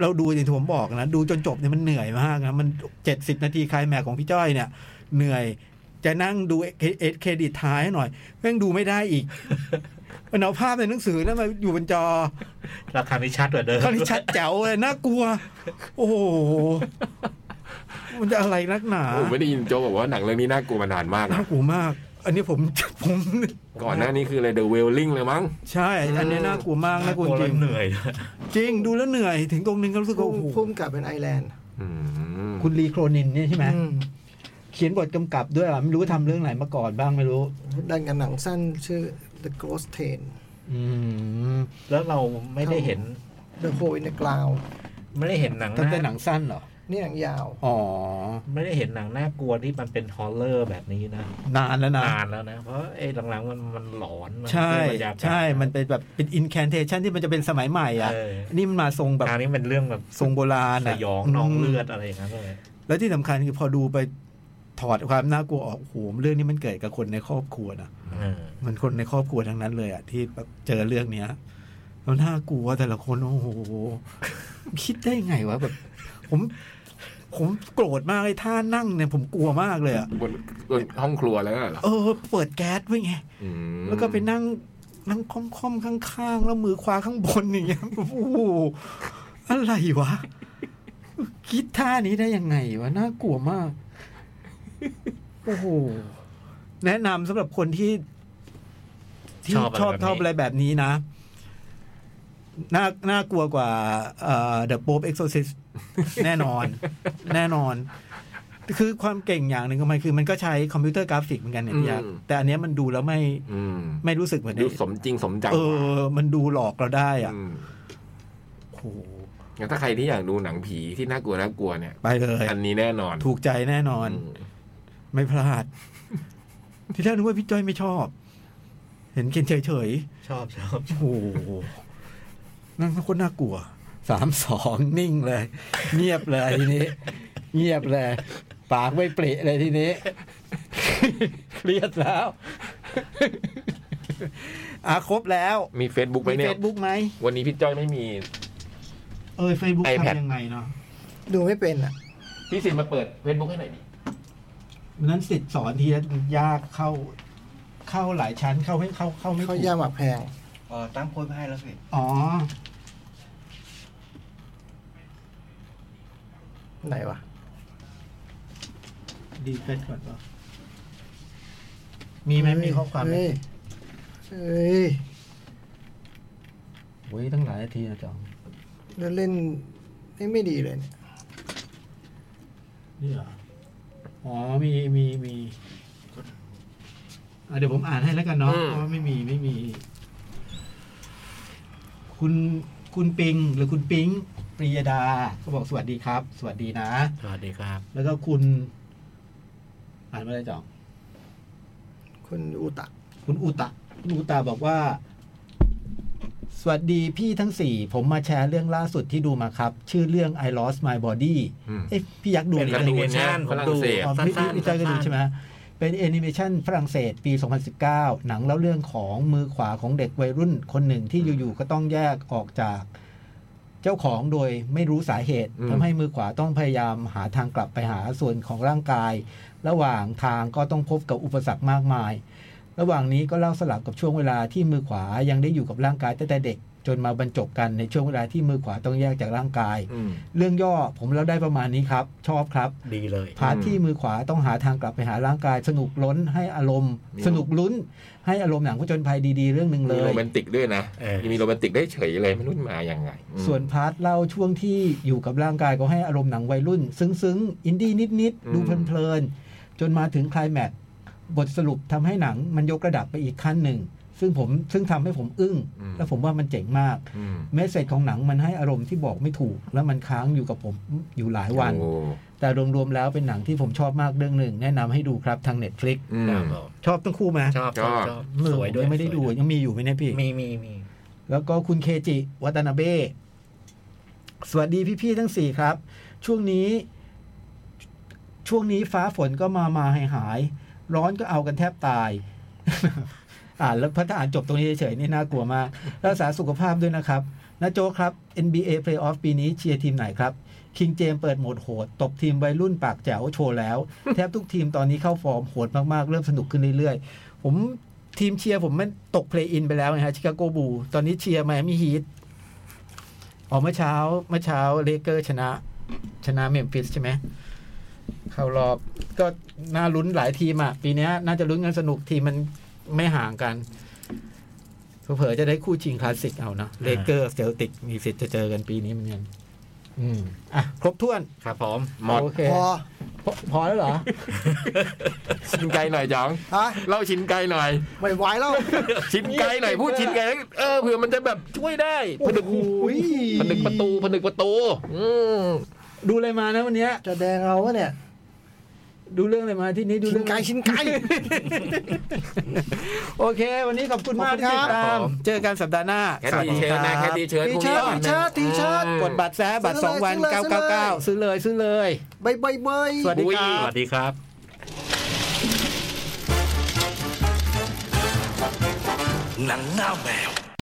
S5: เราดูอย่างที่ผมบอกนะ ดูจนจบเนี่ยมันเหนื่อยมากนะมันเจ็ดสิบนาทีคลายแม็กซ์ของพี่จ้อยเนี่ย เหนื่อยจะนั่งดูเอสเครดิตท้ายหน่อยแม่งดูไม่ได้อีก มันเอาภาพในหนังสือแล้วมาอยู่บนจอ
S2: ราคานี้ชัดกว่าเดิม
S5: คราวนี้ชัดแจ๋วเลยน่ากลัว โอ้โหมันจะอะไรนักหนา
S3: ผมไม่ได้ยินโจบอกว่าหนังเรื่องนี้น่ากลัวมานานมาก นะ
S5: น่ากลัวมาก อันนี้ผมผม
S3: ก่อนหน้านี้คืออะไร The Wailing เลยมั้ง
S5: ใช่ อันนี้น่ากลัวมากน่ากลัว
S2: กลัว
S5: จ
S2: แล้
S5: ริ
S2: ว
S5: ง
S2: เหนื่อยด้วย
S5: จริงดูแล้วเหนื่อยถึงตรงนึงก็รู้สึกว่าโอ้โห
S4: พุ่มกับเป็นไอแลนด์
S3: อืม
S5: คุณลีโครนินเนี่ยใช่ไหม
S4: อืม
S5: เขียนบทกำกับด้วยอ่ะไม่รู้ทำเรื่องไหนมาก่อนบ้างไม่รู้
S4: ดังกับหนังสั้นชื่อ The Ghost Train
S5: อืม
S2: แล้วเราไม่ได้เห็น
S4: The Hole in the Ground
S2: ไม่ได้เห็นหนัง
S5: ทำแต่ห
S2: ห
S5: นั
S2: น้าง
S5: สั้นเหรอ
S4: นี่หนังยาว
S5: อ๋อ
S2: ไม่ได้เห็นหนังน่ากลัวที่มันเป็นฮอลเลอร์แบบนี้นะ
S5: นานแล้วนะ
S2: นานแล้วนะ เพราะไอ้หลังๆมันมันหลอนมัน
S5: ใช่
S2: ด้วยบรรยากาศ
S5: ใช่มันเป็นแบบเป็นอินแคนเทชันที่มันจะเป็นสมัยใหม่อ่ะ
S2: เออ
S5: นี่มันมาทรงแบบ
S2: ทางนี้เป็นเรื่องแบบ
S5: ทรงโบราณ
S2: ส
S5: อ่ะ
S2: ยองหน้องเลือด
S5: ม
S2: อะไรอย่างนั้นเลย
S5: แล้วที่สำคัญคือพอดูไปถอดความน่ากลัวออกโอ้โหเรื่องนี้มันเกิดกับคนในครอบครัวนะ
S2: เออ
S5: มันคนในครอบครัวทั้งนั้นเลยอะที่แบบเจอเรื่องเนี้ยแล้วน่ากลัวแต่ละคนโอ้โห คิดได้ไงวะแบบ ผม ผมโกรธมากเลยท่านั่งเนี่ยผมกลัวมากเลยอะ
S3: บนบนห้องครัวแล้วน่ะเหรอ
S5: เออ เปิดแก๊สไว้ไง
S3: อืม
S5: แล้วก็ไปนั่งนั่งค่อมๆข้างๆ แล้วมือคว้าข้างบนอย่างเงี้ยโอ้โหอะไรวะ คิดท่านี้ได้ยังไงวะน่ากลัวมาก โอ้โห แนะนำสำหรับคนที่ที่
S2: ช
S5: ช
S2: อ
S5: อ
S2: บบ อะไร
S5: ชอบ
S2: แบบนี้
S5: อะไรแบบนี้นะ น่าน่ากลัวกว่าเอ่อ The Pope Exorcist แน่นอน แน่นอน คือความเก่งอย่างหนึ่งของมันคือมันก็ใช้คอมพิวเตอร์กราฟิกเหมือนกันเนี่ยพี่ยักษ์แต่อันเนี้ยมันดูแล้วไม่
S3: อืม
S5: ไม่รู้สึกเหมือน
S3: ดู
S5: ใน
S3: สมจริงสมจัง
S5: เออ มันดูหลอกเราได้อ่ะ
S3: ม
S5: โห
S3: งั้นถ้าใครที่อยากดูหนังผีที่น่ากลัวน่ากลัวเนี่ย
S5: ไปเลย
S3: อันนี้แน่นอน
S5: ถูกใจแน่นอน
S3: อืม
S5: ไม่พลาด ที่แรกนึกว่าพี่จ้อยไม่ชอบ เห็นเคนเฉยเฉย
S2: ชอบชอบ
S5: ๆโอ้โหนั่นโคนน่ากลัวสามสองนิ่งเลย เงียบเลยทีนี้ เงียบเลย ปากไม่ปริเลยทีนี้ เครียดแล้ว อ่ะครบแล้ว
S3: มี Facebook ไหม
S5: มี
S3: เนี่
S5: เฟ
S3: ย
S5: ซบุ๊กไหม
S3: วันนี้พี่จ้อยไม่มี
S5: เออเฟซบุ๊ก
S3: iPad
S5: ทำยังไงเนาะ
S4: ดูไม่เป็นอ่ะ
S3: พี่สินมาเปิด Facebook ให้หน่อยดิ
S5: วันนั้นสิทธิ์สอนทีแล้วมันยากเข้า เข้าหลายชั้นเข้าให้เข้าเข้าไม่
S4: เขา
S5: ถูก
S4: ย่าหมักแพง
S1: เออตั้งโพสต์ไว้ให้แล้วสิ
S5: อ๋อ
S4: ไหนวะ
S5: ดีเฟซก่อนวะมีไหมมีข้อความไหม
S4: เฮ้ยเฮ้ย
S5: โอ้ยตั้งหลายนาทีนะจอม
S4: แล้วเล่นเล่นไม่ดีเลยเนี่ย
S5: นี่เหรอ อ๋อมีมีมีอ่ะเดี๋ยวผมอ่านให้แล้วกันเนาะ
S3: อืม
S5: เพราะว่าไม่มีไม่มี คุณคุณปิงหรือคุณปิงปรียดาเขาบอกสวัสดีครับ สวัสดีนะ
S2: สวัสดีครับ
S5: แล้วก็คุณ อ่านมาได้จ่อง
S4: คุณอุตะ
S5: คุณอุตะคุณอุตะบอกว่า สวัสดีพี่ทั้งสี่ผมมาแชร์เรื่องล่าสุดที่ดูมาครับ ชื่อเรื่อง I Lost My Body
S3: อืม
S5: เอ้ยพี่ยักษ์ดู
S2: เป็น
S5: ห
S2: กา
S5: อ
S2: ร์ตูน
S5: ยั
S2: นะ
S3: ฝรั่งเศส
S5: อ๋อพี่
S2: สั้นๆ
S5: พี่จ้อยก็ดู
S2: สั้นๆ
S5: ใช่ไหมเป็นแอนิเมชันฝรั่งเศสปี 2019 หนังเล่าเรื่องของมือขวาของเด็กวัยรุ่นคนหนึ่งที่อยู่ๆก็ต้องแยกออกจาก เจ้าของโดยไม่รู้สาเหตุ
S3: อืม
S5: ทำให้มือขวาต้องพยายามหาทางกลับไปหาส่วนของร่างกาย ระหว่างทางก็ต้องพบกับอุปสรรคมากมาย ระหว่างนี้ก็เล่าสลับกับช่วงเวลาที่มือขวายังได้อยู่กับร่างกายตั้งแต่เด็ก จนมาบรรจบกันในช่วงเวลาที่มือขวาต้องแยกจากร่างกาย
S3: อืม
S5: เรื่องย่อผมเล่าได้ประมาณนี้ครับ ชอบครับ
S2: ดีเลย
S5: พาร์ท
S3: อืม
S5: ที่มือขวาต้องหาทางกลับไปหาร่างกาย สนุกล้นให้อารมณ์
S3: มี
S5: สนุกลุ้น ให้อารมณ์หนังผจญภัยดีๆ เรื่องหนึ่งเล
S3: มี
S5: ย
S3: โรแมนติกด้วยนะ
S2: เออ
S3: ยังมีโรแมนติกได้เฉยเลยไม่รู้มาอย่างไงอืม
S5: ส่วนพาร์ทเล่าช่วงที่อยู่กับร่างกายก็ให้อารมณ์หนังวัยรุ่น ซึ้งๆ อินดี้นิดๆ ดูเพลินๆ จนมาถึงไคลายแม็กซ์บทสรุปทำให้หนังมันยกระดับไปอีกขั้นหนึ่ง ซึ่งผมซึ่งทำให้ผมอึ้ง และผมว่ามันเจ๋งมาก
S3: อืม
S5: เมสเซจของหนังมันให้อารมณ์ที่บอกไม่ถูก และมันค้างอยู่กับผมอยู่หลายวัน
S3: โอ้
S5: แต่รวมๆแล้วเป็นหนังที่ผมชอบมากเรื่องหนึ่ง แนะนำให้ดูครับทาง Netflix
S3: อืม
S2: ครับผม
S5: ชอบทั้งคู่ไหม
S2: ชอบชอบชอบ
S5: เออ
S2: สวยด้วย
S5: งไม่ได้ดู
S2: สวย
S5: ยังมีอยู่ไหมเนี่ยพี่
S2: มีมีมี
S5: แล้วก็คุณเคจิ วัตนาเบ้ สวัสดีพี่ ๆ ทั้งสี่ครับ ช่วงนี้ ช่วงนี้ฟ้าฝนก็มามาหายหาย ร้อนก็เอากันแทบตาย อ่านแล้วพัฒนานจบตรงนี้เฉยๆนี่น่ากลัวมาก รักษาสุขภาพด้วยนะครับนะโจกครับ NBA Playoff ปีนี้เชียร์ทีมไหนครับ คิงเจมเปิดโหมดโหด ตบทีมวัยรุ่นปากแจ๋วโชว์แล้ว แทบทุกทีมตอนนี้เข้าฟอร์มโหดมากๆ เริ่มสนุกขึ้นเรื่อยๆ ผมทีมเชียร์ผมมันตกเพลย์อินไปแล้วนะฮะชิคาโกบู ตอนนี้เชียร์ไมอามี่ฮีทอ๋อเมื่อเช้าเมื่อเช้าเลเกอร์ชนะ ชนะเมมฟิสใช่ไหม เข้ารอบก็น่าลุ้นหลายทีมอ่ะ ปีเนี้ยน่าจะลุ้นกันสนุกทีมมันไม่ห่างกันเผลอๆจะได้คู่ชิงคลาสสิกเอานะเลเกอร์เซลติกมีสิทธิ์จะเจอกันปีนี้เหมือนกันอืมอ่ะ ครบถ้วน
S2: ครับผม
S3: หมด
S5: โอเค
S4: พอ
S5: พอพอแล้วเหรอ
S3: ชิ้นไกลหน่อยจัง
S4: ฮะ
S3: เล่าชิ้นไกลหน่อย
S4: ไม่ไหวแล้ว
S3: ชิ้นไกลหน่อยพูดชิ้นไกลเออเผื่อมันจะแบบช่วยได้ผนึกผนึกประตูผนึกประตู อืม
S5: ดูอะไรมานะวันเนี้ย
S4: จะแดงเอาวะเนี่ย
S5: ดูเรื่องอะไรมาที่นี้ดู
S4: ชิ้
S5: เรื่
S4: น
S5: อง
S4: ไก่ชิ้นไก่
S5: โอเค วันนี้ขอบคุณมากที่ติดตาม เจอกันสัปดาห์หน้า
S3: แค่ตีเชิญนะแค่ตีเชิญพ
S4: ตี
S3: รุ่ง
S4: เชิ
S3: นี้
S4: ญ
S3: วันห
S4: ตี
S3: นึ่
S4: เชิ
S3: ง
S4: ญตีเชิญ
S3: อืม
S5: กดบัตรแซะบัตร
S4: ซื้อ
S5: สอง
S4: เลย
S5: วัน
S4: ซื้อเลยซื้อเลย
S5: 999 ซื้อเลยซื้อเลย
S4: ใบใบใบย
S5: สวัสดีครั
S2: ส
S5: บ
S2: วัสดีครับ